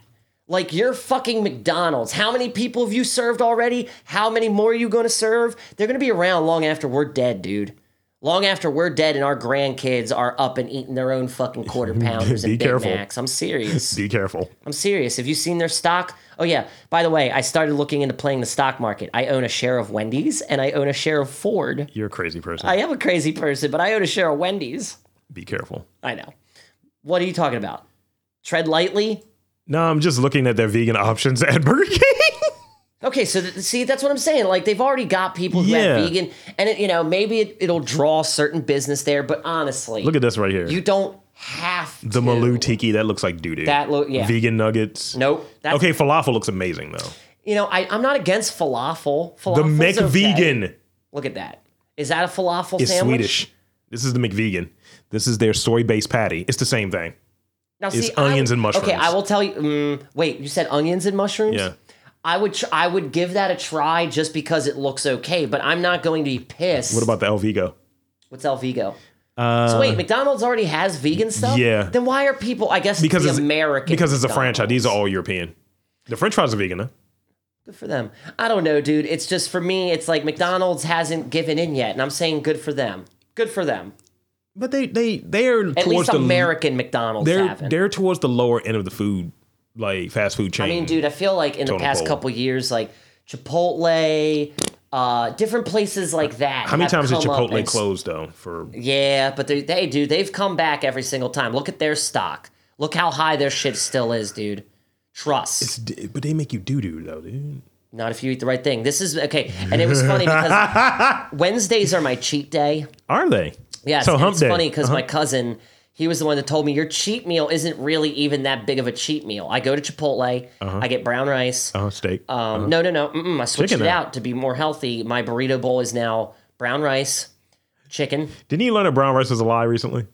Speaker 2: Like you're fucking McDonald's. How many people have you served already? How many more are you going to serve? They're going to be around long after we're dead, dude. Long after we're dead and our grandkids are up and eating their own fucking quarter pounders
Speaker 1: Be
Speaker 2: and Big
Speaker 1: careful.
Speaker 2: Macs. I'm serious.
Speaker 1: Be careful.
Speaker 2: I'm serious. Have you seen their stock? Oh yeah. By the way, I started looking into playing the stock market. I own a share of Wendy's and I own a share of Ford.
Speaker 1: You're a crazy person.
Speaker 2: I am a crazy person, but I own a share of Wendy's.
Speaker 1: Be careful.
Speaker 2: I know. What are you talking about? Tread lightly.
Speaker 1: No, I'm just looking at their vegan options at Burger King.
Speaker 2: Okay, so th- see, that's what I'm saying. Like they've already got people who
Speaker 1: Yeah.
Speaker 2: have vegan, and it, you know maybe it, it'll draw certain business there. But honestly,
Speaker 1: Look at this right here.
Speaker 2: you don't have
Speaker 1: the
Speaker 2: to.
Speaker 1: Malou Tiki, that looks like doo doo.
Speaker 2: That look, yeah.
Speaker 1: Vegan nuggets.
Speaker 2: Nope. That's, okay.
Speaker 1: Okay, falafel looks amazing though.
Speaker 2: You know, I, I'm not against falafel.
Speaker 1: The
Speaker 2: Falafel's okay.
Speaker 1: McVegan
Speaker 2: Look at that. Is that a falafel
Speaker 1: is
Speaker 2: sandwich?
Speaker 1: Swedish. This is the McVegan. This is their soy based patty. It's the same thing.
Speaker 2: Now,
Speaker 1: is
Speaker 2: I
Speaker 1: onions
Speaker 2: would-
Speaker 1: and mushrooms.
Speaker 2: Okay, I will tell you. Mm, wait, you said onions and mushrooms?
Speaker 1: Yeah.
Speaker 2: I would tr- I would give that a try just because it looks okay, but I'm not going to be pissed.
Speaker 1: What about the El Vigo?
Speaker 2: what's El Vigo? so wait, McDonald's already has vegan stuff.
Speaker 1: yeah.
Speaker 2: Then why are people? I guess
Speaker 1: because
Speaker 2: the
Speaker 1: it's
Speaker 2: American
Speaker 1: Because it's a
Speaker 2: McDonald's.
Speaker 1: franchise. These are all European. The French fries are vegan, huh?
Speaker 2: Good for them. I don't know, dude. It's just for me. It's like McDonald's hasn't given in yet, and I'm saying good for them. Good for them.
Speaker 1: But they they they're
Speaker 2: At
Speaker 1: towards
Speaker 2: least
Speaker 1: the
Speaker 2: American McDonald's
Speaker 1: they're
Speaker 2: haven't.
Speaker 1: they're towards the lower end of the food like fast food chain.
Speaker 2: I mean, dude, I feel like in the
Speaker 1: Totem
Speaker 2: past
Speaker 1: pole.
Speaker 2: couple years, like Chipotle, uh, different places like that.
Speaker 1: How many
Speaker 2: have
Speaker 1: times did
Speaker 2: come up
Speaker 1: Chipotle
Speaker 2: and-
Speaker 1: close though? For
Speaker 2: Yeah, but they, they do. They've come back every single time. Look at their stock. Look how high their shit still is, dude. Trust.
Speaker 1: but they make you doo doo though, dude.
Speaker 2: Not if you eat the right thing. This is okay. And it was funny because Wednesdays are my cheat day.
Speaker 1: Are they?
Speaker 2: Yes,
Speaker 1: So
Speaker 2: and
Speaker 1: hump
Speaker 2: it's
Speaker 1: day. Uh-huh.
Speaker 2: funny because my cousin, he was the one that told me your cheat meal isn't really even that big of a cheat meal. I go to Chipotle,
Speaker 1: Uh-huh.
Speaker 2: I get brown rice,
Speaker 1: Oh, steak.
Speaker 2: Um, No, no, no. Mm-mm, I switched
Speaker 1: Chicken
Speaker 2: it
Speaker 1: now.
Speaker 2: out to be more healthy. My burrito bowl is now brown rice, chicken.
Speaker 1: Didn't you learn that brown rice was a lie recently?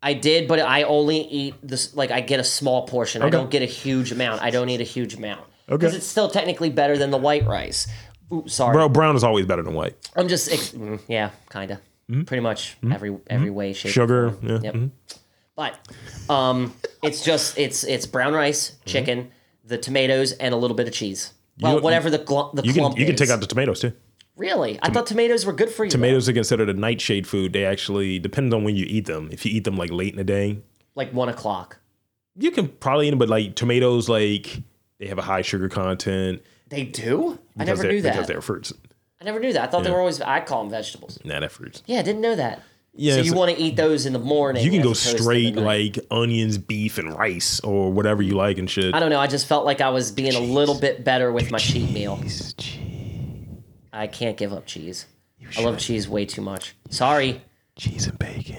Speaker 2: I did, but I only eat this. Like I get a small portion. I
Speaker 1: Okay.
Speaker 2: don't get a huge amount. I don't eat a huge amount.
Speaker 1: Okay.
Speaker 2: it's still technically better than the white rice. Ooh, sorry.
Speaker 1: Bro, brown is always better than white.
Speaker 2: I'm just ex- mm, yeah, kind of. Pretty much every every way shape.
Speaker 1: Mm-hmm. Sugar, Mm-hmm. yeah.
Speaker 2: Yep. But um, it's just it's it's brown rice, chicken, the tomatoes, and a little bit of cheese. Well,
Speaker 1: Mm-hmm. You-
Speaker 2: whatever the gl- the
Speaker 1: You can
Speaker 2: clump
Speaker 1: you can take
Speaker 2: is.
Speaker 1: out the tomatoes too.
Speaker 2: Really, I thought tomatoes were good for you. though.
Speaker 1: Tomatoes are considered a nightshade food. They actually depends on when you eat them. If you eat them like late in the day,
Speaker 2: like one o'clock.
Speaker 1: you can probably eat them. But like tomatoes, like they have a high sugar content.
Speaker 2: They do. I
Speaker 1: because
Speaker 2: never
Speaker 1: they're- because
Speaker 2: knew that.
Speaker 1: they're fruits.
Speaker 2: I never knew that. I thought they were always. I call them vegetables.
Speaker 1: Nah, they're fruits.
Speaker 2: Yeah, I didn't know that.
Speaker 1: Yeah,
Speaker 2: so
Speaker 1: it's-
Speaker 2: you want to eat those in the morning?
Speaker 1: You can
Speaker 2: as
Speaker 1: go
Speaker 2: opposed to the
Speaker 1: straight
Speaker 2: night.
Speaker 1: like onions, beef, and rice, or whatever you like and shit.
Speaker 2: I don't know. I just felt like I was being a little bit better with my cheat meal. I can't give up cheese. I love cheese way too much. Sorry.
Speaker 1: Cheese and bacon,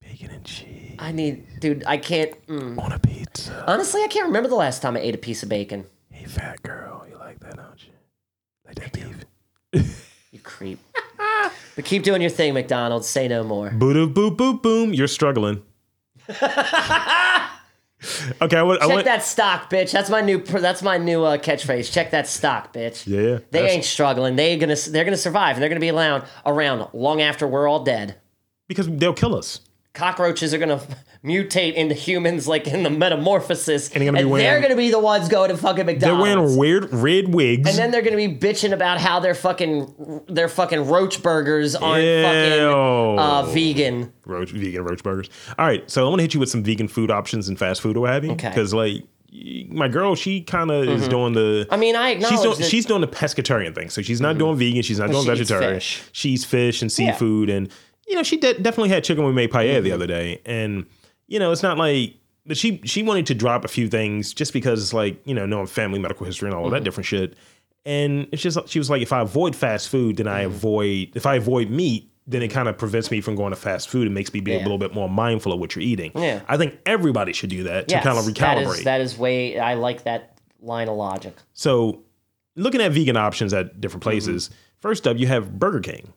Speaker 1: bacon and cheese
Speaker 2: I need, dude, I can't. Mm.
Speaker 1: on a pizza.
Speaker 2: Honestly, I can't remember the last time I ate a piece of bacon.
Speaker 1: Hey, fat girl, you like that, don't you? Like that beef.
Speaker 2: You creep. but keep doing your thing, McDonald's. Say no more.
Speaker 1: Boo boop boop boom. You're struggling. okay, I went. I
Speaker 2: Check
Speaker 1: went
Speaker 2: that stock, bitch. That's my new. pr- That's my new uh, catchphrase. Check that stock, bitch.
Speaker 1: yeah, yeah.
Speaker 2: They
Speaker 1: That's-
Speaker 2: ain't struggling. They gonna. They're gonna survive, and they're gonna be around around long after we're all dead.
Speaker 1: because they'll kill us.
Speaker 2: cockroaches are gonna mutate into humans like in the metamorphosis and,
Speaker 1: they're gonna be
Speaker 2: they're
Speaker 1: wearing-
Speaker 2: gonna be the ones going to fucking
Speaker 1: They're wearing
Speaker 2: McDonald's
Speaker 1: weird red wigs.
Speaker 2: Oh, and then they're gonna be bitching about how their fucking their fucking roach burgers aren't fucking
Speaker 1: Ew.
Speaker 2: uh, vegan
Speaker 1: roach, vegan roach burgers. All right, so I want to hit you with some vegan food options and fast food or what have you.
Speaker 2: Okay. Mm-hmm.
Speaker 1: Because like y- my girl, she kind of is doing the.
Speaker 2: I mean I
Speaker 1: She's
Speaker 2: acknowledge
Speaker 1: doing,
Speaker 2: that
Speaker 1: she's doing the pescatarian thing, so she's not doing vegan. She's not doing
Speaker 2: she eats
Speaker 1: vegetarian.
Speaker 2: Mm-hmm. fish.
Speaker 1: She's fish and seafood, and you know she de- definitely had chicken with made paella
Speaker 2: Mm-hmm.
Speaker 1: the other day. And you know it's not like, but she she wanted to drop a few things just because it's like you know knowing family medical history and all of
Speaker 2: Mm-hmm.
Speaker 1: that different shit. And it's just she was like, if I avoid fast food, then I
Speaker 2: Mm-hmm.
Speaker 1: avoid if I avoid meat. Then it kind of prevents me from going to fast food and makes me be a
Speaker 2: Yeah.
Speaker 1: little bit more mindful of what you're eating.
Speaker 2: Yeah.
Speaker 1: I think everybody should do that to
Speaker 2: yes,
Speaker 1: kind of recalibrate.
Speaker 2: that is, that is way I like that line of logic
Speaker 1: So, looking at vegan options at different places, first up, you have Burger King.
Speaker 2: Mm-hmm.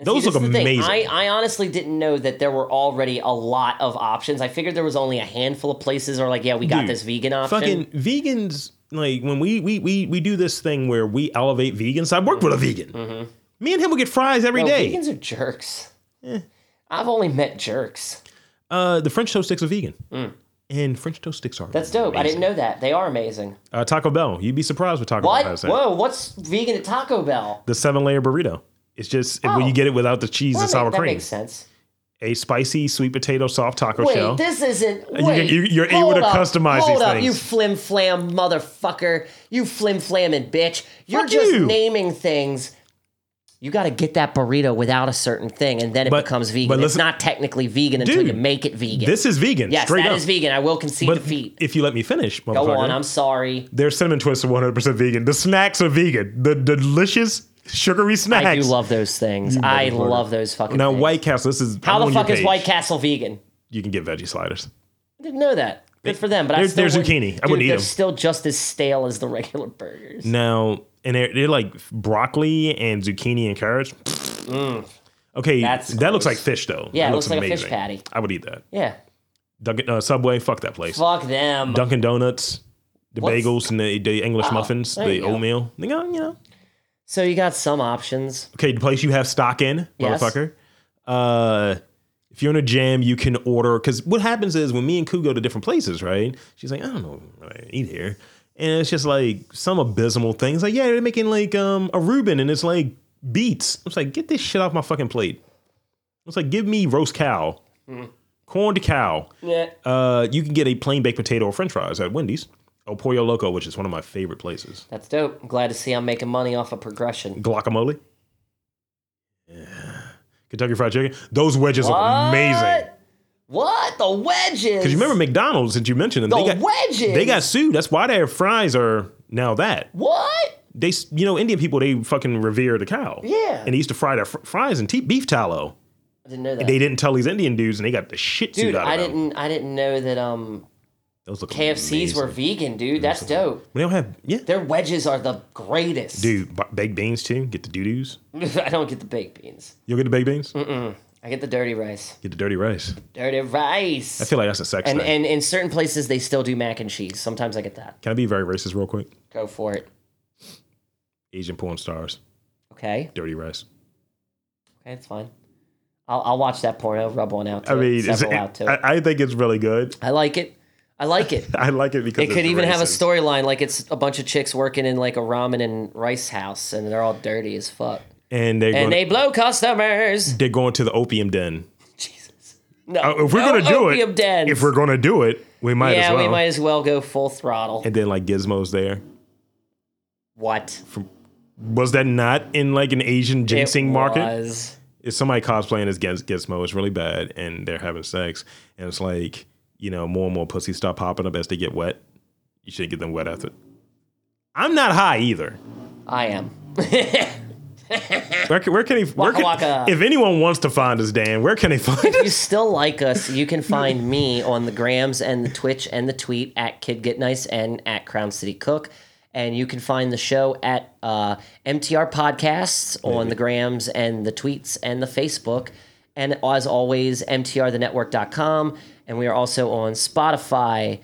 Speaker 2: And
Speaker 1: Those
Speaker 2: this
Speaker 1: look
Speaker 2: is the thing.
Speaker 1: amazing.
Speaker 2: I, I honestly didn't know that there were already a lot of options. I figured there was only a handful of places, or like, yeah, we got
Speaker 1: Dude,
Speaker 2: this vegan option.
Speaker 1: Fucking vegans, like when we we we we do this thing where we elevate vegans. I work with a vegan.
Speaker 2: Mm-hmm.
Speaker 1: Me and him will get fries every
Speaker 2: No,
Speaker 1: day.
Speaker 2: Vegans are jerks.
Speaker 1: Eh.
Speaker 2: I've only met jerks.
Speaker 1: Uh, the French toast sticks are vegan, and French toast sticks are.
Speaker 2: Mm. That's dope. I didn't know that. They are amazing.
Speaker 1: Uh, Taco Bell. You'd be surprised what Taco
Speaker 2: What?
Speaker 1: Bell has. in it.
Speaker 2: Whoa, what's vegan at Taco Bell?
Speaker 1: The seven layer burrito. It's just when
Speaker 2: Oh.
Speaker 1: you get it without the cheese and
Speaker 2: that,
Speaker 1: sour
Speaker 2: make- that
Speaker 1: cream.
Speaker 2: makes sense.
Speaker 1: A spicy sweet potato soft taco
Speaker 2: Wait,
Speaker 1: shell.
Speaker 2: this isn't.
Speaker 1: you
Speaker 2: Wait,
Speaker 1: can- you- you're able
Speaker 2: hold
Speaker 1: to
Speaker 2: up,
Speaker 1: customize
Speaker 2: hold
Speaker 1: these
Speaker 2: up,
Speaker 1: things.
Speaker 2: You flim flam motherfucker. You flim flamming bitch. You're
Speaker 1: Fuck
Speaker 2: just
Speaker 1: you.
Speaker 2: naming things. You got to get that burrito without a certain thing, and then it
Speaker 1: But-
Speaker 2: becomes vegan.
Speaker 1: but
Speaker 2: it's
Speaker 1: listen-
Speaker 2: not technically vegan until you
Speaker 1: Dude,
Speaker 2: make it vegan.
Speaker 1: This is vegan.
Speaker 2: yes,
Speaker 1: straight
Speaker 2: that
Speaker 1: up.
Speaker 2: is vegan. I will concede
Speaker 1: But
Speaker 2: defeat.
Speaker 1: if you let me finish,
Speaker 2: Go
Speaker 1: motherfucker.
Speaker 2: on. I'm sorry.
Speaker 1: Their cinnamon twists are 100% vegan. The snacks are vegan. The delicious sugary snacks.
Speaker 2: I do love those things. I love those fucking.
Speaker 1: now
Speaker 2: things.
Speaker 1: White Castle. This is
Speaker 2: How
Speaker 1: I'm
Speaker 2: the
Speaker 1: on your
Speaker 2: fuck is
Speaker 1: page.
Speaker 2: White Castle vegan?
Speaker 1: You can get veggie sliders.
Speaker 2: I didn't know that. Good for them, but I
Speaker 1: they're-
Speaker 2: still
Speaker 1: they're
Speaker 2: wouldn't-
Speaker 1: zucchini. I
Speaker 2: Dude,
Speaker 1: wouldn't eat
Speaker 2: they're
Speaker 1: them.
Speaker 2: still just as stale as the regular burgers.
Speaker 1: Now, and they're, they're like broccoli and zucchini and carrots. okay,
Speaker 2: Mm. That's
Speaker 1: that looks
Speaker 2: gross.
Speaker 1: like fish though.
Speaker 2: Yeah,
Speaker 1: That
Speaker 2: it looks like a fish patty.
Speaker 1: I would eat that.
Speaker 2: Yeah,
Speaker 1: Dunkin', uh, Subway, fuck that place.
Speaker 2: fuck them.
Speaker 1: Dunkin' Donuts, the
Speaker 2: What's-
Speaker 1: bagels and the, the English muffins,
Speaker 2: there
Speaker 1: the
Speaker 2: you go.
Speaker 1: oatmeal. They got, you know.
Speaker 2: So you got some options.
Speaker 1: Okay, the place you have stock in,
Speaker 2: Yes.
Speaker 1: motherfucker. Uh, if you're in a jam, you can order. Because what happens is when me and Koo go to different places, right? She's like, I don't know what I eat here. And it's just like some abysmal things. Like, yeah, they're making like um, a Reuben and it's like beets. I was like, get this shit off my fucking plate. I was like, give me roast cow, corned cow.
Speaker 2: Yeah.
Speaker 1: Uh, you can get a plain baked potato or french fries at Wendy's. El Pollo Loco, which is one of my favorite places.
Speaker 2: That's dope. I'm glad to see I'm making money off of progression.
Speaker 1: guacamole. Kentucky Fried Chicken. Those wedges are amazing.
Speaker 2: What? What the wedges?
Speaker 1: Because you remember McDonald's, since you mentioned them,
Speaker 2: the
Speaker 1: they got
Speaker 2: wedges?
Speaker 1: they got sued. That's why their fries are now that
Speaker 2: what?
Speaker 1: they s- you know Indian people they fucking revere the cow.
Speaker 2: Yeah.
Speaker 1: and they used to fry their fr- fries in te- beef tallow.
Speaker 2: I didn't know that.
Speaker 1: They didn't tell these Indian dudes, and they got the shit
Speaker 2: Dude,
Speaker 1: sued out of
Speaker 2: I
Speaker 1: them.
Speaker 2: didn't. I didn't know that. Um,
Speaker 1: Those look
Speaker 2: KFCs were vegan, dude. That's dope.
Speaker 1: We don't have yeah,
Speaker 2: Their wedges are the greatest.
Speaker 1: dude. b- Baked beans too. Get the doo doos.
Speaker 2: I don't get the baked beans.
Speaker 1: You'll get the baked beans.
Speaker 2: I get the dirty rice.
Speaker 1: Get the dirty rice.
Speaker 2: Dirty rice.
Speaker 1: I feel like that's a sex
Speaker 2: and
Speaker 1: thing.
Speaker 2: and in certain places they still do mac and cheese. Sometimes I get that.
Speaker 1: Can I be very racist real quick?
Speaker 2: Go for it.
Speaker 1: Asian porn stars,
Speaker 2: Okay.
Speaker 1: dirty rice.
Speaker 2: Okay, it's fine. I'll, I'll watch that porno, rub one out. To
Speaker 1: I
Speaker 2: it,
Speaker 1: mean, it's,
Speaker 2: several out to it.
Speaker 1: I, I think it's really good.
Speaker 2: I like it. I like it.
Speaker 1: I like it because
Speaker 2: It could even have a
Speaker 1: story.
Speaker 2: storyline like it's a bunch of chicks working in like a ramen and rice house, and they're all dirty as fuck,
Speaker 1: and they're
Speaker 2: and
Speaker 1: going,
Speaker 2: they blow customers.
Speaker 1: they- are going to the opium den.
Speaker 2: Jesus, no.
Speaker 1: Uh, if we're
Speaker 2: no
Speaker 1: gonna do
Speaker 2: opium
Speaker 1: it,
Speaker 2: dens.
Speaker 1: if we're gonna do it, we might
Speaker 2: yeah,
Speaker 1: as well.
Speaker 2: we might as well go full throttle.
Speaker 1: And then like Gizmo's there.
Speaker 2: what
Speaker 1: Was that not in like an Asian ginseng
Speaker 2: It
Speaker 1: market?
Speaker 2: was.
Speaker 1: It's somebody cosplaying as Giz- Gizmo. It's really bad, and they're having sex, and it's like you know more and more pussies start popping up as they get wet. You should get them wet after. I'm not high either.
Speaker 2: I am.
Speaker 1: Where can, where can he? Where can,
Speaker 2: Waka waka.
Speaker 1: If anyone wants to find us, Dan, where can he find us?
Speaker 2: you still like us, you can find me on the grams and the Twitch and the tweet at Kid Get Nice and at Crown City Cook. And you can find the show at uh, MTR Podcasts on the grams and the tweets and the Facebook. And as always, MTRthenetwork.com. And we are also on Spotify,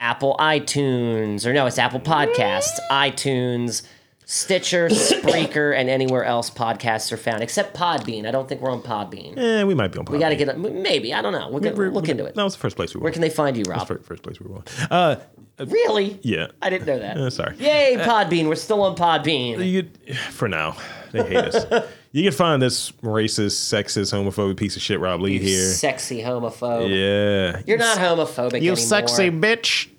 Speaker 2: Apple iTunes, or no, it's Apple Podcasts, iTunes, Stitcher, Spreaker, and anywhere else podcasts are found, except Podbean. I don't think we're on Podbean.
Speaker 1: Eh, we might be on.
Speaker 2: We got to get a, m- maybe I don't know. We're gonna look into it.
Speaker 1: That was the first place we were.
Speaker 2: Where can they find you, Rob?
Speaker 1: Fir- first place we were. on. Uh,
Speaker 2: Really?
Speaker 1: yeah.
Speaker 2: I didn't know that.
Speaker 1: Uh, sorry.
Speaker 2: Yay, Podbean! We're still on Podbean.
Speaker 1: You could, for now, they hate us. You can find this racist, sexist, homophobic piece of shit Rob Lee here.
Speaker 2: Sexy homophobe.
Speaker 1: yeah,
Speaker 2: You're not homophobic anymore.
Speaker 1: bitch.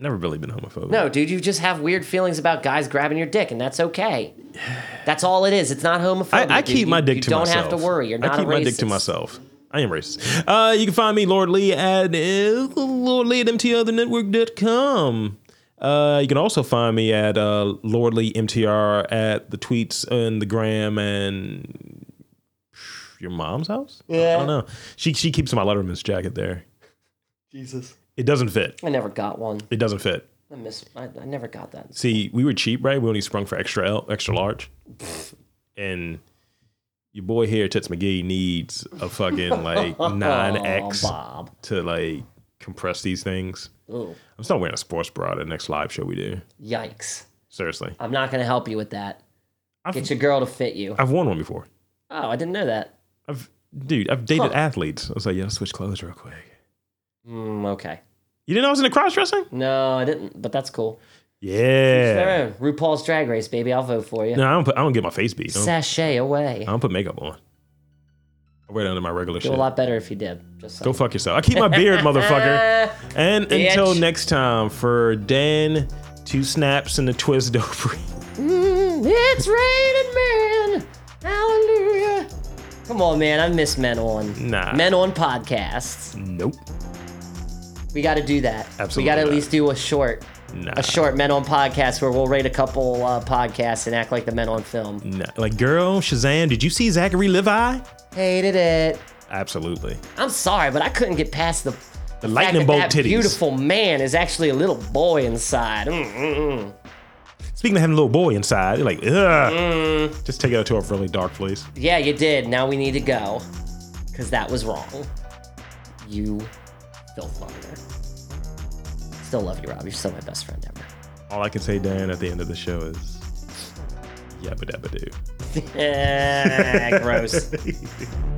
Speaker 1: Never really been homophobic.
Speaker 2: No, dude, you just have weird feelings about guys grabbing your dick, and that's okay. That's all it is. It's not homophobic.
Speaker 1: I, I
Speaker 2: dude.
Speaker 1: keep
Speaker 2: You-
Speaker 1: my dick
Speaker 2: you
Speaker 1: to
Speaker 2: don't
Speaker 1: myself.
Speaker 2: have to worry. You're not
Speaker 1: I keep
Speaker 2: a racist.
Speaker 1: my dick to myself. I am racist. Uh, you can find me, Lord Lee, at uh, Lord Lee at mtrthenetwork.com. Uh, you can also find me at uh, Lord Lee MTR at the tweets and the gram and your mom's house. I
Speaker 2: Yeah.
Speaker 1: don't know. She she keeps my Letterman's jacket there.
Speaker 2: Jesus.
Speaker 1: It doesn't fit.
Speaker 2: I never got one.
Speaker 1: It doesn't fit.
Speaker 2: I miss. I, I never got that.
Speaker 1: See, we were cheap, right? We only sprung for extra L, extra large. And your boy here, Tits McGee, needs a fucking like nine X
Speaker 2: Oh, Bob.
Speaker 1: to like compress these things.
Speaker 2: Ooh,
Speaker 1: I'm still wearing a sports bra the next live show we do.
Speaker 2: yikes!
Speaker 1: Seriously,
Speaker 2: I'm not gonna help you with that.
Speaker 1: I've-
Speaker 2: Get your girl to fit you.
Speaker 1: I've worn one before.
Speaker 2: Oh, I didn't know that.
Speaker 1: I've dude, I've dated
Speaker 2: Huh.
Speaker 1: athletes. I was like, yeah, I'll switch clothes real quick.
Speaker 2: Mm, okay.
Speaker 1: You didn't know I was into cross dressing?
Speaker 2: No, I didn't, but that's cool.
Speaker 1: Yeah.
Speaker 2: Fair. RuPaul's Drag Race, baby. I'll vote for you.
Speaker 1: No, I don't. Put, I don't get my face beat. I don't,
Speaker 2: Sashay away.
Speaker 1: I don't put makeup on. I wear it under my regular
Speaker 2: Do a
Speaker 1: shit.
Speaker 2: lot better if you did. Just so.
Speaker 1: Go fuck yourself. I keep my beard, motherfucker.
Speaker 2: Ah,
Speaker 1: And
Speaker 2: Bitch.
Speaker 1: until next time, for Dan, two snaps and a twist over.
Speaker 2: mm, it's raining, man. Hallelujah. Come on, man. I miss Men On.
Speaker 1: Nah.
Speaker 2: Men On podcasts.
Speaker 1: Nope.
Speaker 2: We got to do that. We
Speaker 1: Absolutely
Speaker 2: got to at
Speaker 1: not.
Speaker 2: least do a short,
Speaker 1: Nah.
Speaker 2: a short Men On podcast where we'll rate a couple uh, podcasts and act like the Men On film.
Speaker 1: Nah. Like, girl, Shazam, did you see Zachary Levi?
Speaker 2: Hated it.
Speaker 1: Absolutely.
Speaker 2: I'm sorry, but I couldn't get past the
Speaker 1: The
Speaker 2: fact
Speaker 1: lightning
Speaker 2: that
Speaker 1: bolt
Speaker 2: that
Speaker 1: titties.
Speaker 2: Beautiful man is actually a little boy inside. Mm, mm, mm.
Speaker 1: Speaking of having a little boy inside, you're like, ugh.
Speaker 2: Mm.
Speaker 1: Just take it out to a really dark place.
Speaker 2: Yeah, you did. Now we need to go. Because that was wrong. You filth monger. Still love you, Rob. You're still my best friend
Speaker 1: All I can say, Dan, at the end of the show is yabba dabba doo.
Speaker 2: ever. Eh, Gross.